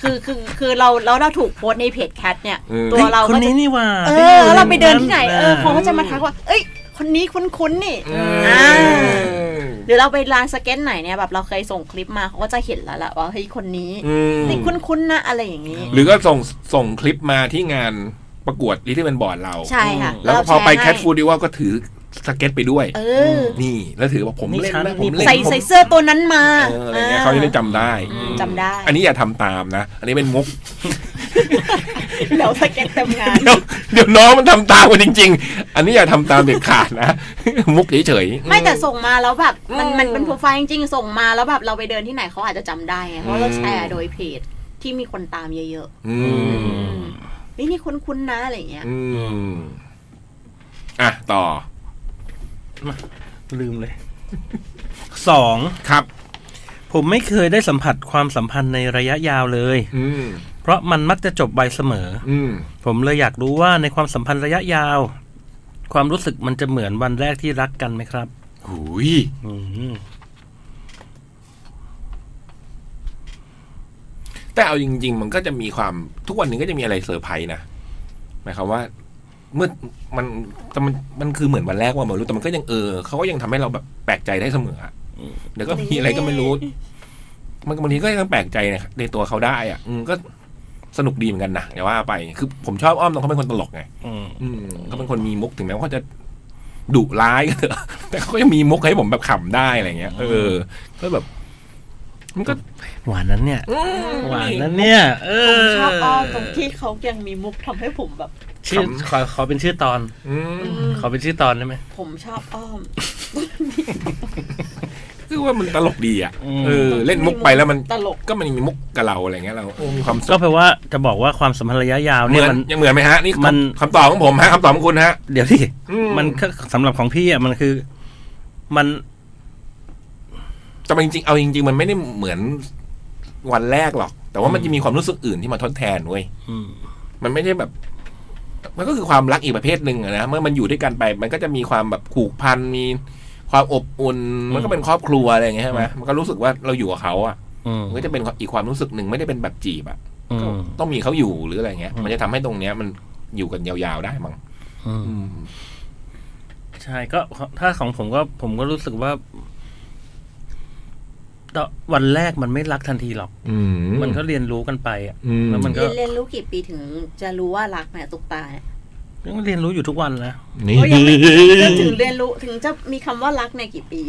S5: คือคือคือเราเราเราถูกโพสต์ในเพจแคทเนี่ย
S3: อืม
S5: ตัวเรา
S4: คน
S5: ก็จะ
S4: นี้นี่หว่า
S5: เอ
S4: ที่
S5: อยู่ แล้วเราไปเดินที่ไหน เออเขาก็
S4: ะ
S5: จะมาทักว่า เอ้ย คนนี้คุ้นๆนี่
S3: อื
S5: อ่า
S3: ม
S5: หรือเราไปร้านสเก็ตไหนเนี่ยแบบเราเคยส่งคลิปมาเขาก็จะเห็นแล้วล่ะว่าเฮ้ยคนนี้
S3: อืม
S5: นี่คุ้นๆนะอะไรอย่างนี้
S3: หรือก็ส่งส่งคลิปมาที่งานประกวดที่ที่เป็นบอร์ดเรา
S5: ใช่ค่ะ
S3: แล้วพอไปแคทฟู
S5: ด
S3: ดดิวก็ถือสเก็ตไปด้วย
S5: เออ
S3: นี่แล้วถือว่าผมเล่นนะผม
S5: อ
S3: เล่น
S5: ใส่
S3: ผม
S5: ใส่เสื้อตัวนั้นมา
S3: เอออะไรเงี้ยเขาจะได้จำได้
S5: อืมจำได้
S3: อันนี้อย่าทำตามนะ อันนี้เป็นมุก
S5: แล้วสเก็ตเต็มงาน
S3: เดี๋ยวเดี๋ยวน้องมันทำตามกันจริง ๆ อันนี้อย่าทำตามเด็ดขาดนะ มุกเฉยๆ
S5: ไม่แต่ส่งมาแล้วแบบมัน
S3: อืม
S5: มันเป็นโปรไฟล์จริงๆ ส่งมาแล้วแบบเราไปเดินที่ไหนเขาอาจจะจำได้ไงเพ
S3: อื
S5: ราะ
S3: ม
S5: เราแชร์โดยเพจที่มีคนตามเยอะ
S3: อื
S5: ๆ
S3: ม
S5: นี่นี่คุ้นๆนะอะไรอย่างเงี้ย
S3: อืมอ่ะต่อ
S4: ลืมเลยสอง
S3: ครับ
S4: ผมไม่เคยได้สัมผัสความสัมพันธ์ในระยะยาวเลย
S3: อืม
S4: เพราะมันมักจะจบไวเสมอ
S3: อืม
S4: ผมเลยอยากรู้ว่าในความสัมพันธ์ระยะยาว ความรู้สึกมันจะเหมือนวันแรกที่รักกันไหมครับ
S3: หูย
S4: อืม
S3: แต่เอาจริง ๆ มันก็จะมีความทุกวันนี้ก็จะมีอะไรเซอร์ไพรส์นะหมายความว่า เมื่อมันแต่มันมันคือเหมือนวันแรกว่าเหมือนรู้แต่มันก็ยังเออเขาก็ยังทำให้เราแบบแปลกใจได้เสมออะเดี๋ยวก็มีอะไรก็ไม่รู้ มันบางทีก็ยังแปลกใจในในตัวเขาได้อ่ะ อืมก็สนุกดีเหมือนกันนะอย่าว่าไปคือผมชอบอ้อมตรงเขาเป็นคนตลกไง
S4: อืม
S3: อืมเขาเป็นคนมีมุกถึงแม้ว่าเขาจะดุร้ายก็เถอะ แต่เขาก็ยังมีมุกให้ผมแบบขำได้อะไรเงี้ยเออก็แบบ มันก็
S4: หวานนั้นเนี่ย
S3: อืม
S4: หวานนั้นเนี่ย เอ
S5: ผ
S4: อ
S5: มชอบอ้อมตรงที่เขายังมีมุกทำให้ผมแบบ
S4: ชื่อ
S3: ขำ
S4: ขอขอเป็นชื่อตอน
S3: อืม
S5: ม
S4: ขอเป็นชื่อตอนได้ไหม
S5: ผมชอบอ้อม
S3: คือว่ามันตลกดีอ่ะ
S4: อืม
S3: เออ เล่นมุกไปแล้วมัน
S5: ตลก
S3: ก็มันมีมุกกับเราอะไรเงี้ยเราโอ้มีความสุ
S4: ก็
S3: ข
S4: แปลว่าจะบอกว่าความสัมพันธ์ระยะยาว
S3: เหมื
S4: เนี่ย
S3: อน
S4: มัน
S3: ยังเหมือนไหมฮะ นี่คือ
S4: มัน
S3: คำตอบของผมฮะคำตอบของคุณฮะ
S4: เดี๋ยวดิ
S3: อืม
S4: มันก็สำหรับของพี่อ่ะมันคือ มัน
S3: แต่มันจริงๆเอาจริง ๆ มันไม่ได้เหมือนวันแรกหรอก แต่ว่ามันจะมีความรู้สึกอื่นที่มาทดแทนเว้ย
S4: อืม
S3: มันไม่ได้แบบ มันก็คือความรักอีกประเภทหนึ่งอะนะเมื่อมันอยู่ด้วยกันไป มันก็จะมีความแบบผูกพันมีความอบอุ่นมันก็เป็นครอบครัวอะไรอย่างเงี้ยใช่ไหมมันก็รู้สึกว่าเราอยู่กับเขาอ่ะ
S4: อืม
S3: มันก็จะเป็นอีกความรู้สึกหนึ่งไม่ได้เป็นแบบจีบอ่ะ
S4: อื
S3: ก็
S4: ม
S3: ต้องมีเขาอยู่หรืออะไรเงี้ย
S4: อืม
S3: มันจะทำให้ตรงเนี้ยมันอยู่กันยาวๆได้มั้ง
S4: อืม ใช่ก็ถ้าของผมก็ผมก็รู้สึกว่าตอนวันแรกมันไม่รักทันทีหรอก
S3: อื
S4: มันก็เรียนรู้กันไปอ่ะ
S3: อืม
S4: แล้วมันก็
S5: เรียนเรียนรู้กี่ปีถึงจะรู้ว่ารักเนี่ยตุกตาเนี่ย
S4: ก็เรียนรู้อยู่ทุกวันนะ
S3: นี่
S5: ก็ยังไม่ถึงเรียนรู้ถึงจะมีคำว่ารักเนี่ยกี่ปี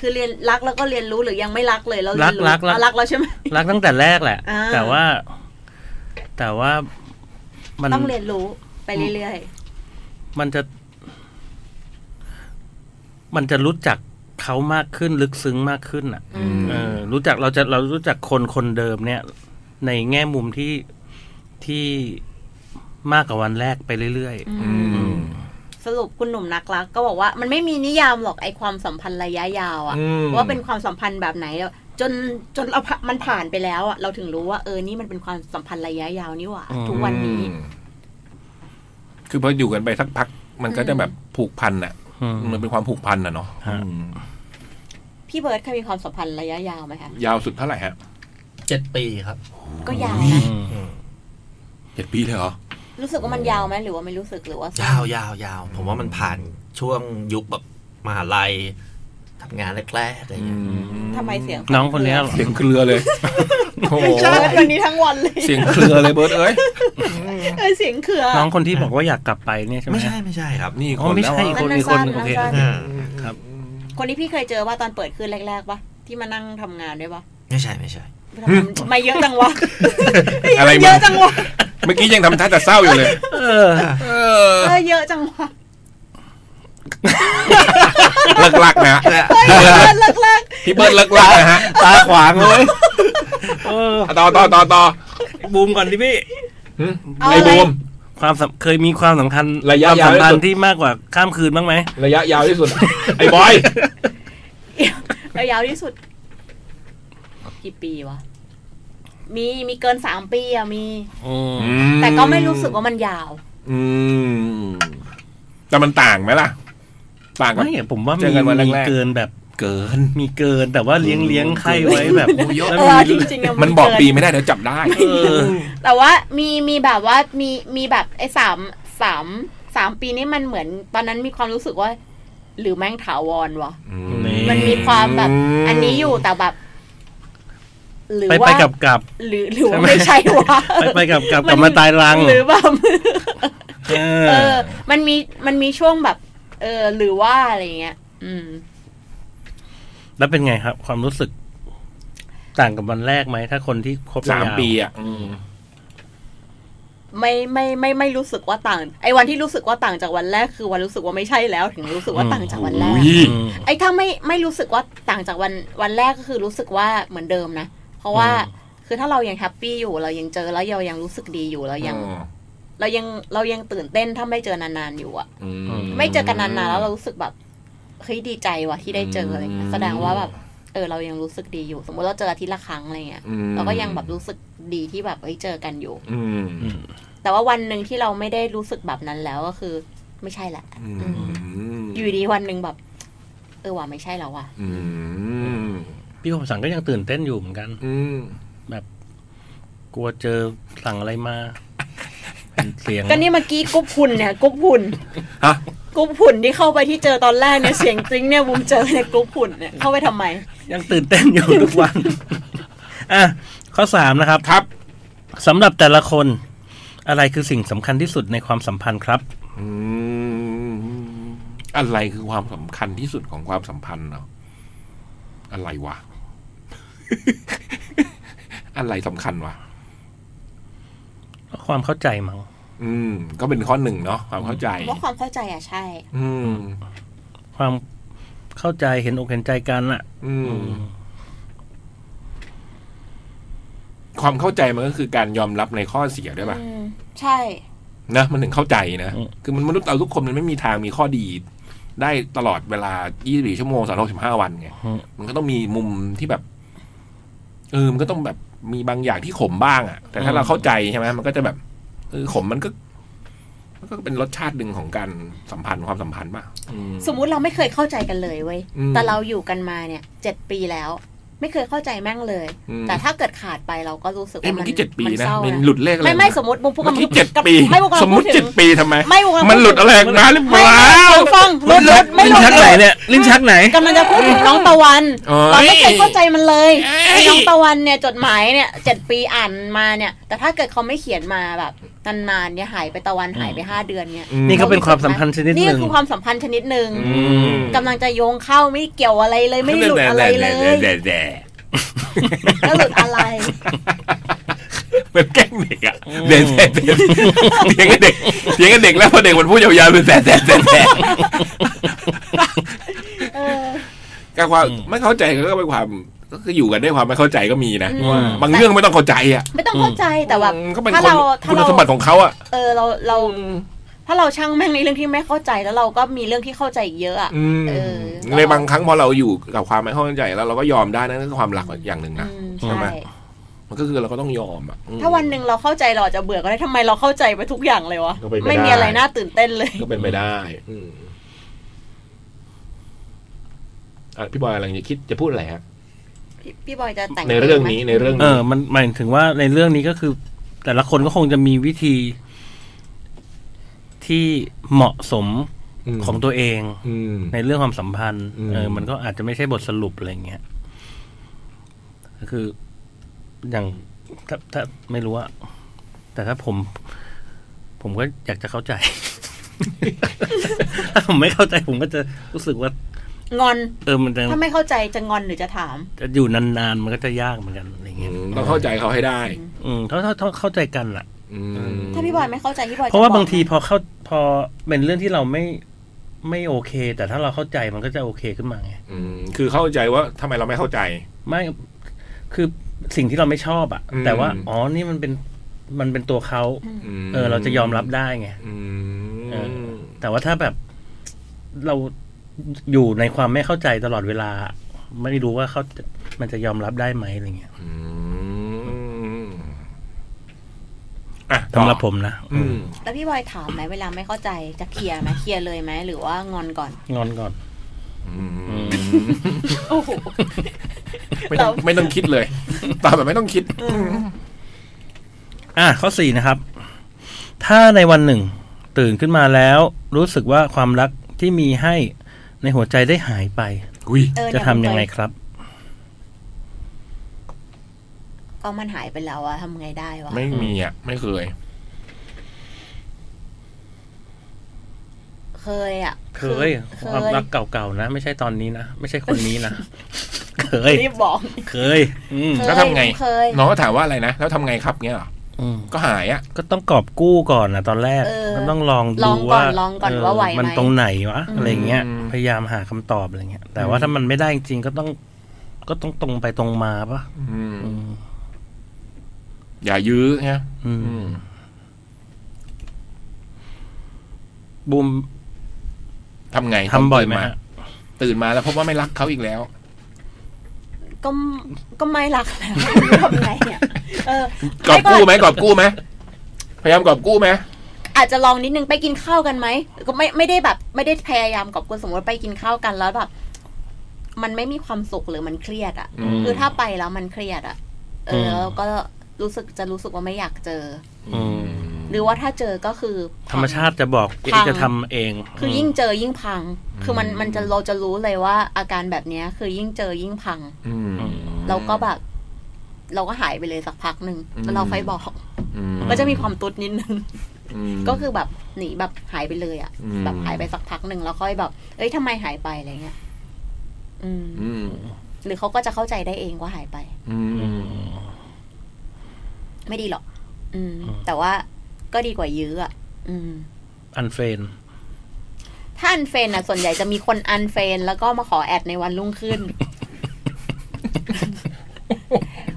S5: คือเรียนรักแล้วก็เรียนรู้หรือยังไม่รักเลยแล้วเยนอ่ะรักแล้วใช่ไหม
S4: รักตั้งแต่แรกแหละ
S5: อ่า
S4: แต่ว่า แต่ว่ามัน
S5: ต้องเรียนรู้ไปเรื่อย
S4: มันจะ มันจะรู้จักเขามากขึ้นลึกซึ้งมากขึ้นอ่ะ
S5: ๆอืม
S4: เออรู้จักเราจะเรารู้จักคนคนเดิมเนี่ย ในแง่มุมที่ที่มากกว่าวันแรกไปเรื่อยๆ
S3: อืม
S5: สรุปคุณหนุ่มนักรักก็บอกว่ามันไม่มีนิยามหรอกไอความสัมพันธ์ระยะยาวอะ
S3: อืม
S5: ว่าเป็นความสัมพันธ์แบบไหนอะจนจนเราผ่ามันผ่านไปแล้วอะเราถึงรู้ว่าเออนี่มันเป็นความสัมพันธ์ระยะยาวนี่หว่า
S4: อืม
S5: ทุกวันนี้
S3: อืมคือพออยู่กันไปสักพัก มันก็จะแบบผูกพันอ่ะ
S4: อืม
S3: มันเป็นความผูกพันอ่ะเนาะ
S4: ฮะ
S3: อืม
S5: พี่เบิร์ดเคยมีความสัมพันธ์ระยะยาวไหมคะ
S3: ยาวสุดเท่าไหร่ฮะ
S6: เจ็ดปีครับ
S5: ก็ยาวนะ
S3: เจ็ดปีเลยเหรอ
S5: รู้สึกว่ามันยาวไหมหรือว่าไม่รู้สึกหรือว่า
S6: ยาวยาวยาวผมว่ามันผ่านช่วงยุคแบบมหาลัยทำงานแรกๆอะไรอย่างเงี้ย
S5: ทำไมเสียง
S4: น้องคนเนี้ยเหรอ
S3: เสียงเครือเลย โอ้โห
S5: เบิร์ดวันนี้ทั้งวันเลย
S3: เสียงเครือเลยเบิร์ดเอ้ย
S5: เออเสียงเขือ
S4: น้องคนที่บอกว่าอยากกลับไปเนี่ยใช่ไหม
S6: ไม่ใช่ไม่ใช่ครับ
S3: นี่
S4: อ๋
S3: ค
S4: อน ไม่
S3: แล้ว
S4: ใช่อีกคนอีกคน
S5: มันสั้น
S4: โอเค
S5: มันสั้น
S6: อ่า
S5: คนที่พี่เคยเจอว่าตอนเปิดคืนแรกๆปะที่มานั่งทำงานด้วยปะ
S6: ไม่ใช่ไม่ใช่
S5: ทำไมเยอะจังว ะ
S3: อะไร
S5: เย
S3: มึง
S5: อะจังวะ
S3: เมื่อกี้ยังทำท่าจะเศร้าอยู่เลย
S4: เออ
S3: เออ
S5: เออเยอะจังวะ
S3: หลักๆนะฮะ
S5: เออเลิกเลิก
S3: พี่เบิร์ดหลักๆนะฮะ
S6: ตาขวางเลย
S4: เออ
S3: ต่อต่อต่อต่อ
S4: บูมก่อนดิพี่
S3: หึไอ้บูม
S4: ความสำเคยมีความสำคัญ
S3: ระยะ
S4: ความ
S3: ยาวที่
S4: สัมพัน
S3: สุด
S4: ธ์ที่มากกว่าข้ามคืนบ้างไหม
S3: ระยะยาว ที่สุด ไอ้บอย
S5: เออยาวที่สุด กี่ปีวะ มีมีเกินสามปีอะมี
S4: อืม
S5: แต่ก็ไม่รู้สึกว่ามันยาว
S3: อืมแต่มันต่างไหมล่ะ ต่างกัน
S4: ไม่อะผมว่า
S3: เจ
S4: มี
S3: อกันวันแรกๆ
S4: มีเกินแบบ
S3: เกิน
S4: มีเกินแต่ว่าเลี้ยงเลี้ยงไข้ไว้แบบ
S3: โอ้เยอะ
S5: เอ
S4: แล้ว
S5: อจ
S4: มี
S5: ริงๆอะ
S3: มันบอก
S5: เ
S3: ปีไม่ได้เดี๋ยวจับได้
S4: เออ
S5: แต่ว่ามีมีแบบว่ามีมีแบบไอ้สามสามสามปีนี้มันเหมือน ตอนนั้นมีความรู้สึกว่า หรือแม่งถาวรวะ มันมีความแบบ อันนี้อยู่แต่แบบ หรือ
S4: ไปไป
S5: ว่า
S4: กับกับ
S5: หรือหรือว่า
S4: ใช่ไหม
S5: ไม่ใช่วะ
S4: ไปไปกับกับกลับมาตายรัง
S5: หรือแบบ
S4: เอ
S5: เอ
S4: อ
S5: อ มันมีมันมีช่วงแบบ เออ หรือว่าอะไรเงี้ย อืม
S4: แล้วเป็นไงครับ ความรู้สึก ต่างกับวันแรกไหมถ้าคนที่คบ
S3: สาม
S4: ยาว
S3: ปีอ่ะ
S5: ไม่ไม่ไม่ไม่รู้สึกว่าต่าง ไอ้วันที่รู้สึกว่าต่างจากวันแรกคือวันรู้สึกว่าไม่ใช่แล้ว ถึงรู้สึกว่าต่างจากวันแรก
S4: อืม
S5: ไอ้ถ้าไม่ไม่รู้สึกว่าต่างจากวันวันแรกก็คือรู้สึกว่าเหมือนเดิมนะ เพราะว่า
S4: อืม
S5: คือถ้าเรายังแฮปปี้อยู่เรายังเจอแล้วเรายังรู้สึกดีอยู่เรายัง เรายังเรายังตื่นเต้นถ้าไม่เจอนานๆอยู่อะไม่เจอกันนานๆแล้วเรารู้สึกแบบเฮ้ยดีใจว่ะที่ได้เจออะไรเงี้ยแสดงว่าแบบเออเรายังรู้สึกดีอยู่ สมมติเราเจออาทิตย์ละครั้งอะไรเงี้ย
S3: อืม
S5: เราก็ยังแบบรู้สึกดีที่แบบเฮ้ยเจอกันอยู่
S3: อืม
S4: อืม
S5: แต่ว่าวันหนึ่งที่เราไม่ได้รู้สึกแบบนั้นแล้วก็คือ ไม่ใช่แหละ
S3: อืม
S5: อยู่ดีวันหนึ่งแบบ เออว่ะไม่ใช่แล้วว่ะ
S3: อืม
S4: พี่คมสันก็ยังตื่นเต้นอยู่เหมือนกัน
S3: อืม
S4: กลัวเจอสั่งอะไรมาเสียง
S5: ก็นี่เมื่อกี้กรุ๊ปหุ่นเนี่ยกรุ๊ปหุ่น
S3: ฮะ
S5: กรุ๊ปหุ่นที่เข้าไปที่เจอตอนแรกเนี่ยเสียงจริงเนี่ยบุมเจอในกรุ๊ปหุ่นเนี่ยเข้าไปทำไม
S4: ยังตื่นเต้นอยู่ทุกวัน อ่ะข้อสามนะครับ
S3: ครับ
S4: สำหรับแต่ละคน อะไรคือสิ่งสำคัญที่สุดในความสัมพันธ์ครับ
S3: อืมอะไรคือความสำคัญที่สุดของความสัมพันธ์เนาะอะไร วะ อะไรสำคัญวะ
S4: ความเข้าใจมั้ง
S3: อืม ก็เป็นข้อหนึ่งเนาะความเข้าใจ
S5: ว่าความเข้าใจอ่ะใช่
S3: อืม
S4: ความเข้าใจเห็นอกเห็นใจกันอะ
S3: อืม ความเข้าใจมันก็คือการยอมรับในข้อเสียด้วยป่ะ
S5: อืม ใช่
S3: นะมันถึงเข้าใจนะ คือมันมนุษย์เราทุกคนมันไม่มีทางมีข้อดี ได้ตลอดเวลา 24 ชั่วโมง 365 วันไง มันก็ต้องมีมุมที่แบบ เออ มันก็ต้องแบบมีบางอย่างที่ขมบ้างอะแต่ถ้าเราเข้าใจใช่ไหมมันก็จะแบบเออขมมันก็ มันก็เป็นรสชาติหนึ่งของการสัมพันธ์ความสัมพันธ์ป่ะอืม
S5: สมมุติเราไม่เคยเข้าใจกันเลยเว้ย
S3: อืม
S5: แต่เราอยู่กันมาเนี่ยเจ็ดปีแล้ว ไม่เคยเข้าใจแม่งเลย
S3: อืม
S5: แต่ถ้าเกิดขาดไปเราก็รู้สึก
S3: เอ้ย
S5: ว่า
S3: เมื่อ
S5: มั
S3: น กี้เจ็ดปี
S5: มั
S3: นะ
S5: เศร้า
S3: มันหลุดเลขอะไร
S5: ไม่ไม่สมมติบุมพูด
S3: เมื่
S5: กับ
S3: อกี้เจ็ดปี
S5: ไม่บุมกำลัง
S3: สมมติ
S5: พูดถึ
S3: เจ็ด
S5: ง
S3: ปีทำไม
S5: ไม่วงการ
S3: มันหลุดอะไรออกมาหรือเปล่า
S5: ไม่ฟังหลุดหลุดไม่หลุด
S4: ลิ้นชักไหนเนี่ย ลิ้นชักไหน
S5: กำลังจะพูดถึงน้องตะวัน
S3: เอ้ย
S5: เราไม่เคยเข้าใจมันเลย
S3: เอ้ย
S5: ไอ้น้องตะวันเนี่ยจดหมายเนี่ยเจ็ดปีอ่านมาเนี่ย แต่ถ้าเกิดเขาไม่เขียนมาแบบนานๆเนี่ยหายไปตะวันหายไปห้าเดือนเนี่ย
S3: อืม
S4: นี่ก็เป็นความสัมพันธ์ชนิดห
S5: นี่
S4: นึ่ง
S5: คือความสัมพันธ์ชนิดหนึ่ง
S3: อืม
S5: กำลังจะโยงเข้าไม่เกี่ยวอะไรเลยไม่ได้หลุดอะไรเลย
S3: แด่แด่
S5: ก็หลุดอะไร
S3: เป็นแกล้งเด็กอะแด่แด่แด่เถียงกับเด็กเถียงกับเด็กแล้วพอเด็กมันพูดยาวๆเป็นแด่แด่แด่แด่
S5: เออ
S3: ก็ความไม่เข้าใจก็เป็นความก็คืออยู่กันด้วยความไม่เข้าใจก็มีนะ
S5: อืม
S3: ว่าบางเรื่องไม่ต้องเข้าใจอ่ะ
S5: ไม่ต้องเข้าใจแต่แบบ
S3: ก็เป็น
S5: ถ้า
S3: คน
S5: เรา
S3: คุ
S5: ถ้า
S3: ณ
S5: เรา
S3: สมบัติของเขาอ่ะ
S5: เออเราเรา ถ้าเราช่างแม่งในเรื่องที่ไม่เข้าใจแล้วเราก็มีเรื่องที่เข้าใจอีกเยอะอะ
S3: อืม
S5: เออ
S3: ในบางครั้งพอเราอยู่กับความไม่เข้าใจแล้วเราก็ยอมได้นั่นคือความรักอย่างหนึ่งนะ
S5: อืม
S3: ใช่ไหม
S5: ใช่
S3: มันก็คือเราก็ต้องยอมอ่ะอืม
S5: ถ้าวันหนึ่งเราเข้าใจเราอาจจะเบื่อก็ได้ทำไมเราเข้าใจไปทุกอย่างเลยวะ
S3: ก็เป็นปด้
S5: ไม่มีอะไรน่าตื่นเต้นเลย
S3: ก็เป็นไปได้ อ่ะพี่บอยกำลังจะคิดจะพูดอะไรฮะ
S5: พี่พี่บอยจะแต่ง
S3: ในเรื่อง
S5: พลไหม
S3: นี้ในเรื่อง
S4: เอ
S3: นี้
S4: อ มันหมายถึงว่าในเรื่องนี้ก็คือ แต่ละคนก็คงจะมีวิธีที่เหมาะสม
S3: ม
S4: ของตัวเอง
S3: อืม
S4: ในเรื่องความสัมพันธ์
S3: อืม
S4: เออมันก็อาจจะไม่ใช่บทสรุปอะไรเงี้ยก็คืออย่างถ้าถ้าไม่รู้อะแต่ถ้าผม ผมก็อยากจะเข้าใจ ถ้าผมไม่เข้าใจผมก็จะรู้สึกว่า
S5: งอน
S4: เออมันจะ
S5: ถ้าไม่เข้าใจจะงอนหรือจะถาม
S4: จะอยู่นานๆมันก็จะยากเหมือนกันอะไร
S3: อื
S4: เงี้ย
S3: มต้องเข้าใจเขาให้ได้
S4: อืมเขาเขาเข้าใจกันล่ะ
S3: อืม
S5: ถ้าพี่บอยไม่เข้าใจพี่บอยจ
S4: เพราะ
S5: อบ
S4: ว่าาง
S5: ก
S4: ที
S5: ไหม
S4: พอเข้าพอเป็นเรื่องที่เราไม่ไม่โอเค แต่ถ้าเราเข้าใจมันก็จะโอเคขึ้นมาไง
S3: อืมคือเข้าใจว่าทำไมเราไม่เข้าใจ
S4: ไม่คือสิ่งที่เราไม่ชอบอะ
S3: อืม
S4: แต่ว่า อ๋อ นี่มันเป็นมันเป็นตัวเขา
S3: ม
S4: เออ เราจะยอมรับได้ไง
S3: อืม
S4: เออ แต่ว่าถ้าแบบเราอยู่ในความไม่เข้าใจตลอดเวลา ไม่รู้ว่าเขาจะมันจะยอมรับได้ไหมอะไรเงี้ย
S3: มอ่ะต่อ
S4: สำหรับผมนะ
S3: อืม
S5: แล้วพี่บอยถามไหมเวลาไม่เข้าใจจะเคลียร์ไหมเคลียร์เลยไหมหรือว่างอนก่อน
S4: งอนก่อน
S5: โอ้โห
S3: ไม่ต้อง
S5: ตอบ
S3: ไม่ต้องคิดเลย ตามแบบไม่ต้องคิด
S4: อ่ะข้อสี่นะครับ ถ้าในวันหนึ่ง ตื่นขึ้นมาแล้ว รู้สึกว่าความรักที่มีให้ในหัวใจได้หายไป
S3: อุ้ย
S5: เออ
S4: จะ
S5: เนี่ย
S4: ทำยังไง
S5: พี่บอ
S4: ครับ
S5: ก็มันหายไปแล้วอะทำไงได้วะ
S3: ไม่มีอ่ะ ไม่เคย
S5: เคยอะ
S4: เคย
S5: เค
S4: ความ
S5: ย
S4: รักเก่าๆนะ ไม่ใช่ตอนนี้นะ ไม่ใช่คนนี้นะ เคย
S5: รีบบอก
S4: เคย อืม
S5: เคย
S3: แล้วทำไง
S5: เคย
S3: น้องก็ถามว่าอะไรนะ แล้วทำไงครับเงี้ยเหรอ
S4: อืม
S3: ก็หายอ่ะ
S4: ก็ต้องกอบกู้ก่อนนะตอนแรก
S5: เออ
S4: มันต้องลอง
S5: ล
S4: ดู
S5: องก่อน
S4: ว่า
S5: ลองก่อน
S4: เ
S5: ว่าไหวไหม
S4: มันตรงไหนวะอะไรเงี้ย
S3: อืม
S4: พยายามหาคำตอบอะไรเงี้ย แต่ว่าถ้ามันไม่ได้จริงๆก็ต้อง ก็ต้องตรงไปตรงมาปะ
S3: อืม
S4: อืม
S3: อย่ายื้อเงี้ย
S4: อืม
S3: อืม
S4: บูม
S3: ทำไง
S4: ทำบ่อย
S3: ตื่
S4: ไห
S3: น
S4: ม
S3: มา
S4: ฮะ
S3: ตื่นมาแล้วพบว่าไม่รักเขาอีกแล้ว
S5: ก็มก็ไม่รักแล้วทำไงอะเออก
S3: อบกู้ไหมกอบกู้ไหมพยายามกอบกู้ไหม
S5: อาจจะลองนิดนึงไปกินข้าวกันไหมก็ไม่ไม่ได้แบบ ไม่ได้พยายามกอบกุนสมมติว่าไปกินข้าวกันแล้วแบบมันไม่มีความสุขหรือมันเครียดอะ
S3: อืม
S5: คือถ้าไปแล้วมันเครียดอะเออ
S3: ม
S5: แล้วก็รู้สึกจะรู้สึกว่าไม่อยากเจอ
S4: อืม
S5: หรือว่าถ้าเจอก็คือ
S4: ธรรมชาติจะบอกเอ๊ะ
S5: พัง
S4: จะทำเอง
S5: คือยิ่งเจอยิ่งพัง คือมันมันจะเราจะรู้เลยว่า อาการแบบเนี้ย คือยิ่งเจอยิ่งพัง
S3: อืม
S5: เราก็แบบ เราก็หายไปเลยสักพักหนึ่ง
S3: อืม
S5: แล้วเราค่อยบอก
S3: อื
S5: ก็จะมีความตุดนิดนึง
S3: ม
S5: ก็คือแบบหนีแบบหายไปเลยอะ
S3: อืม
S5: แบบหายไปสักพักหนึ่งแล้วค่อยแบบ เอ้ยทำไมหายไปอะไรเงี้ยอืม
S3: อืม
S5: หรือเขาก็จะเข้าใจได้เองว่าหายไป
S3: อืม
S5: ไม่ดีหรอก อืม แต่ว่าก็ดีกว่ายื้ออ่ะ อืม
S4: อันเฟน
S5: ถ้าอันเฟนอ่ะ ส่วนใหญ่จะมีคนอันเฟนแล้วก็มาขอแอดในวันรุ่งขึ้น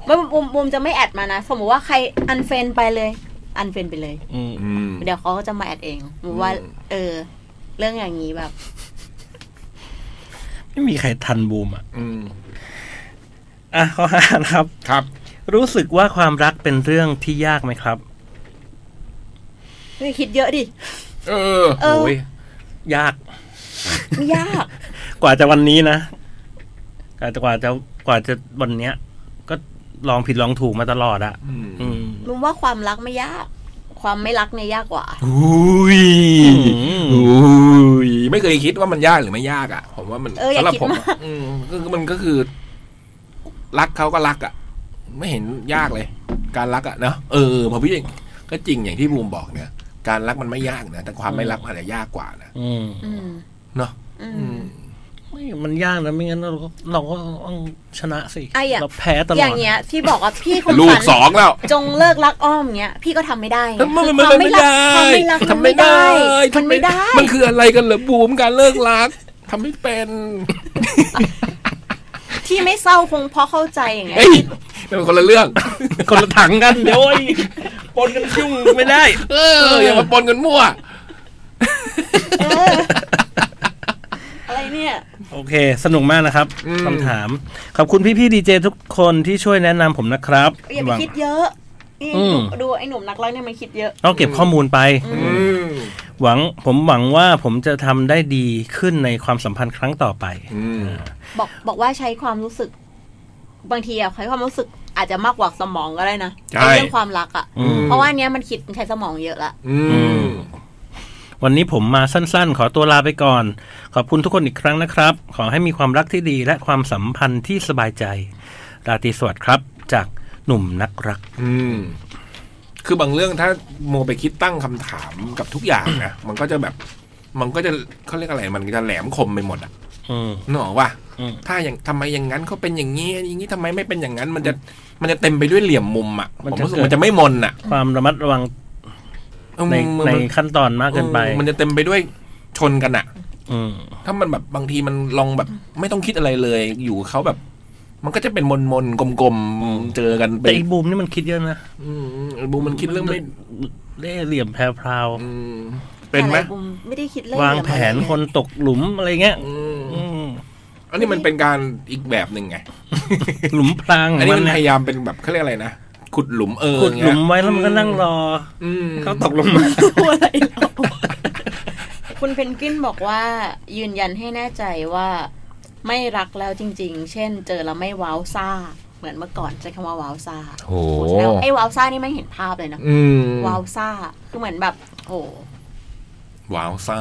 S5: ไม่บุมบุมจะไม่แอดมานะ สมมติว่าใครอันเฟนไปเลย อันเฟนไปเลย
S4: อืม
S3: อืม
S5: เดี๋ยวเขาก็จะมาแอดเองสมมติว่า
S3: อืม
S5: เออ เรื่องอย่างนี้แบบ
S4: ไม่มีใครทันบูมอ่ะ
S3: อืม
S4: อ่ะข้อห้านะครับ
S3: ครับ
S4: รู้สึกว่าความรักเป็นเรื่องที่ยากไหมครับ
S5: เฮ้ยคิดเยอะดิ
S3: เออ
S5: เออ
S4: โอ้ยยาก
S5: ไม่ยาก
S4: กว่าจะวันนี้นะกว่าจะกว่าจะกว่าจะวันเนี้ย ก็ลองผิดลองถูกมาตลอดอะ
S3: อืม
S4: อืม
S5: มุมว่าความรักไม่ยาก ความไม่รักเนี่ยยากกว่า
S3: อุ้ยอุ้ยไม่เคยคิดว่ามันยากหรือไม่ยากอ่ะ ผมว่ามัน
S5: เอออย่า
S3: สำหรั
S5: คิด
S3: ผม
S5: มาก
S3: อะอืมคือมันก็คือ รักเขาก็รักอ่ะ ไม่เห็นยากเลย การรักอ่ะเนาะเออเออพอพี่เองก็จริงอย่างที่บูมบอกเนี่ยการรักมันไม่ยากนะแต่ความไม่รักมันอาจจะยากกว่านะ
S4: อืม
S5: อืม
S3: เนาะ
S5: อื
S3: อื
S5: ม
S3: ม
S4: ไม่มันยากนะไม่งั้นเราก็เราก็ต้องชนะสิ
S5: อ่ะอย่าง
S4: เราแพ้ตลอด
S5: อย่างเงี้ย ที่บอกว่าพี่คม
S3: ลู
S5: สั
S3: ก
S5: น
S3: สองแล้ว
S5: จงเลิกรักอ้อมเงี้ย พี่ก็ทำไม่ได้ไง
S3: มัน
S5: คือ
S3: มัน
S5: ความ
S3: ไม่
S5: ไม่รั
S3: ได้
S5: ความไม่รักมันไม่ได้ มันไม่ได้
S3: มันคืออะไรกันเหรอบูมการเลิกรักทำไม่เป็น
S5: ที่ไม่เศร้าคงเพราะเข้าใจอย่างเงี้ย
S3: เฮ้ยเป็นคนละเรื่อง
S4: คนละถังกันเดี๋ยวไอ้ปนกันยุ่งไม่ได้
S3: เอออย่ามาปนกันมั่ว
S5: เอออะไรเนี่ย
S4: โอเค สนุกมากนะครับ
S3: อืม
S4: คำถาม ขอบคุณพี่ๆดีเจทุกคนที่ช่วยแนะนำผมนะครับ
S5: อย่า
S4: ห
S5: ไป
S4: วัง
S5: คิดเยอะนี่
S4: อืม
S5: ดูไอ้หนุ่มนักรักเนี่ยมันคิดเยอะ
S4: ต้องเก็บข้อมูลไป
S3: อืม
S4: หวังผมหวังว่าผมจะทำได้ดีขึ้นในความสัมพันธ์ครั้งต่อไป
S3: อืม
S5: บอกบอกว่าใช้ความรู้สึก บางทีอะใช้ความรู้สึกอาจจะมากกว่าสมองก็ได้นะ
S3: ใช่
S5: เรื่องความรักอะ
S4: อืม
S5: เพราะว่าอันเนี้ยมันคิดใช้สมองเยอะละ
S3: อืม
S4: วันนี้ผมมาสั้นๆ ขอตัวลาไปก่อน ขอบคุณทุกคนอีกครั้งนะครับ ขอให้มีความรักที่ดีและความสัมพันธ์ที่สบายใจ ราตรีสวัสดิ์ครับ จากหนุ่มนักรัก
S3: อืมคือบางเรื่องถ้าโมไปคิดตั้งคำถามกับทุกอย่างนะมันก็จะแบบ มันก็จะเขาเรียกอะไร มันก็จะแหลมคมไปหมดอ่ะ
S4: อืม
S3: นึกออกว่า
S4: อืม
S3: ถ้าอย่างทำไมอย่างนั้นเขาเป็นอย่างนี้อย่างนี้ทำไมไม่เป็นอย่างนั้น มันจะมันจะเต็มไปด้วยเหลี่ยมมุมอ่ะผมรู้สึกมันจะไม่มนอ่ะ
S4: ความระมัดระวัง
S3: เออ
S4: ใน
S3: มั
S4: ในขั้นตอนมากเกินไป
S3: ออมันจะเต็มไปด้วยชนกันอ่ะ
S4: อืม
S3: ถ้ามันแบบบางทีมันลองแบบไม่ต้องคิดอะไรเลย อยู่กับเขาแบบ มันก็จะเป็นมนมนๆกลมๆเจอกันเป็
S4: แต่
S3: น
S4: อีกบูมนี่มันคิดเยอะนะ
S3: อืมบูมมันคิดเรื่องไม่
S4: เล่ห์เหลี่ยมแพรวพราว
S3: อืมเป็นไหม
S5: แต่ราไม่ได้คิดเรื่อง
S4: วางแผนคนตกหลุมอะไรเงี้ย
S3: อืม
S4: อืม
S3: อันนี้มันเป็นการอีกแบบหนึ่งไง
S4: หลุมพรางข
S3: อั
S4: อน ง
S3: นี้
S4: มั
S3: มันนพ
S4: เนี่ย
S3: ยายามเป็นแบบเขาเรียกอะไรนะขุดหลุมเออ
S4: ขุดหลุม
S3: เงี้ย
S4: ไว้แล้วมันก็นั่งรอ
S3: อืม
S4: เขาตกหลุมมา
S5: ตัวอะไรเนี่ย คุณเพนกวินบอกว่า ยืนยันให้แน่ใจว่า ไม่รักแล้วจริง ๆ เช่น เจอแล้วไม่ว้าวซ่า เหมือนเมื่อก่อนใช้คำว่าว้าวซ่า
S3: โอ้
S5: โอ้แล้วไอ้ว้าวซ่านี่ไม่เห็นภาพเลยนะ
S3: อืม
S5: ว้าวซ่าคือเหมือนแบบโอ้
S3: ว้าวซ่า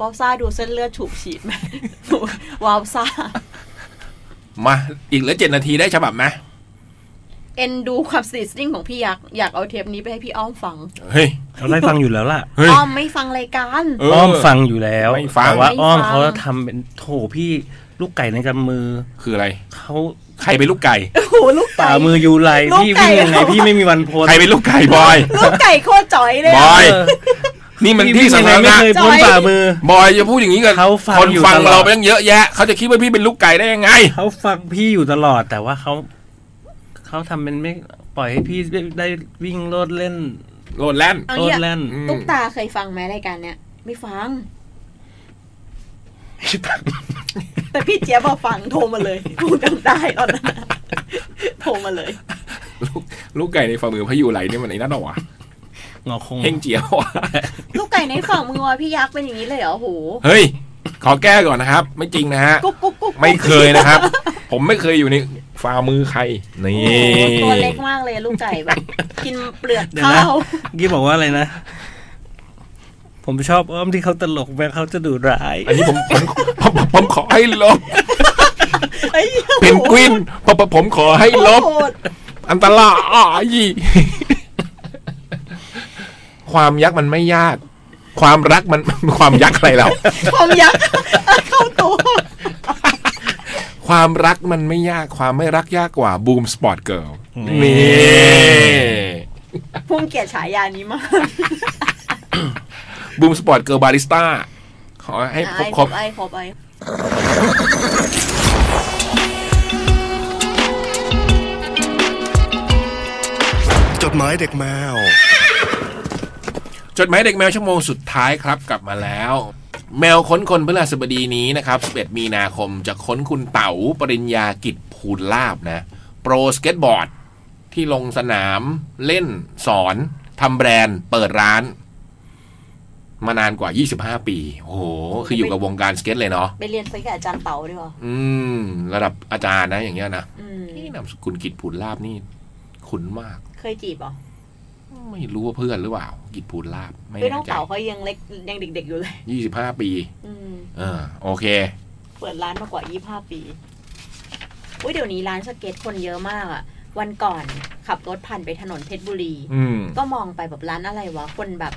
S5: วาวซ่าดูเส้นเลือดฉูกฉีดไหม วาวซ่า
S3: มาอีกเหลือเจ็ดนาทีได้ฉบับไหม
S5: เอ็นดูความสนิทสนิ่งของพี่ยักษ์ อยากเอาเทปนี้ไปให้พี่อ้อมฟัง
S3: เฮ้ย
S4: เราได้ฟังอยู่แล้วล่ะ
S3: เฮ้ย
S5: อ้อมไม่ฟังรายการ
S3: เอออ้
S4: อ้อมฟังอยู่แล้ว
S3: ไม่ฟัง
S4: แต่ว่า
S5: ไม่ฟัง
S4: อ้อมเขาทำเป็นโถพี่ลูกไก่ในกำมือ
S3: คืออะไร
S4: เขา
S3: ใครเป็นลูกไก่
S5: โอ้โหลูก
S4: ป่า
S5: ไก่
S4: มือยูไร
S5: ลูก
S4: พี่
S5: ไก่
S4: วิ่งยังไงพี่ไม่มีวันพ้น
S3: ใครเป็นลูกไก่บอย
S5: ลูกไก่โคตรจ๋อยเลย
S3: บ
S5: อะ
S3: อย
S4: เออ
S3: นี่มัน
S4: พี่
S3: ที่
S4: วิ่ง
S3: สำ
S4: ยังไง
S3: คัญนะ
S4: ไม่เคยพ้น
S5: จ่อย
S4: ป่ามือ
S3: บอยจะพูดอย่างนี้กัน
S4: เขาฟัง
S3: คน
S4: อยู่
S3: ฟัง
S4: ตลอด
S3: เราไปตั้งเยอะแยะ เขาจะคิดว่าพี่เป็นลูกไก่ได้ยังไง
S4: เขาฟังพี่อยู่ตลอดแต่ว่าเขาเขาทำเป็นไม่ปล่อยให้พี่ได้วิ่งโลดเล่น
S3: โลดแล่นด์
S5: เอา
S4: โล
S5: เนี่
S4: ด
S5: ย
S4: แล่น
S3: อืม
S5: ตุ๊กตาเคยฟังไหมรายการเนี้ย ไม่ฟัง แต่พี่เจี๊ยบพอฟังโทรมาเลยพูดกันได้ตอนนั้นอะโทรมาเลย
S3: ลูกลูกไก่ในฝ่ามือพายุไหลนี่มันไอ้นั่นเหรอวะ
S4: งอคง
S3: เฮงเจียววะ
S5: ลูกไก่ในฝั่งมือวะพี่ยักษ์เป็นอย่างนี้เลยเหรอโอ้โห
S3: เฮ้ย ขอแก้ก่อนนะครับ ไม่จริงนะฮะ
S5: กุ๊กกุ๊กกุ๊ก
S3: ไม่เคยนะครับ ผมไม่เคยอยู่ในฝ่ามือใคร นี่
S5: โอ้โหตัวเล็กมากเลยลูกไก่แบบ กินเปลือก
S4: เดี๋ยวนะ
S5: ข้าว
S4: เมื่อกี้บอกว่าอะไรนะ ผมชอบอ้อมที่เขาตลกแม้เขาจะดุร้าย
S3: อันนี้ผมผมผมผมขอให้ลบ เป็นกวินผมผมผมขอให้ลบ
S5: โหด
S3: อันตรายความยักษ์มันไม่ยาก ความรักมัน ความยักษ์อะไรเรา
S5: ความยักษ์ เข้าตัว
S3: ความรักมันไม่ยากความไม่รักยากกว่าบูมสปอร์ตเกิร์ล
S4: นี่
S3: นี่
S5: ภูมิเกียรติฉายานี้มาก
S3: บูมสปอร์ตเกิร์ลบาริสต้าขอให้ครบครบ
S5: ไอ้ครบไอ้
S2: จดหมายเด็กแมว
S3: จดหมายเด็กแมวชั่วโมงสุดท้ายครับกลับมาแล้ว แมวค้นคนพฤหัสบดีนี้นะครับ 11 มีนาคมจะค้นคุณเต๋าปริญญากิจภูลลาบนะ โปรสเก็ตบอร์ด ที่ลงสนามเล่นสอนทำแบรนด์เปิดร้าน มานานกว่า 25 ปี โอ้โห คืออยู่กับวงการสเก็ตเลยเนาะ
S5: ไปเรียนไปกับอาจารย์เต๋าดีกว่า
S3: อืม ระดับอาจารย์นะอย่างเงี้ยนะ
S5: อืม
S3: นี่นามสกุลกิจภูลลาบนี่ขุนมาก
S5: เคยจีบเหรอ
S3: ไม่รู้ว่าเพื่อนหรือเปล่า กิจภูลลาบไม่
S5: คือ
S3: แน่
S5: น้อง
S3: ใจ
S5: เต๋าเขายังเล็กยังเด็ก ๆอยู่เลย
S3: ยี่สิบห้าปี
S5: อืม
S3: เออโอเค
S5: เปิดร้านมากว่า 25 ปีอุ้ยเดี๋ยวนี้ร้านสเก็ตคนเยอะมากอะวันก่อนขับรถผ่านไปถนนเพชรบุรี
S3: อืม
S5: ก็มองไปแบบร้านอะไรวะ คนแบบ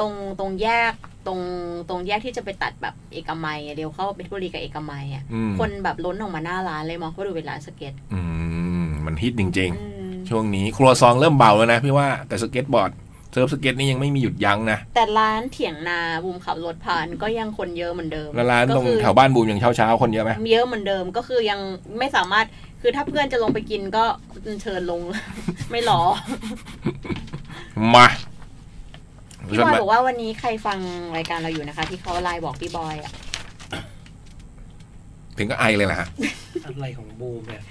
S5: ตรงตรงแยกตรงตรงแยกที่จะไปตัดแบบเอกมัยอะเดี๋ยวเข้าเพชรบุรีกับเอกมัยอะ
S3: อืม
S5: คนแบบล้นออกมาหน้าร้านเลยมองเขาดูเป็นร้านสเก็ต
S3: อืม มันฮิตจริง
S5: อืม
S3: ๆ ช่วงนี้ครัวซองเริ่มเบาแล้วนะพี่ว่าแต่สเก็ตบอร์ดเซิร์ฟสเก็ตนี่ยังไม่มีหยุดยั้งนะ
S5: แต่ร้านเถียงนาบูมขับรถผ่านก็ยังคนเยอะเหมือนเดิม
S3: แล้วร้านตรงแถวบ้านบูมยังเช้าเช้าๆคนเยอะไหม
S5: เยอะเหมือนเดิมก็คือยังไม่สามารถคือถ้าเพื่อนจะลงไปกินก็เชิญลง ไม่รอ
S3: มา
S5: พี่บอยบอกว่าวันนี้ใครฟังรายการเราอยู่นะคะ ที่เขาไลน์บอกพี่บอยอะ
S3: ถึงก็ไอเลยนะฮะ
S4: อะไรของบูมเนี่ย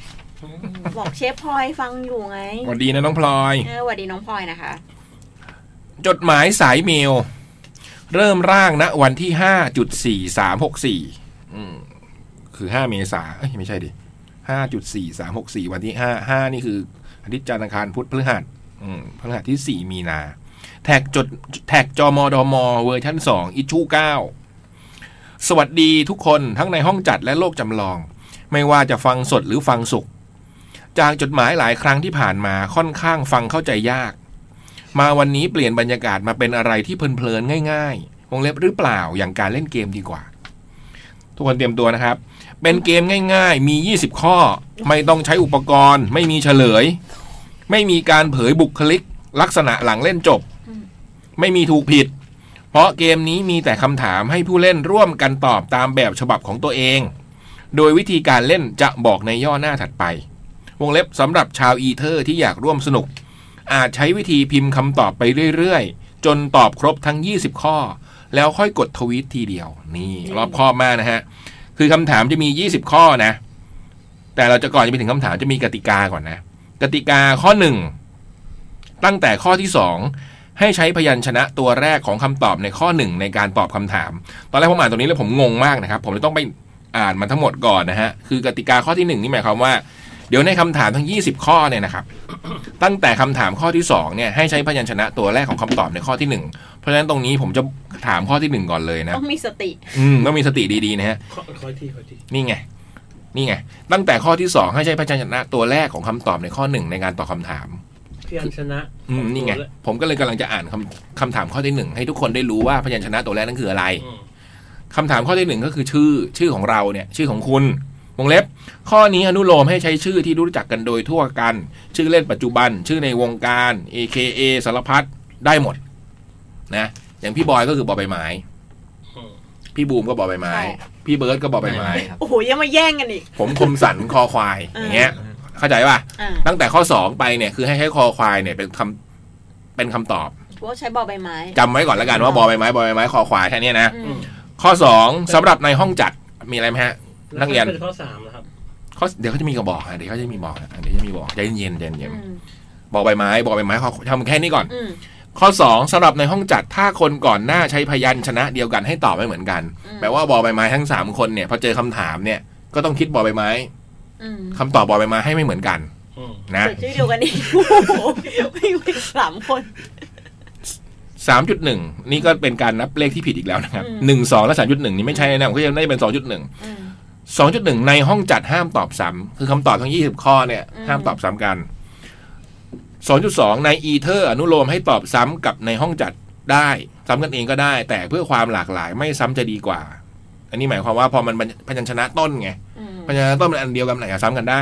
S5: บอกเชฟพลอยฟังอยู่ไง
S3: สวัสดีนะน้องพลอย
S5: เออสวัสดีน้องพลอยนะคะ
S3: จดหมายสายเมล เริ่มร่างณวันที่ห้าจุดสี่สามหกสี่คือห้าเมษาเอ้ยไม่ใช่ดิห้าจุดสี่สามหกสี่วันที่ห้าห้านี่คืออาทิตย์จันทร์อังคารพุธพฤหัสอืมพฤหัสที่สี่มีนา แท็กจดแท็กจอมอดอมอเวอร์ชันสองอิชูเก้าสวัสดีทุกคนทั้งในห้องจัดและโลกจำลอง ไม่ว่าจะฟังสดหรือฟังสุข จากจดหมายหลายครั้งที่ผ่านมาค่อนข้างฟังเข้าใจยาก มาวันนี้เปลี่ยนบรรยากาศมาเป็นอะไรที่เพลินๆง่ายๆ วงเล็บหรือเปล่าอย่างการเล่นเกมดีกว่า ทุกคนเตรียมตัวนะครับ เป็นเกมง่ายๆ มี 20 ข้อ ไม่ต้องใช้อุปกรณ์ ไม่มีเฉลย ไม่มีการเผยบุคลิก ลักษณะหลังเล่นจบ
S5: อืม
S3: ไม่มีถูกผิด เพราะเกมนี้มีแต่คำถามให้ผู้เล่นร่วมกันตอบตามแบบฉบับของตัวเอง โดยวิธีการเล่นจะบอกในย่อหน้าถัดไป วงเล็บสำหรับชาวอีเทอร์ที่อยากร่วมสนุก อาจใช้วิธีพิมพ์คำตอบไปเรื่อยๆ จนตอบครบทั้ง 20 ข้อ แล้วค่อยกดทวีตทีเดียว นี่รอบข้อบมากนะฮะ คือคำถามจะมี 20 ข้อนะ แต่เราจะก่อนจะไปถึงคำถามจะมีกติกาก่อนนะ กติกาข้อ 1 ตั้งแต่ข้อที่ 2 ให้ใช้พยัญชนะตัวแรกของคำตอบในข้อ 1 ในการตอบคำถาม ตอนแรกผมอ่านตรงนี้แล้วผมงงมากนะครับ ผมเลยต้องไปอ่านมันทั้งหมดก่อนนะฮะ คือกติกาข้อที่ 1 นี่หมายความว่า เดี๋ยวในคำถามทั้ง 20 ข้อเนี่ยนะครับ ตั้งแต่คำถามข้อที่2เนี่ยให้ใช้พยัญชนะตัวแรกของคำตอบในข้อที่ 1 เพราะฉะนั้นตรงนี้ผมจะถามข้อทีหนึ่1 ก่อนเลยนะ
S5: ต้องมีสติ
S3: อืมต้องมีสติดีๆนะฮะ
S4: ขอขออีกทีขออีกที
S3: นี่ไง นี่ไง ตั้งแต่ข้อที่สองให้ใช้พยัญชนะตัวแรกของคำตอบในข้อหนึ่งในการตอบคำถาม
S4: พี่อันชนะ
S3: อืม นี่ไง ผมก็เลยกำลังจะอ่านคำคำถามข้อที่หนึ่งให้ทุกคนได้รู้ว่าพยัญชนะตัวแรกนั้นคืออะไร
S4: อืม
S3: คำถามข้อที่หนึ่งก็คือชื่อ ชื่อของเราเนี่ย ชื่อของคุณวงเล็บ ข้อนี้อนุโลมให้ใช้ชื่อที่รู้จักกันโดยทั่วกัน ชื่อเล่นปัจจุบัน ชื่อในวงการ AKA สารพัดได้หมด นะ อย่างพี่บอยก็คือบอใบไม้
S4: อืม
S3: พี่บูมก็บอใบไม้
S5: ใช่
S3: พี่เบิร์ดก็บอใบไม้
S5: โอ้โหยังมาแย่งกันอีก
S3: ผมคมสันคอควายอย่างเงี้ย เข้าใจป่ะ
S5: อ่า
S3: ตั้งแต่ข้อ 2 ไปเนี่ยคือให้ใช้คอควายเนี่ยเป็นคำเป็นคำตอบ
S5: เพราะว่าใช้บอใบไม้
S3: จำไว้ก่อนแล้วกันว่าบอใบไม้บอใบไม้คอควายแค่เนี้ยนะ
S5: อื
S4: อื
S5: ม
S4: ม
S3: ข้อ 2สำหรับในห้องจัดมีอะไรไหมฮะ นักเรียน
S4: แล้วเป็นข้อสามนะครับ
S3: ข้อเดี๋ยวเขาจะมีกระบอกฮะเดี๋ยวเขาจะมีบอกฮะเดี๋ยวจะมีบอกใจเย็นๆใจเย็น
S5: อืม
S3: ๆบอใบไม้บอใบไม้คอทำแค่นี้ก่อน
S5: อืม
S3: ข้อ 2สำหรับในห้องจัดถ้าคนก่อนหน้าใช้พยัญชนะเดียวกันให้ตอบไม่เหมือนกัน
S5: อืม
S3: แปลว่าบอใบไม้ทั้งสามคนเนี่ยพอเจอคำถามเนี่ยก็ต้องคิดบอใบไม้
S5: อืม
S3: คำตอบบอใบไม้ให้ไม่เหมือนกัน
S4: อืม
S3: นะ
S5: เปิดชื่อเดียวกันอีกโอ้โหไม่ไม่สามคน
S3: สามจุดหนึ่งนี่ก็เป็นการนับเลขที่ผิดอีกแล้วนะครับ
S5: อืม
S3: หนึ่งสองและสามจุดหนึ่งนี่ไม่ใช่นะผมก็จะได้เป็นสองจุดหนึ่ง
S5: อืม
S3: สองจุดหนึ่งในห้องจัดห้ามตอบซ้ำคือคำตอบทั้งยี่สิบข้อเนี่ย
S5: อืม
S3: ห้ามตอบซ้ำกันสองจุดสองในอีเทอร์อนุโลมให้ตอบซ้ำกับในห้องจัดได้ซ้ำกันเองก็ได้ แต่เพื่อความหลากหลายไม่ซ้ำจะดีกว่า อันนี้หมายความว่าพอมันพยัญชนะต้นไง
S5: อืม
S3: พยัญชนะต้นมันอันเดียวกันไหนอะซ้ำกันได้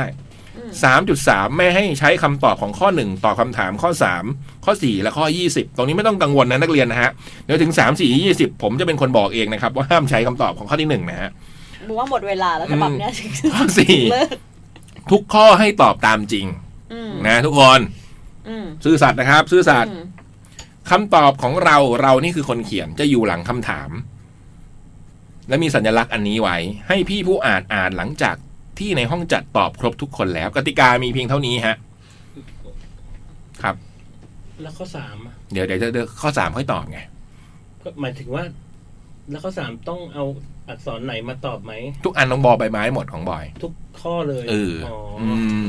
S5: อืม
S3: 3.3 ไม่ให้ใช้คำตอบของข้อ 1 ต่อคำถามข้อ 3 ข้อ 4 และข้อ 20 ตรงนี้ไม่ต้องกังวลนะนักเรียนนะฮะ เดี๋ยวถึง 3 4 20 ผมจะเป็นคนบอกเองนะครับ ว่าห้ามใช้คำตอบของข้อที่ 1 นะฮะ
S5: บอกว่าหมดเวลาแล้วฉบับเนี้ย
S3: ข้อ 4
S5: เลิก
S3: ทุกข้อให้ตอบตามจริง
S5: อืม
S3: นะทุกคน
S5: อืม
S3: ซื่อสัตย์นะครับ ซื่อสัตย์
S5: อืม
S3: คำตอบของเราเรานี่คือคนเขียนจะอยู่หลังคำถาม และมีสัญลักษณ์อันนี้ไว้ ให้พี่ผู้อ่านอ่านหลังจากที่ในห้องจัดตอบครบทุกคนแล้ว กติกามีเพียงเท่านี้ฮะ ครับ
S4: แล้วข้อสามอะ
S3: เดี๋ยวเดี๋ยวจะเดี๋ยวข้อสามค่อยตอบไง
S4: ก็หมายถึงว่า แล้วข้อสามต้องเอาอักษรไหนมาตอบไหม
S3: ทุกอันน้องบอใบไม้หมดของบอย
S4: ทุกข้อเลย
S3: เออ
S4: อ
S3: อืม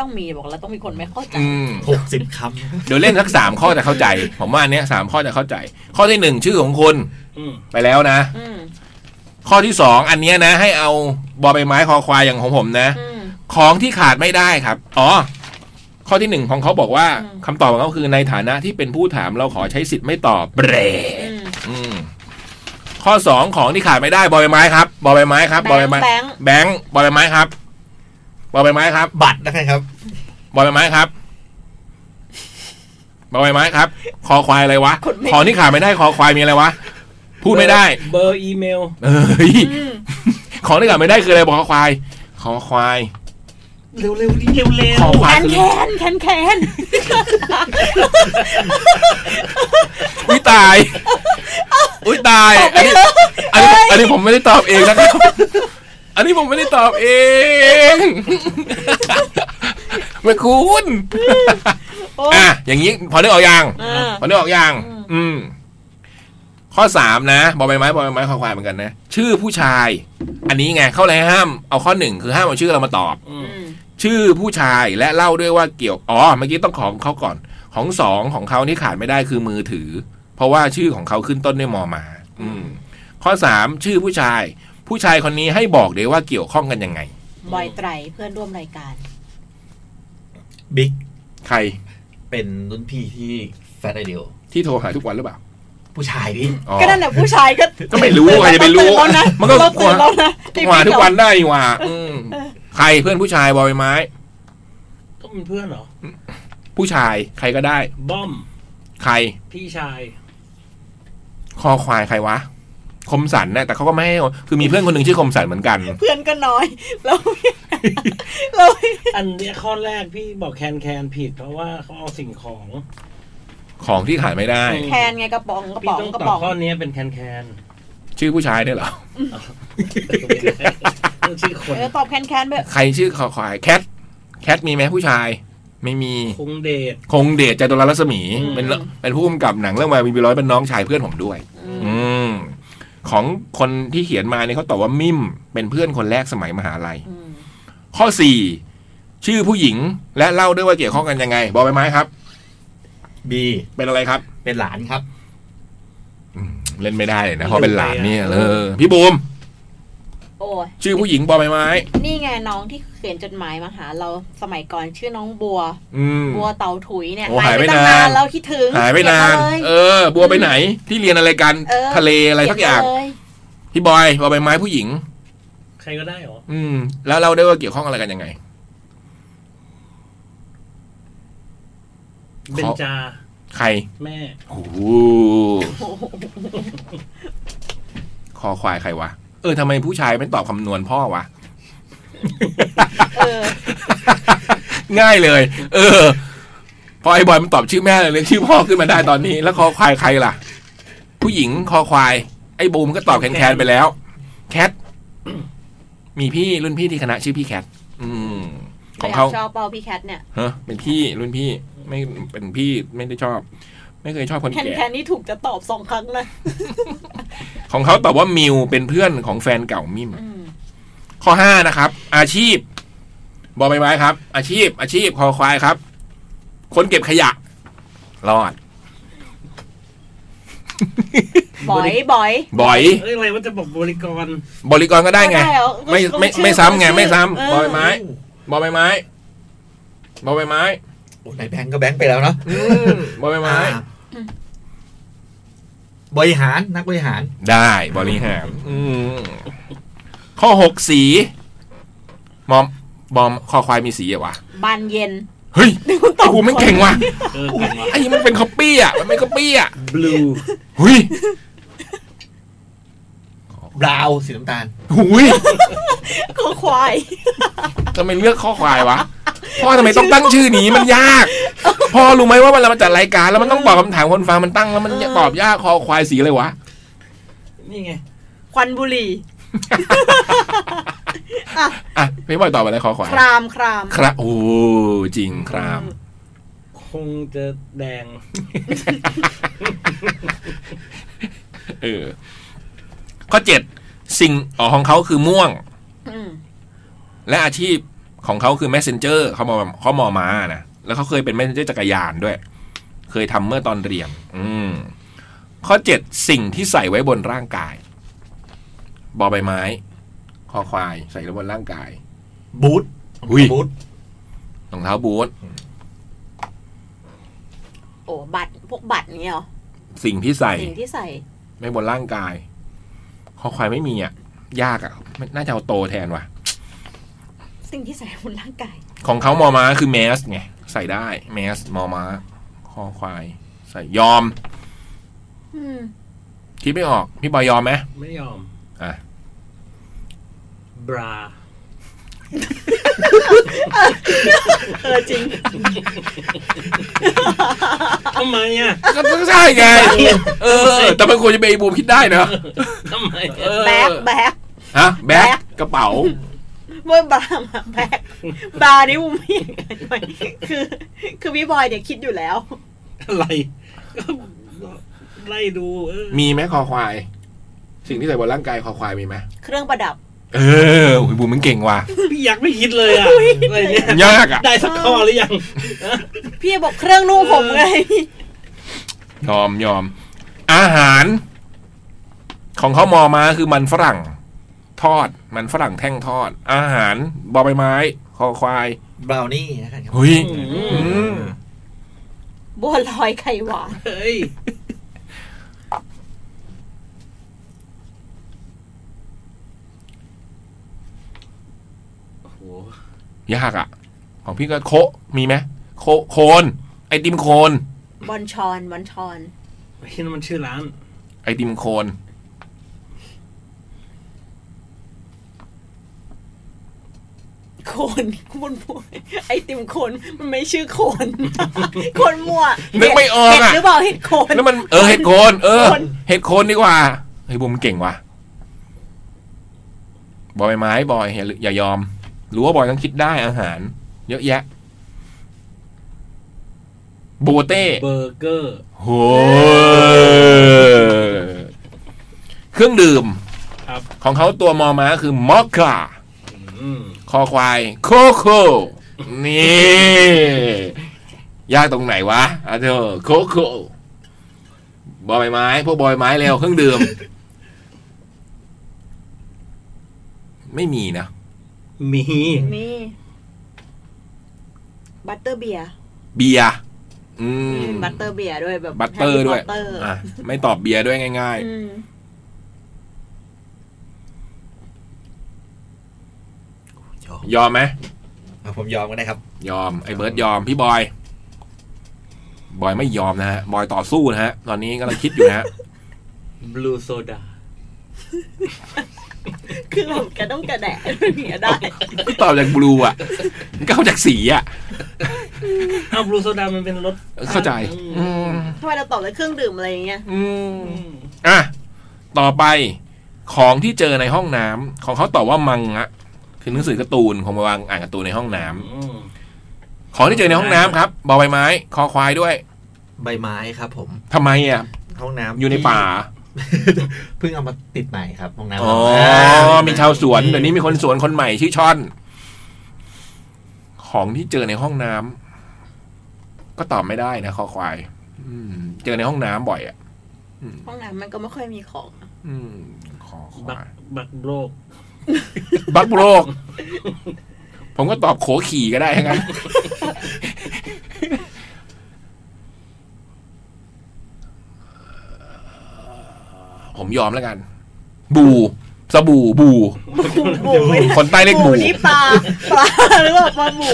S5: ต้องมีบอกแล้วต้องมีคนไม่เข้าใจ
S3: อืม
S6: หกสิบค
S3: เดี๋ยวเล่นสักสามข้อจะเข้าใจ ผมว่าอันเนี้ยสามข้อจะเข้าใจ ข้อที่หนึ่งชื่อของคุณ
S4: อืม
S3: ไปแล้วนะ
S5: อืม
S3: ข้อที่สองอันเนี้ยนะ ให้เอาบอใบไม้คอควายอย่างของผมนะ
S5: อืม
S3: ของที่ขาดไม่ได้ครับ อ๋อ ข้อที่หนึ่งของเขาบอกว่า
S5: อืม
S3: คำตอบของเขาคือในฐานะที่เป็นผู้ถามเราขอใช้สิทธิ์ไม่ตอบเบร
S5: อืม
S3: อืม ข้อสองของที่ขาดไม่ได้บอใบไม้ครับบอใบไม้ครับบอใบไม้
S5: แบงค์
S3: แบงค์บอใบไม้ครับบอใบไม้ครับ
S6: ำบัตรนะครับ
S3: บอใบไม้ครับบอใบไม้ครับ คอควายอะไรวะ
S5: คนไม่
S3: ขอนี่ขาดไม่ได้คอควายมีอะไรวะ พูดไม่ได้
S4: เบอร์อีเมล
S3: เอ้ย
S5: อืม
S3: ของที่ขาดไม่ได้คืออะไรบอกคอควาย คอควาย
S6: เร็วเร็วๆนี่เร็วเร็ว
S3: คอควา
S5: แค
S3: ย
S5: น
S3: คือ
S5: แคนแคนแคน
S3: อุ้ยตาย อุ้ยตาย อันนี้อันนี้อันนี้ผมไม่ได้ตอบเองนะครับ อันนี้ผมไม่ได้ตอบเองไม่คุณ
S5: โอ อ้ย
S3: อ่ะอย่างนี้พอนึกออกยัง
S5: อ่า
S3: พอนึกออกยังอืม ข้อสามนะบอใบไม้บอใบไม้คอควายเหมือนกันนะชื่อผู้ชาย อันนี้ไงเข้าเลยห้ามเอาข้อหนึ่งคือห้ามเอาชื่อเรามาตอบ
S5: อืม
S3: ชื่อผู้ชายและเล่าด้วยว่าเกี่ยวอ๋อเมื่อกี้ต้องของเขาก่อน ของสองของเขาที่ขาดไม่ได้คือมือถือ เพราะว่าชื่อของเขาขึ้นต้นด้วยมอมา อืม ข้อสามชื่อผู้ชาย ผู้ชายคนนี้ให้บอกเลยว่าเกี่ยวข้องกันยังไง
S5: บอยไตรเพื่อนร่วมรายการ
S6: บิ๊ก
S3: ใคร
S6: เป็นรุ่นพี่ที่แฟนไอเดียว
S3: ที่โทรหาทุกวันหรือเปล่า
S6: ผู้ชายพี่
S3: อ๋อ
S5: ก็นั่นแหละผู้ชายก็
S3: ก็ไม่รู้ใครจะไปรู้
S5: เราตื่นแล้วนะ
S3: มันก็
S5: เราตื่นแล้วนะ
S3: โทรหาทุกวันได้นี่หว่าอืมใครเพื่อนผู้ชายบอยไม้
S4: ก็เป็นเพื่อนเหรอ
S3: ผู้ชายใครก็ได้
S4: บ้อม
S3: ใคร
S4: พี่ ชาย
S3: คอควายใครวะ คมสันนะแต่เขาก็ไม่ให้คือมีเพื่อนคนหนึ่งชื่อคมสันเหมือนกัน
S5: เพื่อนก็น้อยแล้ว เรา
S4: อันเนี้ยข้อแรกพี่บอกแคนแคนผิด เพราะว่าเขาเอาสิ่งของ
S3: ของที่ขาดไม่ได้
S5: แทนไงกระป๋องกระ
S4: พี่
S5: ป๋อง
S4: ต้อง
S5: กระ
S4: ต
S5: ป๋
S4: อ
S5: อบ ง
S4: ข้อเนี้ยเป็นแคนแคน
S3: ชื่อผู้ชายเนี่ยเหรอ
S4: ต้องชื่อคน
S5: เออตอบแคนแคนๆไป
S3: ใครชื่อคอควายแคทแคทมีไหมผู้ชาย ไม่มี
S4: คงเดช
S3: คงเดชจตุรรัศมี
S4: อืม
S3: เป็นเลเป็นผู้กำกับหนังเรื่องวายวิวร้อยเป็นน้องชายเพื่อนผมด้วย อืมของคนที่เขียนมาเนี่ยเขาตอบว่ามิมเป็นเพื่อนคนแรกสมัยมหาลัย
S5: อืม
S3: ข้อสี่ชื่อผู้หญิงและเล่าด้วยว่าเกี่ยวข้องกันยังไงบอใบไม้ครับ
S6: บี
S3: เป็นอะไรครับ
S6: เป็นหลานครับ
S3: อืมเล่นไม่ได้เลยนะเพราะเป็นหลานเนี่ยเออพี่บูม
S5: โอ้ย
S3: ชื่อผู้หญิงบอใบไม้
S5: นี่ไงน้องที่เขียนจดหมายมาหา เราสมัยก่อนชื่อน้องบัว
S3: อืม
S5: บัวเต่าถุยเนี่ย
S3: โอ้หายไป
S5: ตั้ง
S3: นาน
S5: เราคิดถึง
S3: หายไปนาน
S5: เก็บมเลย
S3: เออ บัวไปไหน ที่เรียนอะไรกัน
S5: เออ
S3: ทะเลอะไรสักอย่าง
S5: เบมเล
S3: พี่บอยบอใบไม้ผู้หญิง
S4: ใครก็ได้เหรอ
S3: อืม แล้วเราได้ว่าเกี่ยวข้องอะไรกันยังไง
S4: เบนจา
S3: ใคร
S4: แม่
S3: โอ้โหคอควายใครวะ เออทำไมผู้ชายไม่ตอบคำนวณพ่อวะ
S5: เออ
S3: ง่ายเลย เออ พอไอ้บอยมันตอบชื่อแม่เลยเรียกชื่อพ่อขึ้นมาได้ตอนนี้ แล้วคอควายใครล่ะ ผู้หญิงคอควาย ไอ้บูมก็ตอบแคนแคนๆไปแล้ว แคท มีพี่รุ่นพี่ที่คณะชื่อพี่แคท อืม ของเขา
S5: ชอบเปาพี่แคทเนี่ย
S3: ฮะเป็นพี่รุ่นพี่ไม่เป็นพี่ไม่ได้ชอบ ไม่เคยชอบคน
S5: แคน
S3: แก่
S5: แคนนี่ถูกจะตอบสองครั้งนะ
S3: ของเขาตอบว่ามิวเป็นเพื่อนของแฟนเก่ามิมข้อห้านะครับ อาชีพ บอใบไม้ครับ อาชีพ อาชีพคอควายครับ คนเก็บขยะ รอด
S5: บอยบอย
S3: บ่อย
S4: เอ้ยอะไรว่าจะบอกบริกร
S3: บริกรก็ได้ไง
S5: เหรอ
S3: ไม่ไม่
S5: ชื่อ
S3: ไม่ซ้ำไง
S5: ชื่
S3: ไม่ซ้ำบอใบไม้ บอใบไม้ บอใบไม้
S6: โอ้ยไหนแบงก์ก็แบงก์ไปแล้วเนาะ
S3: อืมบอใบไม้
S6: อ่าบริหารนักบริหาร
S3: ได้บริหารอืมข้อหกสีมอมบอมคอควายมีสีเหรอะวะ
S5: บานเย็น
S3: เฮ้ย
S5: คุณต
S3: ไอ้
S5: อบ
S3: กูไม่เก่งว่ะ
S4: เออเก่งว่ะ
S3: ไอ้นี่มันเป็นคัปปี้อ่ะ มันไม่คัปปี้อ่ะ
S4: บลู
S3: เฮ้ย
S6: บราวน์สีน้ำตาล
S3: หุย
S5: ก็ควาย
S3: ทำไมเลือกข้อควายวะ พ่อทำไมต้องตั้งชื่อนี้มันยาก พ่อรู้ไหมว่าเวลามันจัดรายการ แล้วมันต้องตอบคำถามคนฟังมันตั้งแล้วมัน
S5: เออ
S3: ตอบยากคอควายสีอะไรวะ
S4: นี่ไง
S5: ควันบุหรี่
S3: อ่ะพี่บอยตอบอะไรคอควาย
S5: ครามคราม
S3: ครับโอ้จริงครับ
S4: คงจะแดง
S3: เออข้อเจ็ดสิ่งอ๋อของเขาคือม่วง
S5: อืม
S3: และอาชีพของเขาคือ messenger เขามอเขามอมานะ แล้วเขาเคยเป็น messenger จักรยานด้วย เคยทำเมื่อตอนเรียน อืม ข้อเจ็ดสิ่งที่ใส่ไว้บนร่างกาย บอใบไม้ คอควาย ใส่ไว้บนร่างกาย
S6: บูท
S3: อุ้ย
S6: บูท
S3: รองเท้าบูท
S5: โอ้บัตรพวกบัตรนี้ยเหรอ
S3: สิ่งที่ใส่
S5: สิ่งที่ใส่
S3: ไม่บนร่างกาย คอควายไม่มีอ่ะ ยากอ่ะมันน่าจะเอาโตแทนว่ะ
S5: สิ่งที่ใส่บนร่างกาย
S3: ของเขามอม้าคือแมสไง ใส่ได้แมสมอม้า คอควาย ใส่ยอม
S5: อืม
S3: คิดไม่ออก พี่บอยยอมไหม
S4: ไม่ยอม
S3: อ่ะ
S4: บรา
S5: เออจริง
S4: ทำไมอ่ะ
S3: ก็ต้องใช่ไง เออ แต่มันควรจะเป็นไอ้บูมคิดได้เนอะ
S4: ทำไม
S3: เออ
S5: แบกแบก
S3: ฮะ แบ็ค
S5: แบ็ค
S3: กระเป๋า
S5: เมื่อบาร์มาแบกบาร์นี่มุมพี่อย่างนั้นไหมคือ คือพี่บอยเนี่ยคิดอยู่แล้ว
S7: อะไรก็ไล่ดูเออ
S3: มีไหมคอควาย สิ่งที่ใส่บนร่างกายคอควายมีไหม
S5: เครื่องประดับ
S3: เออโอ้ยบูมมันเก่งว่ะ
S7: พี่ยักษ์ไม่คิดเลยอ่ะอะไรเนี่ย
S3: ยากอ่ะ
S7: ได้สักข้อหรือยัง
S5: พี่บอกเครื่องนุ่งผมไง
S3: ยอมยอม อาหาร ของเขามอมาคือมันฝรั่ง ทอดมันฝรั่งแท่งทอด อาหารบอใบไม้ คอควาย
S6: บราวนี่นะครับ
S3: เฮ้ย
S7: อื
S3: อืม
S5: บัวลอยไข่หวาน
S7: เฮ้ยโอ้โห
S3: ยากอ่ะ ของพี่ก็โคะมีไหมโคะโคน ไอติมโคน
S5: บอนชอนบอนชอน
S7: เฮ้ยนั่นมันชื่อร้าน
S3: ไอติมโคน
S5: โคนคุณพูดไอติมโคน มันไม่ชื่อโคน โคนมั่ว
S3: นึกไม่ออก
S5: เห็ด
S3: อ่ะ
S5: หรือเปล่าเห็ดโคน
S3: นั่นมันเออเห็ดโคนเออ
S5: โคน
S3: เห็ดโคนดีกว่าเฮ้ยบูมเก่งว่ะบอยไม้บอยอย่าอย่ายอม รู้ว่าบอยต้องคิดได้อาหาร เยอะแยะโบเต้
S7: เบอร์เกอร์
S3: โหเครื่องดื่ม
S7: ครับ
S3: ของเขาตัวมอม้าคือมอคค่า
S7: อืม
S3: คอควาย โคโค่นี่ยากตรงไหนวะอ่ะเธอโคโค่บอยไม้ พวกบอยไม้เร็วเครื่องดื่ม ไม่มีนะ
S7: มี
S5: นี่บัตเตอร์เบียร์
S3: เบียร์อืม
S5: บัตเตอร์เบียร์ด้วยแบบ
S3: บัตเตอร์ด้วย
S5: แฮบัตเตอร์
S3: อ่ะไม่ตอบเบียร์ด้วยง่าย
S5: อืม
S6: ยอม
S3: ๆ ยอมไหม
S6: อ่ะผมยอมก็ได้ครับ
S3: ยอมไอ้เบิร์ดยอมพี่บอย บอยไม่ยอมนะฮะ บอยต่อสู้นะฮะ ตอนนี้กำลังคิดอยู่นะฮะ
S7: บลูโซดา
S5: คือแบบแกต้องกระแดะอย่างเงี้ยได้
S3: ก็ตอบจากบลูอ่ะก็เข้าจากสีอ่ะ
S7: อ้าวบลูโซดามันเป็นรส
S3: เข้าใจ อืม
S5: ทำไมเราตอบเลยเครื่องดื่มอะไรอย่างเงี้ย
S3: อืมอ่ะ ต่อไป ของที่เจอในห้องน้ำของเขาตอบว่ามังอะคือหนังสือการ์ตูนของมาวางอ่านการ์ตูนในห้องน้ำ
S7: อืม
S3: ของที่เจอในห้องน้ำครับบอใบไม้ คอควายด้วย
S6: ใบไม้ครับผม
S3: ทำไมอ่ะ
S6: ห้องน้ำ
S3: อยู่ในป่า
S6: เพิ่งเอามาติดใหม่ครับห้องน้ำ
S3: อ๋อ มีชาวสวน เดี๋ยวนี้มีคนสวนคนใหม่ชื่อช่อน ของที่เจอในห้องน้ำก็ตอบไม่ได้นะคอควายอืม เจอในห้องน้ำบ่อยอ่ะ อืม
S5: ห้องน้ำมันก็ไม่ค่อยมีของ
S3: อืมคอค
S7: บัก
S3: วาย
S7: บักโบรก
S3: บักโลก ผมก็ตอบโขขี่ก็ได้งั้นผมยอมแล้วกัน บูสบู่บู
S5: หมูไม่ได้
S3: คนใต้เรียก
S5: หมู
S3: บู
S5: นี่ปลาปลาหรือเปล่าปลาหมู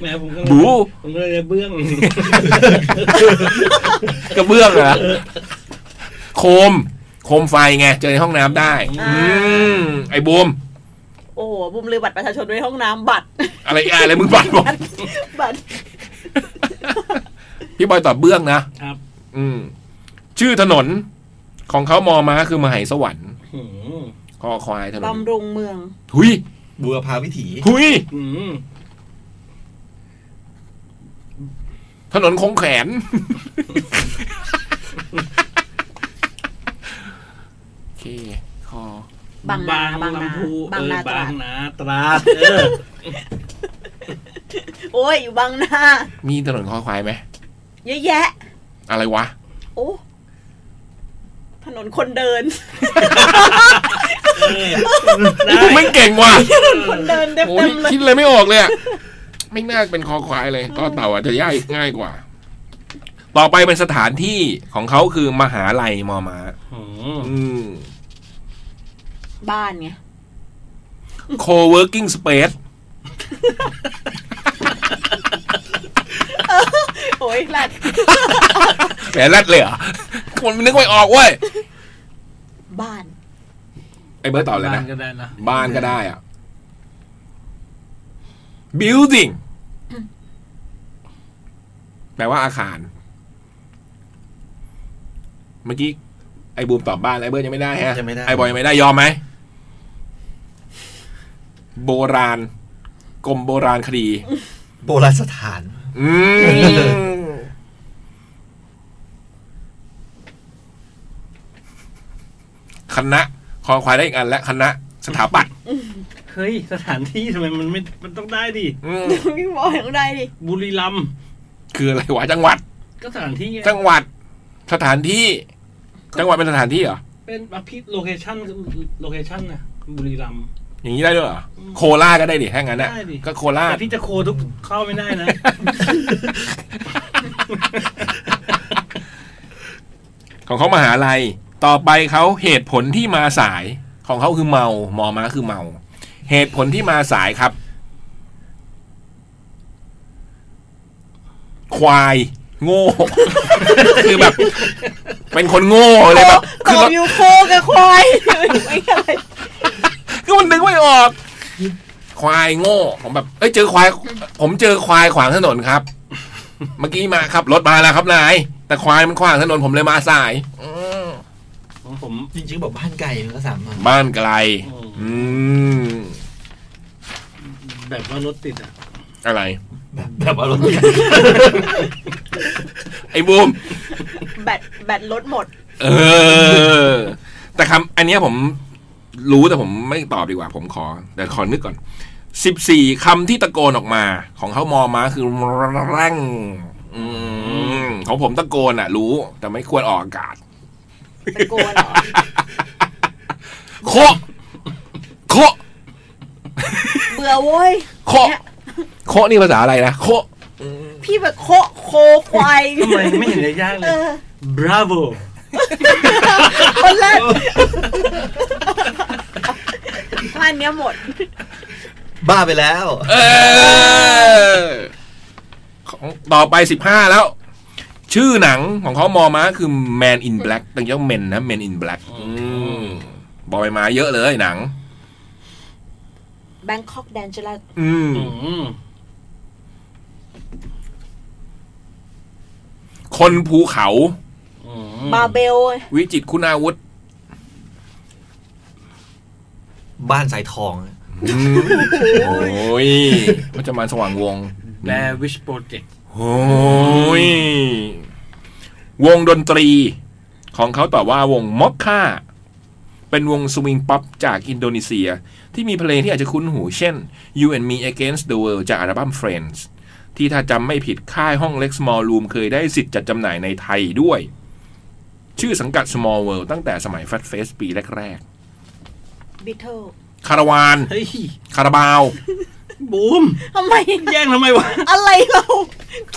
S7: แหม่ผมก็
S3: บู
S7: ผมก็เลยเบื้อง
S3: กระเบื้องเหรอโคม โคมไฟไง เจอในห้องน้ำได้ อืม ไอ้บูม
S5: โอ้โหบุมลืมบัตรประชาชนไว้ในห้องน้ำบัตร
S3: อะไรอะไรมึงบัดบอก
S5: บัตร
S3: พี่บอยตอบเบื้องนะครับ อืม ชื่อถนน ของเขามอมาคือมหายสวรรค์
S7: หืม
S3: คอควายถนน
S5: บำรุงเมือง
S3: หุย
S6: บัวพาวิถี
S3: หุย
S7: หืม
S3: ถนนคงแขน โอเคคอบ
S5: างนา
S7: บา
S5: บาง งนา
S7: ลำพู
S5: บาง
S7: เออ
S5: นาต
S7: บา
S5: ราด
S7: งนาตราดเออ
S5: โอ้ยอยู่บางนา
S3: มีถนนคอควายไหม
S5: เยอะแยะ
S3: อะไรวะ
S5: โอ้ถนนคนเดิน
S7: เออได้
S3: ไม่เก่งว่ะ
S5: คนเดินเต็ม
S3: โอ้
S5: เต็
S3: ย
S5: มเลย
S3: คิดอะไรไม่ออกเลยอะไม่น่าเป็นคอควายเลยต่อเต่าอาจจะยากง่ายกว่า ต่อไปเป็นสถานที่ของเขาคือมหาลัยมอมา
S7: หืม
S3: อืม
S5: บ้านไง
S3: co-working space
S5: โอ้ยแหลัด
S3: แหมรัดเลยเหรอคนนึกไม่ออกเว้ย
S5: บ้าน
S3: ไอ้เบิร์ดตอบเลย
S4: บ้าน
S3: นะ
S4: ก็ได้นะ
S3: บ้านก็ได้อ่ะ building แปลว่าอาคาร เมื่อกี้ไอ้บูมตอบบ้านไอ้เบิร์ดยังไม่ได้ฮะ
S6: ยังไม่ได้
S3: ไอ้บอยยังไม่ได้ยอมไหม โบราณกรมโบราณคดี
S6: โบราณสถาน
S3: อืม คณะ คอควายได้อีกอันและคณะสถาปัตย์
S4: เฮ้ย สถานที่ทำไมมันไม่มันต้องได้ดิ
S3: อืม
S5: พี่บอยต้องได้ดิ
S4: บุรีรัมย์
S3: คืออะไรวะจังหวัด
S4: ก็สถานที่ไง
S3: จังหวัด สถานที่ จังหวัดเป็นสถานที่เหรอ
S4: เป็นอภิโลเคชั่นโลเคชั่นนะบุรีรัมย์
S3: อย่างนี้ได้ด้วยเหรอ โคราชก็ได้ดิถ้างั้นน่ะ
S4: ได้ดิ
S3: ก็โคราช
S4: แต่พี่จะโคทุกเข้าไม่ได้ นะ
S3: ของเขามหาลัย ต่อไปเขาเหตุผลที่มาสาย ของเขาคือเมาหมอมาคือเมา เหตุผลที่มาสายครับ ควาย โง่ คือแบบ เป็นคนโง่เลยแบบ
S5: ต
S3: คือร
S5: อบ
S3: ถ
S5: อยู่โคกับค วายไม่อะไร
S3: คือมันนึกไม่ออก ควายโง่ผมแบบเอ้ยเจอควาย ผมเจอควายขวางถนนครับ เมื่อกี้มาขับรถมาแล้วครับนายแต่ควายมันขวางถนนผมเลยมาสาย อืม
S4: ของผม
S6: จริงๆบอกบ้านไก่มันก็สามพัน
S3: บ้านไกล
S4: อืม
S3: อืม
S4: แบบว่ารถติดอ่ะ
S3: อะไร
S6: แบบแบบ ว่ารถ
S3: ไอ้บูม
S5: แบตแบตลดหมด
S3: เออ แต่คำอันเนี้ยผมรู้แต่ผมไม่ตอบดีกว่า ผมขอ แต่ขอนึกก่อน สิบสี่คำที่ตะโกนออกมา ของเขามอมาคือแร่งอืมของผมตะโกนอ่ะ รู้ แต่ไม่ควรออกอากาศ
S5: ตะโกนเหรอ
S3: โคโค
S5: เบื่อโว้ย
S3: โคโคนี่ภาษาอะไรนะโค
S5: พี่แบบโคโคควาย
S4: ทำไมไม่เห็นจะยากเล
S5: เอย อ
S4: bravo
S5: คนแรก ท่านเนี้ยหมด
S6: บ้าไปแล้ว
S3: เออของต่อไปสิบห้าแล้ว ชื่อหนังของเขามอมาคือ Man in Black ตั้งเจ้า Men นะ Men in Black อืมบอยมาเยอะเลยหนัง
S5: แบงคอกแดนจลา
S3: อืม
S4: อืม
S3: คนภูเขา
S4: อืม
S5: บาเบล
S3: วิจิตรคุณอาวุธ
S6: บ้านสายทอง
S3: อืมโอ้ ยพระจะมาสว่างวง
S4: แบร์วิชโปรเจกต์
S3: โอ้ยวงดนตรี ของเขาต่อว่าวงม็อกค่า เป็นวงสวิงป๊อปจากอินโดนีเซีย ที่มีเพลงที่อาจจะคุ้นหูเช่น You and Me Against the World จากอัลบั้ม Friends ที่ถ้าจำไม่ผิดค่ายห้องเล็ก Small Room เคยได้สิทธิ์จัดจำหน่ายในไทยด้วย ชื่อสังกัด Small World ตั้งแต่สมัย Fat Face ปีแรก
S5: บิทเทิล
S3: ๆ คาราวาน
S4: เฮ้ย
S3: คาราบาว
S4: บูม
S5: ทำไม
S4: แย่งทำไมวะ
S5: อะไรเรา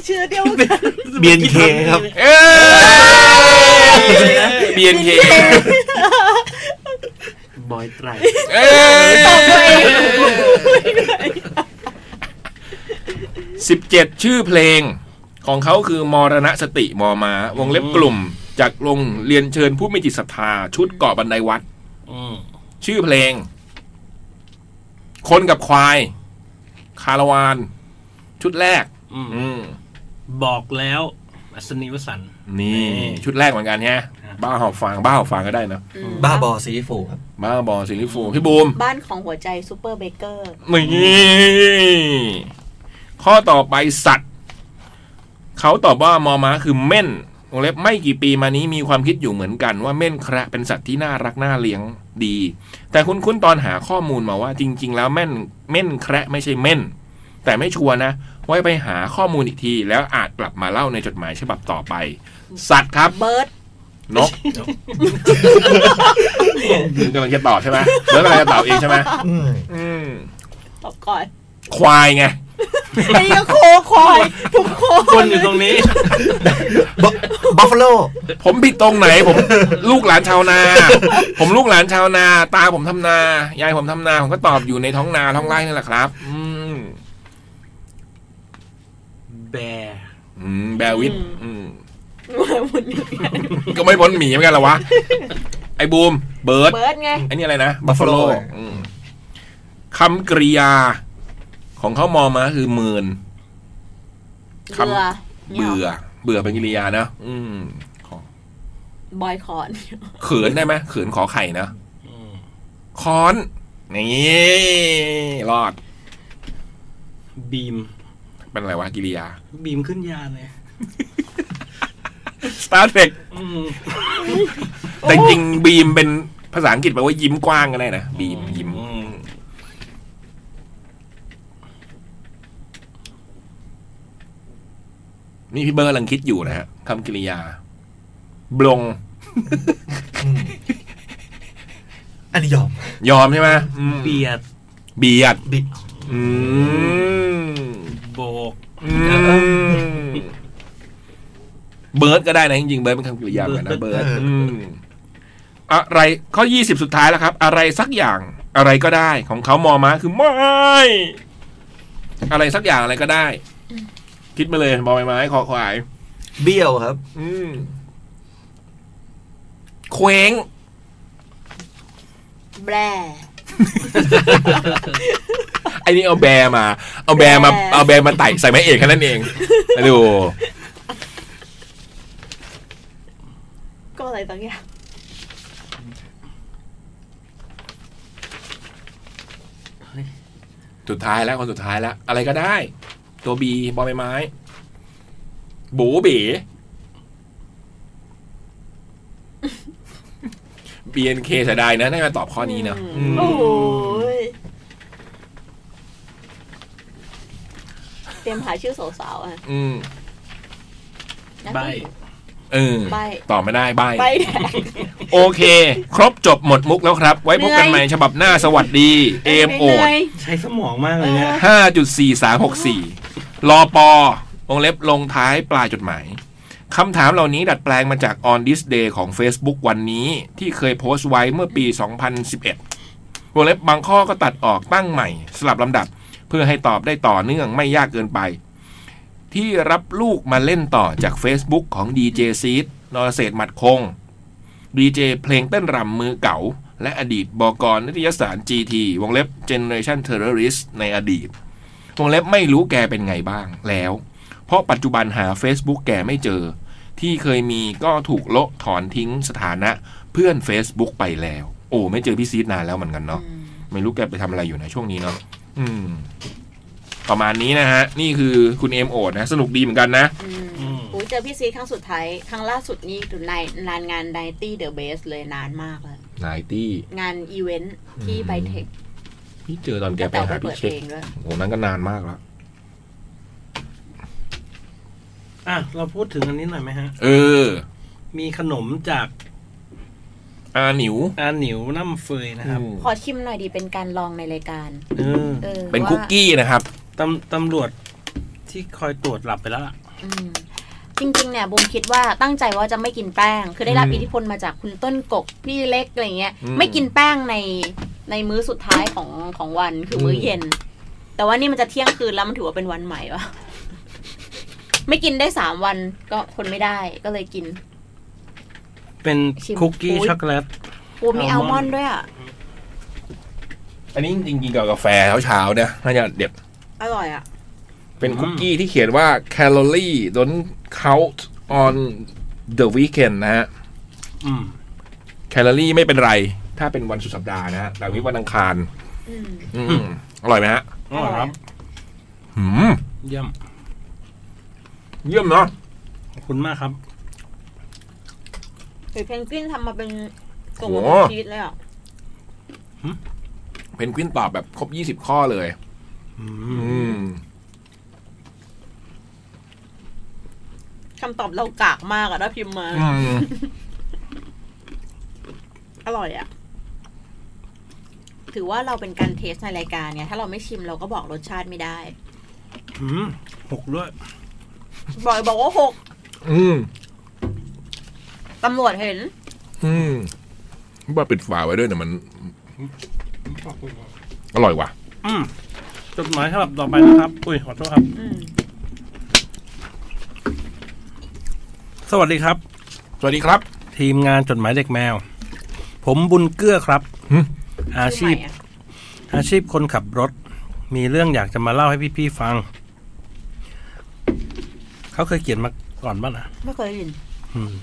S5: เชื่อเดียวกัน
S6: BNK ครับ
S3: เอ้ย BNK
S4: บอยไตร
S3: เอ้ย
S5: ตอบตัวเอง
S3: สิบเจ็ดชื่อเพลงของเขาคือมรณสติมอมา วงเล็บกลุ่ม จากลงเรียนเชิญผู้มีจิตศรัทธา ชุดเกาะบันไดวัด
S4: อืม
S3: ชื่อเพลง คนกับควาย คาราวาน ชุดแรก
S4: อืม
S3: อืม
S4: บอกแล้ว อัศนีวสันต์
S3: นี่ ชุดแรกเหมือนกันเนี่ยบ้าหอบฟางบ้าหอบฟางก็ได้นะ
S5: อืม
S6: บ้าบอซีฟูครับ
S3: บ้าบอสิลิฟูพี่บูม
S5: บ้านของหัวใจซูเปอร์เบเกอร์
S3: นี่ข้อต่อไปสัตว์ เขาตอบว่ามอม้าคือเม่นวงเล็บไม่กี่ปีมานี้มีความคิดอยู่เหมือนกันว่าเม่นแคระเป็นสัตว์ที่น่ารักน่าเลี้ยงดี แต่คุ้นๆตอนหาข้อมูลมาว่า จริง ๆ แล้วเม่นเม่นแคระไม่ใช่เม่น แต่ไม่ชัวร์นะ ไว้ไปหาข้อมูลอีกที แล้วอาจกลับมาเล่าในจดหมายฉบับต่อไป สัตว์ครับ
S5: เบิร์ด
S3: นกคุณกำลังจะตอบใช่ไหมแล้วกำลังจะตอบเองใช่ไหม
S6: อืม
S3: อืม
S5: ตอบก่อน
S3: ควายไง
S5: ไอ้ก็โคควายทุกค
S4: คน นอยู่ตรงนี้
S6: บัฟฟาโล
S3: ผมผิดตรงไหนผม ลูกหลานชาวนา ผมลูกหลานชาวนา ตาผมทำนา ยายผมทำนา ผมก็ตอบอยู่ในท้องนาท้องไร่นั่นแหละครับ อืม
S4: แบร์
S3: อืมแบร์วิทอืม
S5: หมุนอยู่เนี่ย
S3: ก็ไม่พ้นหมีเหมือนกันเหรอวะ ไอ้บูม เบิร์ด
S5: เบิร์ดไง
S3: ไอ้นี่อะไรนะบัฟฟาโลคำกริยา ของเขามอมาคือเมิน คำ
S5: เบื่
S3: เบื่
S5: อเนี่ย
S3: อ เบื่อเป็นกริยานะอืมขอบ
S5: อยคอน
S3: เขินได้ไหมเขินขอไข่นะ
S4: อืม
S3: ค้อน นี่รอด
S4: บีม
S3: เป็นอะไรวะกิริยา
S4: บีมขึ้นยานเลย
S3: Star Trek
S4: อืม
S3: แต่จริงๆบีมเป็นภาษาอังกฤษแปลว่ายิ้มกว้างก็ได้นะบีมยิ้มนี่พี่เบิร์ดกำลังคิดอยู่นะฮะคำกริยา บลง
S6: อันนี้ยอม
S3: ยอมใช่ไหมอืม
S4: เบียด
S3: เบียด
S6: บิด
S3: อืม
S4: โบก
S3: อืมเบิร์ดก็ได้นะจริงๆเบิร์ดเป็นคำกริยาเหมือนกันนะเบิร์ดอืมอะไรข้อยี่สิบสุดท้ายแล้วครับ อะไรสักอย่างอะไรก็ได้ ของเขามอมาคือไม่อะไรสักอย่างอะไรก็ได้ คิดมาเลยบอใบไม้คอควาย
S6: เบี้ยวครับ
S3: อืมเคว้ง
S5: แบร
S3: ไอ้นี่เอาแบร์มา เอาแบร์มา
S5: แบร์
S3: เอาแบร์มาไต่ใส่ไม้เอกแค่นั้นเองมาดู
S5: ก็อะไรต่างอย่าง
S3: สุดท้ายแล้วคนสุดท้ายแล้ว อะไรก็ได้ ตัวบีบอใบไม้ บูเบีบีเอ็นเคเสียดายนะน่าจะตอบข้อนี้นะอืม
S5: โอ้โหยเตรียมหาชื่อสาวๆอ่ะ
S3: อืม
S5: นัก
S4: ใบ
S5: ผู้หญิง
S3: เออ
S5: ใบ้
S3: ตอบไม่ได้ใบ
S5: ใบแดง
S3: โอเค ครบจบหมดมุกแล้วครับ ไว้พบกันใหม่ฉบับหน้าสวัสดีเอมโอด
S4: ใช้สมองมากเลยเนี่ย
S3: ห้าจุดสี่สามหกสี่รอปอวงเล็บลงท้ายปลายจดหมาย คำถามเหล่านี้ดัดแปลงมาจาก On This Day ของ Facebook วันนี้ ที่เคยโพสต์ไว้เมื่อปี 2011 วงเล็บบางข้อก็ตัดออกตั้งใหม่ สลับลำดับ เพื่อให้ตอบได้ต่อเนื่องไม่ยากเกินไป ที่รับลูกมาเล่นต่อจาก Facebook ของ DJ s e e d นรเศรษฐ์หมัดคง DJ เพลงเต้นรำมือเก่า และอดีตบอกรนิตยสาร GT วงเล็บ Generation Terrorist ในอดีต วงเล็บไม่รู้แกเป็นไงบ้างแล้ว เพราะปัจจุบันหา Facebook แกไม่เจอ ที่เคยมีก็ถูกโละถอนทิ้งสถานะเพื่อน Facebook ไปแล้ว โอ้ ไม่เจอพี่ซีดนานแล้วเหมือนกันเนาะไม่รู้แกไปทำอะไรอยู่นะช่วงนี้เนาะอืม ประมาณนี้นะฮะ นี่คือคุณเอมโอดนะ สนุกดีเหมือนกันนะ
S5: อืม
S4: อืม
S5: โอ้ยเจอพี่ซีครั้งสุดท้าย ครั้งล่าสุดนี่ถึงในนานงานไนตี้เดอะเบสเลยนานมากแล้ว
S3: นายตี้
S5: งานอีเวนต์ที่
S3: อืม
S5: ไบเทค
S3: พี่เจอตอนแกไป
S5: แต่
S3: หา
S5: ก็
S3: พี่
S5: เปิด
S3: เช็
S5: เพ
S3: ค
S5: ลงด้วย
S3: โอ้โหนั้นก็นานมากแล้ว
S4: อ่ะ เราพูดถึงอันนี้หน่อยไหมฮะ
S3: เออ
S4: มีขนมจาก
S3: อาหนิว
S4: อาหนิวน้ำเฟยนะครับ
S3: อืม
S5: ขอชิมหน่อยดีเป็นการลองในรายการ
S4: เออ
S5: ออ
S3: เป็น
S5: ว่า
S3: คุกกี้นะครับ
S4: ตำตำรวจที่คอยตรวจหลับไปแล้วล่ะ
S5: อืมจริง ๆ เนี่ยบูมคิดว่าตั้งใจว่าจะไม่กินแป้ง คือได้รับ
S3: อืม
S5: อิทธิพลมาจากคุณต้นกกพี่เล็กอะไรเงี้ย
S3: อืม
S5: ไม่กินแป้งในในมื้อสุดท้ายของของวันคือมื้อเย็น แต่ว่านี่มันจะเที่ยงคืนแล้วมันถือว่าเป็นวันใหม่วะ ไม่กินได้สามวันก็คนไม่ได้ก็เลยกิน
S4: เป็น
S5: ชิม
S4: คุกกี้
S5: อุ๊ย
S4: ช็อกโกแลต
S5: ปูมีอัลมอนด์ด้วยอ่ะ
S3: อันนี้จริงๆกินกับกาแฟเช้าๆเนี่ยน่าจะเด็ด
S5: อร่อยอ่ะ
S3: เป็น
S4: อืม
S3: คุกกี้ที่เขียนว่า calorie don't count on the weekend นะฮะ
S4: อืม
S3: แคลอรี่ไม่เป็นไร ถ้าเป็นวันสุดสัปดาห์นะฮะ แต่วิวันอังคาร
S5: อืม
S3: อืมอร่อยไหมฮะ
S4: อร่อยครับ
S3: หืม
S4: เยี่ยม
S3: เยี่ยมเนาะ
S4: ขอบคุณมากครับ
S5: หรือเพนกวินทำมาเป็นส่งมาเป็นชีสเลยอ่ะ
S3: เพนกวินตอบแบบครบยี่สิบข้อเลย
S4: อื
S3: อื
S4: ม
S3: ม
S5: คำตอบเรากากมากอ่ะถ้าพิมพ์มา
S3: อืม
S5: อร่อยอ่ะ ถือว่าเราเป็นการเทสในรายการเนี่ย ถ้าเราไม่ชิมเราก็บอกรสชาติไม่ได้
S4: อืมหกด้วย
S5: บอยบอกว่าหก
S3: อืม
S5: ตำรวจเห็น
S3: อืมว่าปิดฝาไว้ด้วยเนี่ยมัน อร่อยว่ะ
S4: อืมจดหมายฉบับต่อไปนะครับ อุ้ย ขอโทษครับ
S5: อืม
S4: สวัสดีครับ
S3: สวัสดีครับ
S4: ทีมงานจดหมายเด็กแมว ผมบุญเกื้อครับ
S3: หึ
S4: อาชีพ
S5: ชื่อใหม่อะ
S4: อาชีพคนขับรถ มีเรื่องอยากจะมาเล่าให้พี่ๆฟัง เขาเคยเขียนมาก่อนบ้างนะ
S5: ไม่เคยยิน
S4: อืม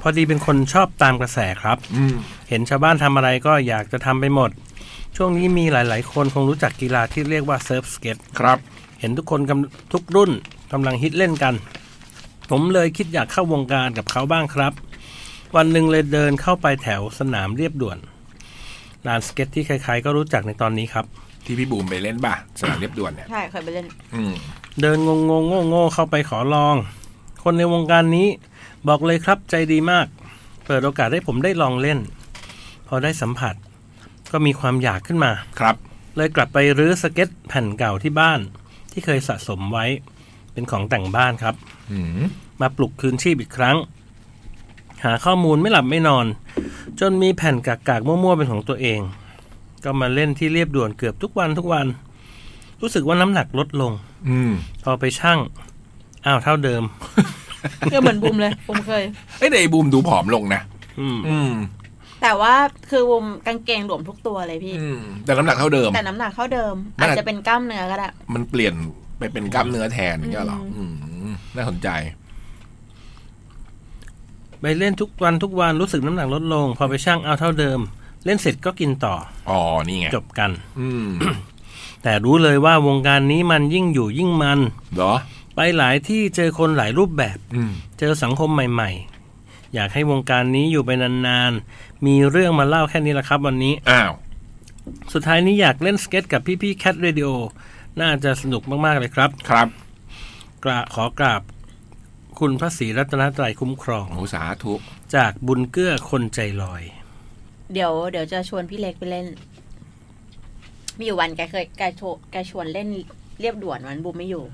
S4: พอดีเป็นคนชอบตามกระแสครับ
S3: อืม
S4: เห็นชาวบ้านทำอะไรก็อยากจะทำไปหมด ช่วงนี้มีหลาย ๆ คนคงรู้จักกีฬาที่เรียกว่าเซิร์ฟสเก็ต
S3: ครับ
S4: เห็นทุกคนกำทุกรุ่นกำลังฮิตเล่นกัน ผมเลยคิดอยากเข้าวงการกับเขาบ้างครับ วันหนึ่งเลยเดินเข้าไปแถวสนามเรียบด่วนลานสเก็ตที่ใครๆก็รู้จักในตอนนี้ครับ
S3: ที่พี่บูมไปเล่นป่ะสนามเรียบด่วนเนี่ย
S5: ใช่เคยไปเล่น
S3: อืม
S4: เดินงงงงโง่ๆเข้าไปขอลอง คนในวงการนี้บอกเลยครับใจดีมาก เปิดโอกาสให้ผมได้ลองเล่น พอได้สัมผัส ก็มีความอยากขึ้นมา
S3: ครับ
S4: เลยกลับไปรื้อสเก็ตแผ่นเก่าที่บ้าน ที่เคยสะสมไว้ เป็นของแต่งบ้านครับ
S3: อืม
S4: มาปลุกคืนชีพอีกครั้ง หาข้อมูลไม่หลับไม่นอน จนมีแผ่นกากๆมั่วๆเป็นของตัวเอง ก็มาเล่นที่เรียบด่วนเกือบทุกวันทุกวัน รู้สึกว่าน้ำหนักลดลง
S3: อืม
S4: พอไปชั่งอ้าวเท่าเดิม
S5: ก็เหมือนบูมเลย บูมเคย
S3: เอ้ยแต่ไอ้บูมดูผอมลงนะ
S4: อืม
S3: อืม
S5: แต่ว่าคือบูมกางเกงหลวมทุกตัวเลยพี่
S3: อืมแต่น้ำหนักเท่าเดิม
S5: แต่น้ำหนักเท่าเดิม
S3: มันอาจ
S5: อาจจะเป็นกล้ามเนื้อก็ได้
S3: มันเปลี่ยนไปเป็นกล้ามเนื้อแทนอย่างเงี้ยเหรออืมน่าสนใจ
S4: ไปเล่นทุกวันทุกวันรู้สึกน้ำหนักลดลง พอไปชั่งอ้าวเท่าเดิม เล่นเสร็จก็กินต่อ
S3: อ๋อ นี่ไง
S4: จบกัน
S3: อืม
S4: แต่รู้เลยว่าวงการนี้มันยิ่งอยู่ยิ่งมัน
S3: เหรอ
S4: ไปหลายที่เจอคนหลายรูปแบบ
S3: อืม
S4: เจอสังคมใหม่ๆ อยากให้วงการนี้อยู่ไปนานๆ มีเรื่องมาเล่าแค่นี้ละครับวันนี้
S3: อ้าว
S4: สุดท้ายนี้อยากเล่นสเก็ตกับพี่ๆแคทเรดิโอ น่าจะสนุกมากๆเลยครับ
S3: ครับ
S4: กราบขอกราบ คุณพระศรีรัตนตรัยคุ้มครอง
S3: โอ้สาธุ
S4: จากบุญเกื้อคนใจลอย
S5: เดี๋ยวเดี๋ยวจะชวนพี่เล็กไปเล่น มีอยู่วันแกเคยแกโชว์แกชวนเล่นเรียบด่วนวันบูมไม่อยู่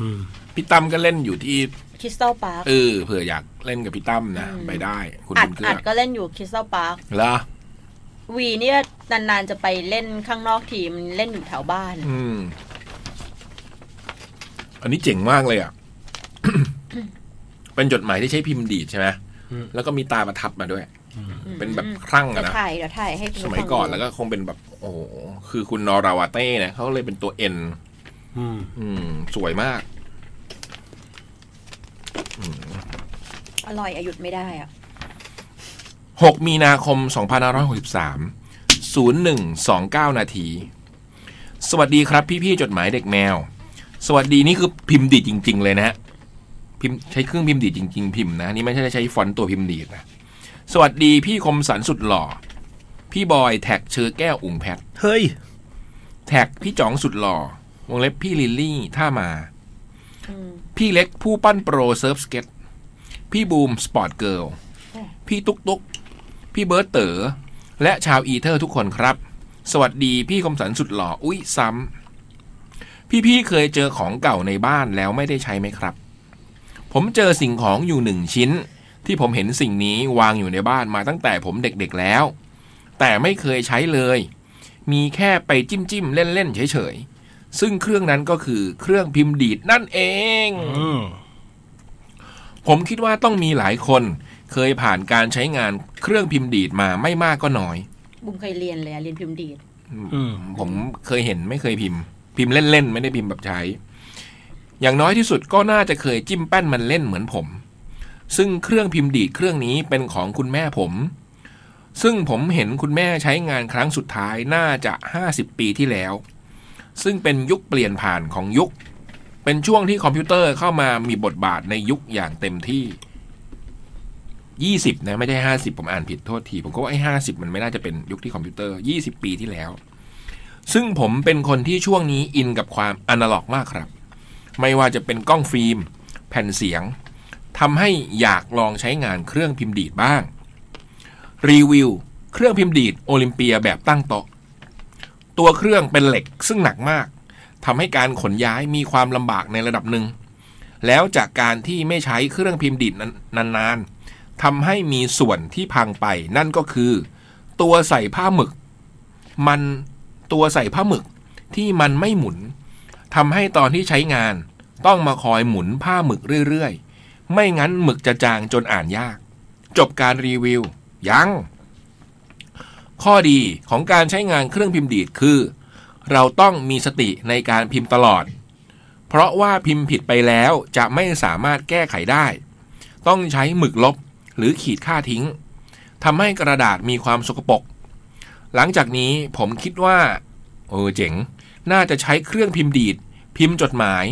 S4: อืม
S3: พี่ตั้มก็เล่นอยู่ที่
S5: คริสตัลพาร์ค
S3: เออ เผื่ออยากเล่นกับพี่ตั้มนะ
S5: อืม
S3: ไปได้ คุณ
S5: อัด
S3: บุญเกื้
S5: อั
S3: อ
S5: ดก็เล่นอยู่คริสตัลพาร์ค
S3: เหรอ
S5: วีเนี่ยนานๆจะไปเล่นข้างนอกทีมนเล่นอยู่แถวบ้าน
S3: อืม อันนี้เจ๋งมากเลยอ่ะ เป็นจดหมายที่ใช้พิมพ์ดีดใช่ไหม
S4: อืม
S3: แล้วก็มีตาประทับมาด้วย
S5: อืม
S3: เป็นแบบครั่งอะ
S5: เดี๋ยว
S3: นะ
S5: ถ่ายเดี๋ยวถ่ายให้คุณ
S3: ส
S5: ผู้
S3: มัย
S5: ฟัง
S3: ก่อน
S5: ดู
S3: แล้วก็คงเป็นแบบ โอ้โหคือคุณนอราวาเต้เนี่ยเขาเลยเป็นตัวเอ็น
S4: อืม
S3: อืม สวยมาก
S5: อร่อยอะหยุดไม่ได้อะ
S3: 6 มีนาคม 2563 0129 นาที สวัสดีครับพี่ ๆ จดหมายเด็กแมว สวัสดีนี่คือพิมพ์ดีดจริง ๆ เลยนะฮะ พิมพ์ใช้เครื่องพิมพ์ดีดจริง ๆ พิมพ์นะ นี่ไม่ใช่ใช้ฟอนต์ตัวพิมพ์ดีดนะ สวัสดีพี่คมสันสุดหล่อ พี่บอยแท็กเชอแก้วอุ่งแพท
S4: เฮ้ย
S3: แท็กพี่จ๋องสุดหล่อ วงเล็บพี่ลิลลี่ท่ามา
S5: อืม
S3: พี่เล็กผู้ปั้นโปรเซิร์ฟสเก็ต พี่บูมสปอร์ตเกิร์ล
S5: ค่ะ
S3: พี่ตุ๊กตุ๊ก พี่เบิร์ตเต๋อ และชาวอีเทอร์ทุกคนครับ สวัสดีพี่คมสันสุดหล่อ อุ้ยซ้ำ พี่ๆเคยเจอของเก่าในบ้านแล้วไม่ได้ใช้ไหมครับ ผมเจอสิ่งของอยู่หนึ่งชิ้น ที่ผมเห็นสิ่งนี้วางอยู่ในบ้านมาตั้งแต่ผมเด็กๆแล้ว แต่ไม่เคยใช้เลย มีแค่ไปจิ้มจิ้มๆเล่นๆเฉยๆ ซึ่งเครื่องนั้นก็คือเครื่องพิมพ์ดีดนั่นเอง
S4: อืม
S3: ผมคิดว่าต้องมีหลายคนเคยผ่านการใช้งานเครื่องพิมพ์ดีดมาไม่มากก็น้อย
S5: บุมเคยเรียนเลยอะเรียนพิมพ์ดีด
S4: อืม
S3: ผมเคยเห็นไม่เคยพิมพ์ พิมพ์เล่นๆ ไม่ได้พิมพ์แบบใช้ อย่างน้อยที่สุดก็น่าจะเคยจิ้มแป้นมันเล่นเหมือนผม ซึ่งเครื่องพิมพ์ดีดเครื่องนี้เป็นของคุณแม่ผม ซึ่งผมเห็นคุณแม่ใช้งานครั้งสุดท้ายน่าจะ 50 ปีที่แล้ว ซึ่งเป็นยุคเปลี่ยนผ่านของยุค เป็นช่วงที่คอมพิวเตอร์เข้ามามีบทบาทในยุคอย่างเต็มที่ 20 นะไม่ใช่50 ผมอ่านผิดโทษที ผมก็ว่าไอ้50 มันไม่น่าจะเป็นยุคที่คอมพิวเตอร์ 20 ปีที่แล้ว ซึ่งผมเป็นคนที่ช่วงนี้อินกับความอนาล็อกมากครับ ไม่ว่าจะเป็นกล้องฟิล์ม แผ่นเสียงทำให้อยากลองใช้งานเครื่องพิมพ์ดีดบ้าง รีวิว เครื่องพิมพ์ดีดโอลิมเปียแบบตั้งโต๊ะ ตัวเครื่องเป็นเหล็กซึ่งหนักมากทำให้การขนย้ายมีความลำบากในระดับหนึ่ง แล้วจากการที่ไม่ใช้เครื่องพิมพ์ดีดนานๆทำให้มีส่วนที่พังไป นั่นก็คือ ตัวใส่ผ้าหมึก มันตัวใส่ผ้าหมึกที่มันไม่หมุนทำให้ตอนที่ใช้งาน ต้องมาคอยหมุนผ้าหมึกเรื่อยๆ ไม่งั้นหมึกจะจางจนอ่านยาก จบการรีวิว ยัง ข้อดีของการใช้งานเครื่องพิมพ์ดีดคือ เราต้องมีสติในการพิมพ์ตลอด เพราะว่าพิมพ์ผิดไปแล้วจะไม่สามารถแก้ไขได้ ต้องใช้หมึกลบหรือขีดค่าทิ้งทำให้กระดาษมีความสกปรก หลังจากนี้ผมคิดว่า เออเจ๋ง น่าจะใช้เครื่องพิมพ์ดีด พิมพ์จดหมาย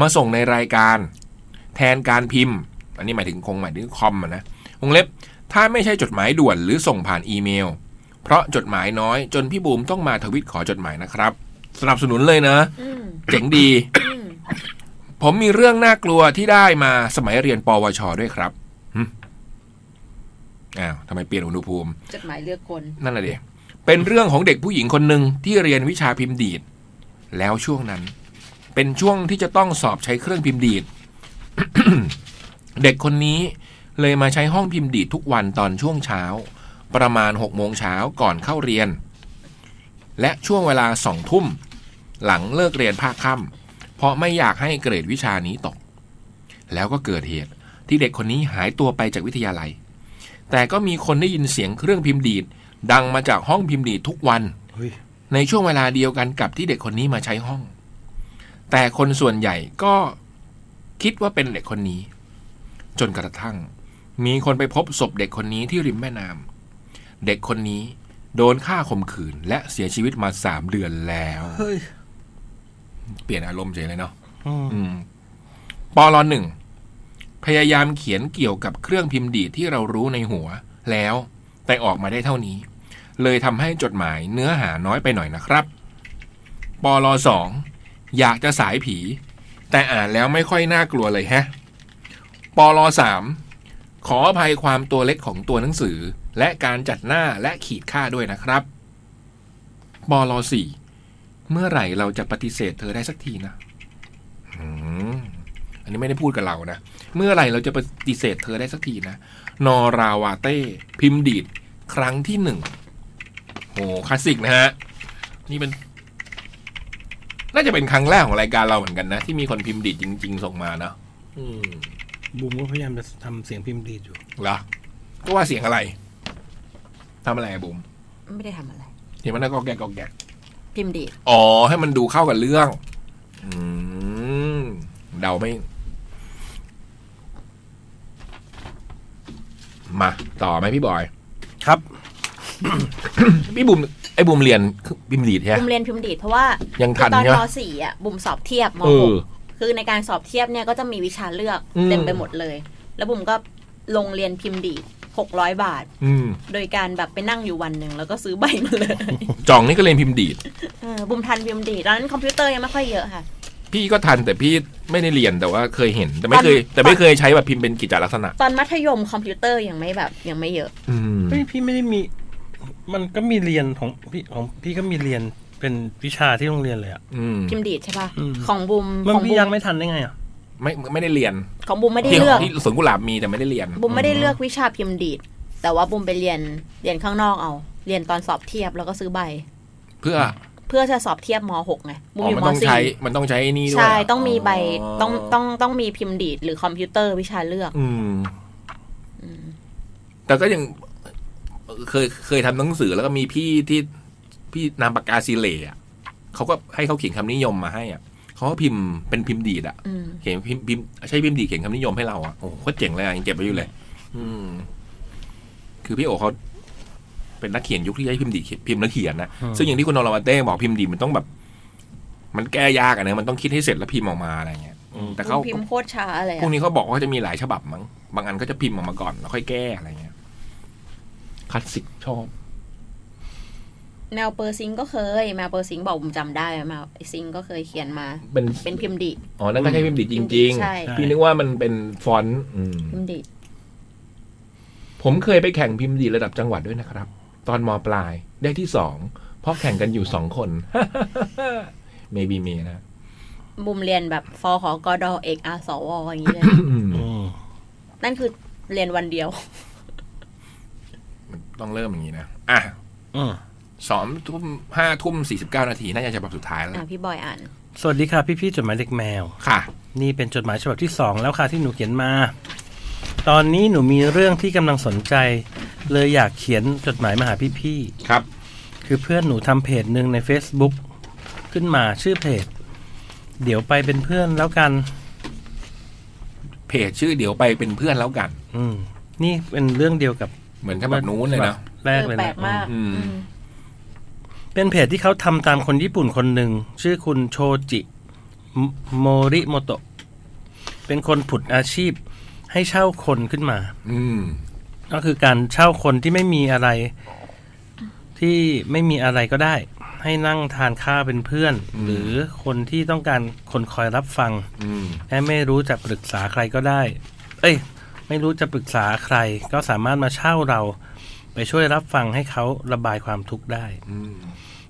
S3: มาส่งในรายการ แทนการพิมพ์ อันนี้หมายถึงคงหมายถึงคอมอะนะวงเล็บ ถ้าไม่ใช่จดหมายด่วนหรือส่งผ่านอีเมล เพราะจดหมายน้อยจนพี่บูมต้องมาทวิตขอจดหมายนะครับ สนับสนุนเลยนะ
S5: อืม
S3: เจ๋งดี
S5: อืม
S3: ผมมีเรื่องน่ากลัวที่ได้มาสมัยเรียนปวช ด้วยครับหึอ้าวทำไมเปลี่ยนอุณหภูมิ
S5: จดหมายเลือกคน
S3: นั่นน่ะเด็เป็นเรื่องของเด็กผู้หญิงคนหนึ่งที่เรียนวิชาพิมพ์ดีด แล้วช่วงนั้น เป็นช่วงที่จะต้องสอบใช้เครื่องพิมพ์ดีด เด็กคนนี้เลยมาใช้ห้องพิมพ์ดีดทุกวันตอนช่วงเช้า ประมาณ6โมงเช้าก่อนเข้าเรียน และช่วงเวลาสองทุ่ม หลังเลิกเรียนภาคค่ำเพราะไม่อยากให้เกรดวิชานี้ตก แล้วก็เกิดเหตุที่เด็กคนนี้หายตัวไปจากวิทยาลัย แต่ก็มีคนได้ยินเสียงเครื่องพิมพ์ดีด ดังมาจากห้องพิมพ์ดีดทุกวัน
S4: เฮ้ย
S3: ในช่วงเวลาเดียวกันกับที่เด็กคนนี้มาใช้ห้อง แต่คนส่วนใหญ่ก็คิดว่าเป็นเด็กคนนี้ จนกระทั่ง มีคนไปพบศพเด็กคนนี้ที่ริมแม่น้ำเด็กคนนี้โดนฆ่าข่มขืน และเสียชีวิตมาสามเดือนแล้ว
S4: เฮ้ย
S3: เปลี่ยนอารมณ์เฉยเลยเนาะ
S4: อืม
S3: อืมปลหนึ่งพยายามเขียนเกี่ยวกับเครื่องพิมพ์ดีดที่เรารู้ในหัว แล้วแต่ออกมาได้เท่านี้ เลยทำให้จดหมายเนื้อหาน้อยไปหน่อยนะครับปลสองอยากจะสายผี แต่อ่านแล้วไม่ค่อยน่ากลัวเลยแฮะปลสามขออภัยความตัวเล็กของตัวหนังสือ และการจัดหน้าและขีดค่าด้วยนะครับปลสี่เมื่อไหร่เราจะปฏิเสธเธอได้สักทีนะ อืมอันนี้ไม่ได้พูดกับเรานะ เมื่อไหร่เราจะปฏิเสธเธอได้สักทีนะ นอราวาเต้ พิมพ์ดีด ครั้งที่หนึ่งโหคลาสสิกนะฮะ นี่เป็นน่าจะเป็นครั้งแรกของรายการเราเหมือนกันนะ ที่มีคนพิมพ์ดีดจริง ๆ ส่งมาเนาะอืม
S4: บูมก็พยายามจะทำเสียงพิมพ์ดีดอยู่
S3: เหรอก็ว่าเสียงอะไรทำอะไรอะบุ๋ม
S5: ไม่ได้ทำอะไร
S3: เห็นมันน่าก็แกกก็แกก
S5: พิมพ์ดีด
S3: อ๋อ ให้มันดูเข้ากับเรื่อง อืมเดาไม่มา ต่อไหมพี่บอย
S4: ครับ
S3: พี่บุมไอ้บุมเรียนบิมดีดใช่ไห
S5: บุ
S3: ม
S5: มเรียนพิมพ์ดีดเพราะว่า
S3: ยังทัน
S5: ตอน
S3: ใช่ไห
S5: ม
S3: ม
S5: สี่อ่ะบุมสอบเทียบม
S3: เอ
S5: หก
S3: อ
S5: คือในการสอบเทียบเนี่ยก็จะมีวิชาเลือก
S3: อืม
S5: เต็มไปหมดเลย แล้วบุมก็ลงเรียนพิมพ์ดีดหกร้อยบาท
S3: อืม
S5: โดยการแบบไปนั่งอยู่วันหนึ่งแล้วก็ซื้อใบมาเลย
S3: จ่องนี่ก็เรียนพิมพ์ดีด
S5: เออบุมทันพิมพ์ดีดตอนนั้นคอมพิวเตอร์ยังไม่ค่อยเยอะค่ะ
S3: พี่ก็ทันแต่พี่ไม่ได้เรียนแต่ว่าเคยเห็น แต่ไม่เคย
S5: ตอน
S3: แต่ไม่เคยใช้แบบพิมพ์เป็นกิจลักษณะ
S5: ตอนมัธยมคอมพิวเตอร์ยังไม่แบบยังไม่เยอะ
S3: อืม
S4: เฮ้ยพี่ไม่ได้มี มันก็มีเรียนของพี่ของพี่ก็มีเรียนเป็นวิชาที่โรงเรียนเลยอ่ะ
S3: อืม
S5: พิมพ์ดีดใช่ป่ะ
S4: อืม
S5: ของบุม
S4: มัน
S5: ของ
S4: พี่
S5: บุ
S4: ยัง
S5: ม
S4: ไม่ทันได้ไงอ่ะ
S3: ไม่ไม่ได้เรียน
S5: ของบุมไม่ได้
S3: ที่
S5: เลือก
S3: ที่สวนกุหลาบมีแต่ไม่ได้เรียน
S5: บุมไม่ได้เลือกวิชาพิมพ์ดีดแต่ว่าบุมไปเรียนเรียนข้างนอกเอา เรียนตอนสอบเทียบแล้วก็ซื้อใบ
S3: เพื่อ
S5: เพื่อจะสอบเทียบม .6 ไงบุ
S3: อ๋
S5: ม
S3: อ
S5: อยู่
S3: มัน
S5: ม
S3: ต้องใช้ มันต้องใช้ไอ้นี่
S5: .4
S3: ด้วย
S5: ใช่ต้องมีใบต้องต้อง งต้องมีพิมพ์ดีดหรือคอมพิวเตอร์วิชาเลือก
S3: อืม แต่ก็ยังเคยเคยทำหนังสือแล้วก็มีพี่ที่พี่นามปากกาซิเลอ่ะเขาก็ให้เขาเขียนคำนิยมมาให้อ่ะเขาก็พิมพ์เป็นพิมพ์ดีดอ่ะ
S5: อืม
S3: เขียนพิมพ์พิมพ์ใช้พิมพ์ดีดเขียนคำนิยมให้เราอ่ะโอ้โหโคตรเจ๋งเลยอ่ะยังเก็บไว้อยู่เลย อืม คือพี่โอเขาเป็นนักเขียนยุคที่ใช้พิมพ์ดีดเขียนพิมพ์นักเขียนนะ
S4: อืม
S3: ซึ่งอย่างที่คุณนอร์มาเต้บอกพิมพ์ดีดมันต้องแบบ มันแก้ยากอ่ะเนอะมันต้องคิดให้เสร็จแล้วพิมพ์ออกมาอะไรเงี้ยอืมแต่เขา
S5: บุมพิมพ์โคตรช้าเลย
S3: พวก
S5: อะ
S3: นี้เขาบอกว่าเขาจะมีหลายฉบับมั้งบางอันก็จะพิมพ์ออกมาก่อนแล้วค่อยแก้อะไรเงี้ยคลาสสิกชอบ
S5: แมวเปอร์ซิงก็เคยแมวเปอร์ซิงบอกบุมจำได้แมวไอ้ซิงก็เคยเขียนมา
S3: เป็น
S5: เป็นพิมพ์ดีด
S3: อ๋อนั่นก็ใช้พิมพ์ดีดจริง
S5: ใช่
S3: ๆ พี่นึกว่ามันเป็นฟอนต์อืม
S5: พิมพ์ดีด
S3: ผมเคยไปแข่งพิมพ์ดีดระดับจังหวัดด้วยนะครับ ตอนมปลายได้ที่สองเพราะแข่งกันอยู่สองคน maybe me นะ
S5: บุมเรียนแบบฟอขอกอดอเอกอาสวอย่างนี้เลย นั่นคือเรียนวันเดียว
S3: มัน ต้องเริ่มอย่างนี้นะ อ่ะ
S4: อืม
S3: สองทุ่มห้าทุ่มสี่สิบเก้านาที น่าจะฉบับสุดท้ายแล้ว
S5: อ่ะพี่บอยอ่าน
S4: สวัสดีค่ะพี่ๆจดหมายเด็กแมว
S3: ค่ะ
S4: นี่เป็นจดหมายฉบับที่สองแล้วค่ะที่หนูเขียนมา ตอนนี้หนูมีเรื่องที่กำลังสนใจ เลยอยากเขียนจดหมายมาหาพี่
S3: ครับ
S4: ๆ คือเพื่อนหนูทำเพจหนึ่งใน Facebook ขึ้นมาชื่อเพจ เดี๋ยวไปเป็นเพื่อนแล้วกัน
S3: เพจชื่อเดี๋ยวไปเป็นเพื่อนแล้วกัน
S4: อืม นี่เป็นเรื่องเดียวกับ
S3: เหมือนฉบับนู้นเลยนะ
S4: แรกเลย
S5: แปล
S4: นะ
S5: กมาก
S3: อืม
S5: อืม
S4: เป็นเพจที่เขาทำตามคนญี่ปุ่นคนหนึ่ง ชื่อคุณโชจิมโมริโมโตะเป็นคนผุดอาชีพให้เช่าคนขึ้นมา
S3: อืม
S4: ก็คือการเช่าคนที่ไม่มีอะไร ที่ไม่มีอะไรก็ได้ ให้นั่งทานข้าวเป็นเพื่อน
S3: อืม
S4: หรือคนที่ต้องการคนคอยรับฟัง
S3: อืม
S4: และไม่รู้จะปรึกษาใครก็ได้ เอ้ย ไม่รู้จะปรึกษาใคร ก็สามารถมาเช่าเรา ไปช่วยรับฟังให้เขาระบายความทุกข์ได้
S3: อืม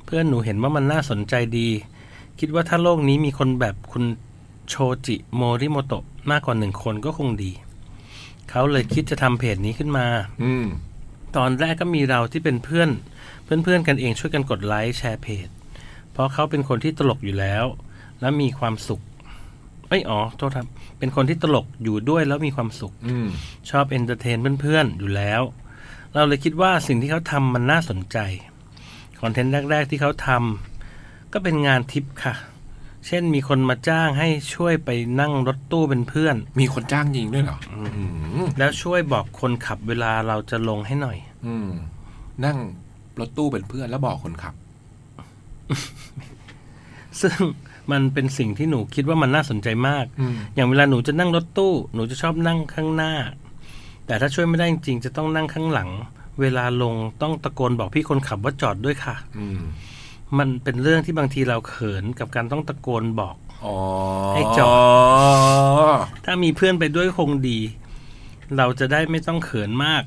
S4: เพื่อนหนูเห็นว่ามันน่าสนใจดี คิดว่าถ้าโลกนี้มีคนแบบคุณโชจิโมริโมโตะมากกว่าหนึ่งคนก็คงดี เขาเลยคิดจะทำเพจนี้ขึ้นมา
S3: อืม
S4: ตอนแรกก็มีเราที่เป็นเพื่อน เพื่อนๆกันเองช่วยกันกดไลค์แชร์เพจ เพราะเขาเป็นคนที่ตลกอยู่แล้ว และมีความสุขเอ้ยอ๋อโทษครับ เป็นคนที่ตลกอยู่ด้วยแล้วมีความสุข
S3: อืม
S4: ชอบเอนเตอร์เทนเพื่อนๆอยู่แล้ว เราเลยคิดว่าสิ่งที่เขาทำมันน่าสนใจ คอนเทนต์แรกๆที่เขาทำก็เป็นงานทิปค่ะ เช่นมีคนมาจ้างให้ช่วยไปนั่งรถตู้เป็นเพื่อน
S3: มีคนจ้างยิงด้วยเหรอ อืม
S4: แล้วช่วยบอกคนขับเวลาเราจะลงให้หน่อย
S3: อืม นั่งรถตู้เป็นเพื่อนแล้วบอกคนขับ
S4: ซึ่งมันเป็นสิ่งที่หนูคิดว่ามันน่าสนใจมาก
S3: อืม
S4: อย่างเวลาหนูจะนั่งรถตู้ หนูจะชอบนั่งข้างหน้า แต่ถ้าช่วยไม่ได้จริงๆจะต้องนั่งข้างหลัง เวลาลงต้องตะโกนบอกพี่คนขับว่าจอดด้วยค่ะ
S3: อืม
S4: มันเป็นเรื่องที่บางทีเราเขินกับการต้องตะโกนบอก
S3: อ๋อ
S4: ให้จอ ถ้ามีเพื่อนไปด้วยคงดี เราจะได้ไม่ต้องเขินมาก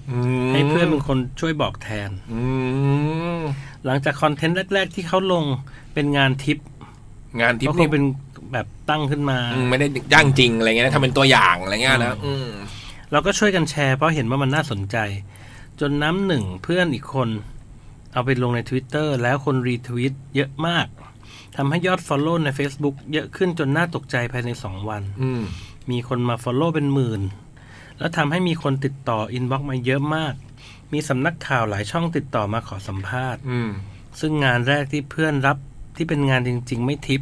S3: ม
S4: ให้เพื่อนเป็นคนช่วยบอกแทน
S3: อืม
S4: หลังจากคอนเทนต์แรก ๆ ที่เขาลงเป็นงานทิป
S3: งานทิป
S4: ก็ค
S3: นี่
S4: งเป็นแบบตั้งขึ้นมา
S3: อืมไม่ได้จ้างจริงอะไรเงี้ยนะทำเป็นตัวอย่างอะไรเงี้ยนะ อืม
S4: เราก็ช่วยกันแชร์เพราะเห็นว่ามันน่าสนใจ จนน้ำหนึ่งเพื่อนอีกคน เอาไปลงใน Twitter แล้วคนรีทวิตเยอะมากทำให้ยอด Follow ใน Facebook เยอะขึ้นจนน่าตกใจภายใน 2 วัน
S3: อืม
S4: มีคนมา Follow เป็นหมื่น แล้วทำให้มีคนติดต่ออินบ็อกมาเยอะมาก มีสำนักข่าวหลายช่องติดต่อมาขอสัมภาษณ์
S3: อืม
S4: ซึ่งงานแรกที่เพื่อนรับที่เป็นงานจริง ๆ ไม่ทิป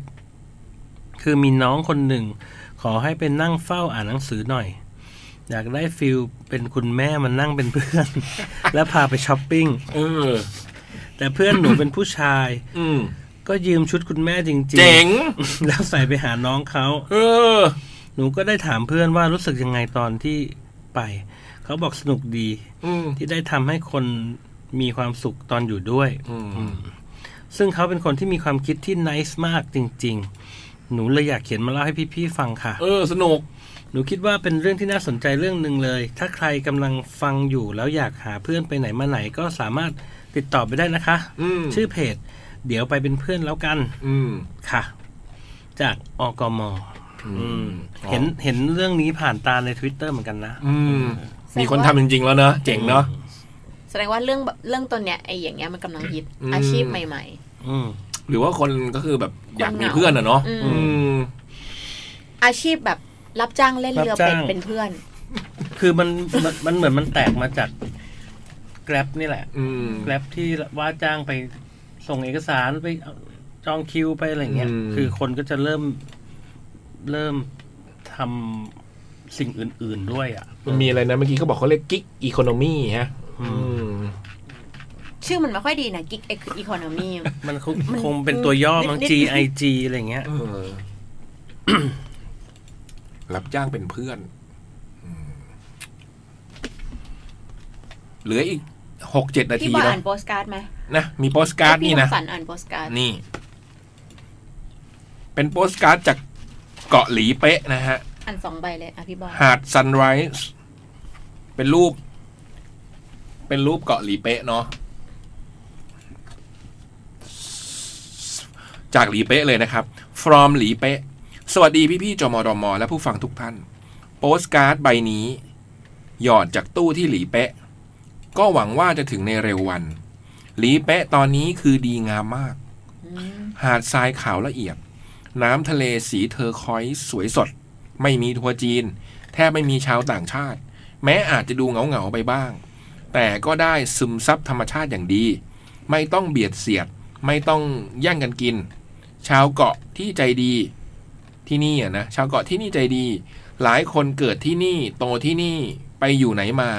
S4: คือมีน้องคนหนึ่ง ขอให้เป็นนั่งเฝ้าอ่านหนังสือหน่อย อยากได้ฟิลเป็นคุณแม่มันนั่งเป็นเพื่อน และพาไปช้อปปิ้ง
S3: เออ
S4: แต่เพื่อนหนูเป็นผู้ชาย
S3: อืม
S4: ก็ยืมชุดคุณแม่จริง
S3: เจ๋ง
S4: ๆ แล้วใส่ไปหาน้องเขา
S3: เออ
S4: หนูก็ได้ถามเพื่อนว่ารู้สึกยังไงตอนที่ไป เขาบอกสนุกดี
S3: อืม
S4: ที่ได้ทำให้คนมีความสุขตอนอยู่ด้วย
S3: อืม
S4: ซึ่งเขาเป็นคนที่มีความคิดที่นิสมากจริง ๆ หนูเลยอยากเขียนมาเล่าให้พี่ๆฟังค่ะ
S3: เออ สนุก
S4: หนูคิดว่าเป็นเรื่องที่น่าสนใจเรื่องหนึ่งเลย ถ้าใครกำลังฟังอยู่แล้วอยากหาเพื่อนไปไหนมาไหนก็สามารถติดต่อไปได้นะคะ
S3: อืม
S4: ชื่อเพจ เดี๋ยวไปเป็นเพื่อนแล้วกัน
S3: อืม
S4: ค่ะ จากอกม
S3: อืม
S4: เห็นเห็นเรื่องนี้ผ่านตาใน Twitter เหมือนกันนะ
S3: อืม มีคนทำจริง ๆ แล้วเนอะ เจ๋งเนอะ
S5: แสดงว่าเรื่องแบบเรื่องตัวเนี้ยไอ้อย่างเงี้ยมันกำลังฮิต
S3: อืม
S5: อาชีพใหม่
S4: อืม
S3: หรือว่าคนก็คือแบบอยากมีเพื่อนอะเนาะ
S5: อืม
S3: อืม
S5: ๆ อาชีพแบบรับจ้างเล่นเรือเป็ด
S4: รับจ้าง
S5: เป็นเพื่อน
S4: คือมันมันมันเหมือนมันแตกมาจากแกร็บนี่แหละ
S3: อืม
S4: แกร็บที่ว่าจ้างไปส่งเอกสารไปจองคิวไปอะไรเงี้ย
S3: อืม
S4: คือคนก็จะเริ่มเริ่มทำสิ่งอื่น ๆด้วยอ่ะ
S3: มันมีอะไรนะเมื่อกี้เขาบอกเขาเรียกกิ๊กอีโคโนมีฮะ
S4: อื
S5: ชื่อมันไม่ค่อยดีนะกิ๊กอีโคโนมี
S4: มันคงคงเป็นตัวย่อมั้ง G I G อะไรเงี้ย
S3: เออ รับจ้างเป็นเพื่อนอืมเหลืออีกหกเจ็ดนา
S5: พี่
S3: ที
S5: บอย
S3: นะ
S5: อ่านโปสการ์ดไหม
S3: นะมีโปสการ์ด
S5: พี่
S3: นี่
S5: รั
S3: นะ
S5: งสันอ่านโปสการ์ด
S3: นี่ เป็นโปสการ์ดจากเกาะหลีเป๊ะนะฮะ
S5: อ่านสองใบเลยอ่ะพี่บอย
S3: หาดซันไรส์เป็นรูป เป็นรูปเกาะหลีเป๊ะเนาะจากหลีเป๊ะเลยนะครับ from หลีเป๊ะ สวัสดีพี่ๆจมดม และผู้ฟังทุกท่าน โปสการ์ดใบนี้ หยอดจากตู้ที่หลีเป๊ะ ก็หวังว่าจะถึงในเร็ววัน หลีเป๊ะตอนนี้คือดีงามมาก
S5: อืม
S3: หาดทรายขาวละเอียด น้ำทะเลสีเทอร์คอยส์สวยสด ไม่มีทัวร์จีน แทบไม่มีชาวต่างชาติ แม้อาจจะดูเหงา ๆ ไปบ้าง แต่ก็ได้ซึมซับธรรมชาติอย่างดี ไม่ต้องเบียดเสียด ไม่ต้องแย่งกันกิน ชาวเกาะที่ใจดีที่นี่อ่ะนะ ชาวเกาะที่นี่ใจดี หลายคนเกิดที่นี่ โตที่นี่ไปอยู่ไหนมา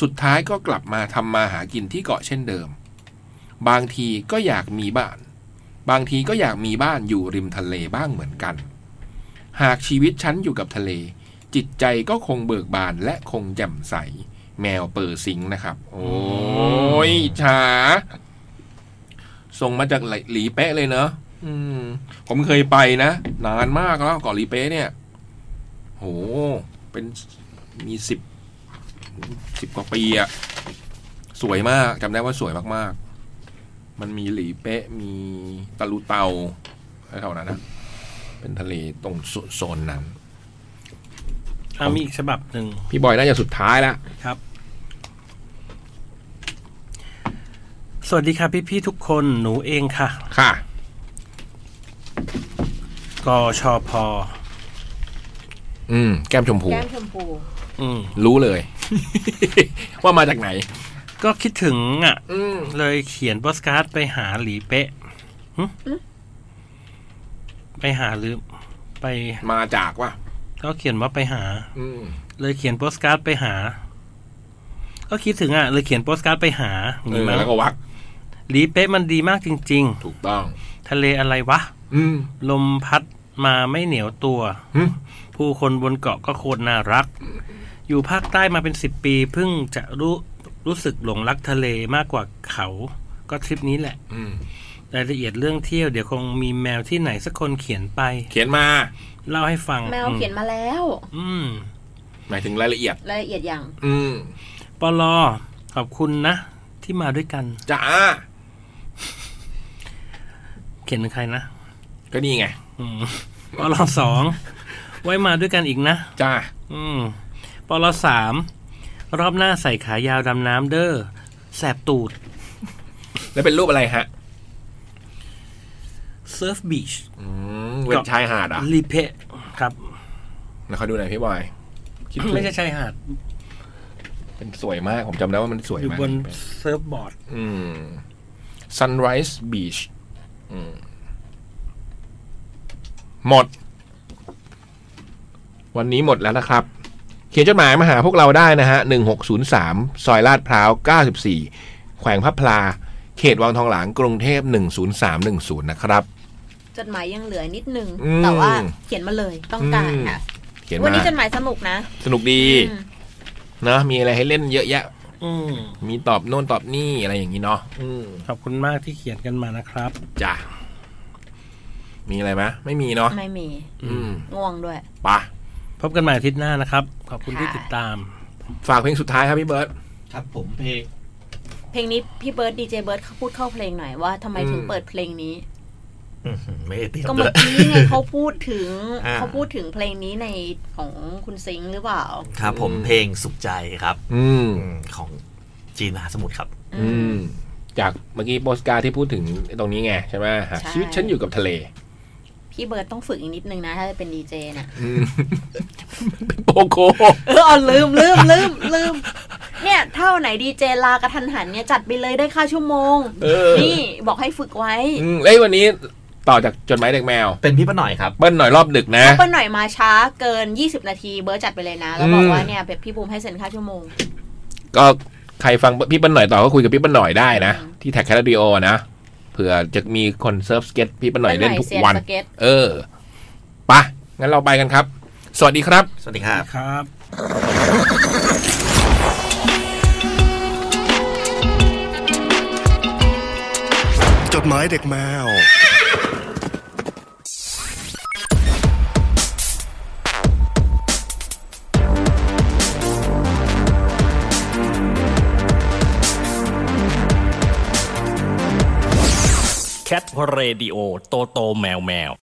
S3: สุดท้ายก็กลับมาทำมาหากินที่เกาะเช่นเดิม บางทีก็อยากมีบ้าน บางทีก็อยากมีบ้านอยู่ริมทะเลบ้างเหมือนกัน หากชีวิตฉันอยู่กับทะเล จิตใจก็คงเบิกบานและคงแจ่มใส แมวเปอร์ซิงค์นะครับ โอ้ยฉาส่งมาจากหลีเป๊ะเลยเนอะอืม ผมเคยไปนะ นานมากแล้วเกาะหลีเป๊ะเนี่ย โห เป็นมีสิบสิบกว่าปีอะสวยมากจำได้ว่าสวยมากๆ มันมีหลีเป๊ะมีตะลุเตาแถวๆนั้นนะ เป็นทะเลตรงโซนนั้น
S4: อ่ะมีอีกฉบับหนึ่ง
S3: พี่บอยน่าจะสุดท้ายละ
S4: ครับ สวัสดีค่ะพี่ ๆ ทุกคนหนูเองค่ะ
S3: ค่ะ
S4: กชอพอ
S3: อืม แก้มชมพู
S5: แก้มชมพู
S4: อืม
S3: รู้เลย ว่ามาจากไหน
S4: ก็คิดถึงอ่ะ
S3: อืม
S4: เลยเขียนโปสการ์ดไปหาหลีเป๊ะหึไปหาหรือ ไป
S3: มาจากว่ะ
S4: ก็เขียนว่าไปหา
S3: อืม
S4: เลยเขียนโปสการ์ดไปหา ก็คิดถึงอ่ะ เลยเขียนโปสการ์ดไปหา
S3: เอ
S4: นี่
S3: อ
S4: มั้ง
S3: แล้วก็วัก
S4: หลีเป๊ะมันดีมากจริง
S3: ถูกต้อง
S4: ๆ ทะเลอะไรวะ
S3: อืม
S4: ลมพัดมาไม่เหนียวตัว
S3: หึ
S4: ผู้คนบนเกาะก็โคตรน่ารัก อยู่ภาคใต้มาเป็นสิบปีเพิ่งจะรู้รู้สึกหลงรักทะเลมากกว่าเขา ก็ทริปนี้แหละ
S3: อืม
S4: รายละเอียดเรื่องเที่ยวเดี๋ยวคงมีแมวที่ไหนสักคนเขียนไป
S3: เขียนมา
S4: เล่าให้ฟัง
S5: แมวเขียนมาแล้ว
S4: อืม
S3: หมายถึงรายละเอียด
S5: รายละเอียดอย่าง
S3: อืม
S4: ปลอขอบคุณนะ ที่มาด้วยกัน
S3: จ้า
S4: เขียนถึงใครนะ
S3: ก็นี่ไง
S4: อืมปลอสองไว้มาด้วยกันอีกนะ
S3: จ้า
S4: อืมปลสามรอบหน้าใส่ขายาวดำน้ำเด้อแสบตูด
S3: แล้วเป็นรูปอะไรฮะ
S4: เซิร์ฟบีช
S3: อืม เว็บชายหาดเหรอ่ะ
S4: รีเพะครับ
S3: แล้วเขาดูหน่อยพี่บอย คิดถึง
S4: ไม่ใช่ชายหาด
S3: เป็นสวยมาก ผมจำได้ว่ามันสวย
S4: อยู่
S3: มาก
S4: บนเซิร์ฟบอร์ด
S3: อืม sunrise beach อืม หมด วันนี้หมดแล้วนะครับ เขียนจดหมายมาหาพวกเราได้นะฮะ 1603 ซอยลาดพร้าว 94 แขวงพระพลา เขตวังทองหลางกรุงเทพ 10310 นะครับ
S5: จดหมายยังเหลือนิดนึง
S3: อืม
S5: แต่ว่าเขียนมาเลยต้องการค่ะ
S3: เขียน
S5: วัน
S3: มา
S5: นี้จดหมายสนุกนะ
S3: สนุกดี
S5: อืม
S3: นะ มีอะไรให้เล่นเยอะแยะ
S4: อืม
S3: มีตอบโน่นตอบนี่อะไรอย่างนี้เนาะอืม
S4: ขอบคุณมากที่เขียนกันมานะครับ
S3: จ้ะ มีอะไรไหมไม่มีเนาะ
S5: ไม่มี
S3: อืม
S5: ง่วงด้วย
S3: ปะ
S4: พบกันใหม่อาทิตย์หน้านะครับ ขอบคุณที่
S5: ค่ะ
S4: ติดตาม
S3: ฝากเพลงสุดท้ายครับพี่เบิร์ต
S6: ครับผมเพลง
S5: เพลงนี้พี่เบิร์ดดีเจเบิร์ดเขาพูดเข้าเพลงหน่อยว่าทำไม
S3: อืม
S5: ถึงเปิดเพลงนี้
S6: อื้อหือไม่ได้เตรียม
S5: ก็
S6: ด้
S5: เมื่
S6: ว
S5: อย กี้ไงเขาพูดถึง
S6: อ่า
S5: เขาพูดถึงเพลงนี้ในของคุณซิงค์หรือเปล่า
S6: ครับผมเพลงสุขใจครับ
S3: อืม
S6: อืมของจีนมหาสมุทรครับ
S3: อืม จากเมื่อกี้โปสการ์ดที่พูดถึงตรงนี้ไงใช่ไหมฮะ
S5: ใช่
S3: ชีวิตฉันอยู่กับทะเล
S5: พี่เบิร์ดต้องฝึกอีกนิดนึงนะ ถ้าจะเป็นดีเจน่ะ
S3: อืม เป็นโปโก
S5: เออลืมลืมลืมลืมเนี่ยเท่าไหนดีเจลากระทันหันเนี่ยจัดไปเลยได้ค่าชั่วโมง
S3: เออ
S5: นี่บอกให้ฝึกไว้
S3: อืมเอ้ยวันนี้ต่อจากจดหมายเด็กแมว
S6: เป็นพี่ป้าหน่อยครับ
S3: เบิ้ลหน่อยรอบดึกนะ
S5: ถ้าเปิ้ลหน่อยมาช้าเกิน 20 นาทีเบิร์ดจัดไปเลยนะ แล้วบอก
S3: อืม
S5: ว่าเนี่ยแบบพี่บูมให้เซ็นค่าชั่วโมง
S3: ก็ใครฟังพี่เปิ้ลหน่อยต่อก็คุยกับพี่เปิ้ลหน่อยได้นะ ที่แท็กแคลดิโอนะเผื่อจะมีคนเซิร์ฟสเก็ตพี่เปิ้ลหน่อยเล่นทุกวัน
S5: เปิ้ลหอยเซียสเก็ต
S3: เออไปะงั้นเราไปกันครับ สวัสดีครับ
S6: สวัสดีครับ
S4: ครับ
S2: จดหมายเด็กแมว
S1: แคทเรดิโอโตโตแมวแมว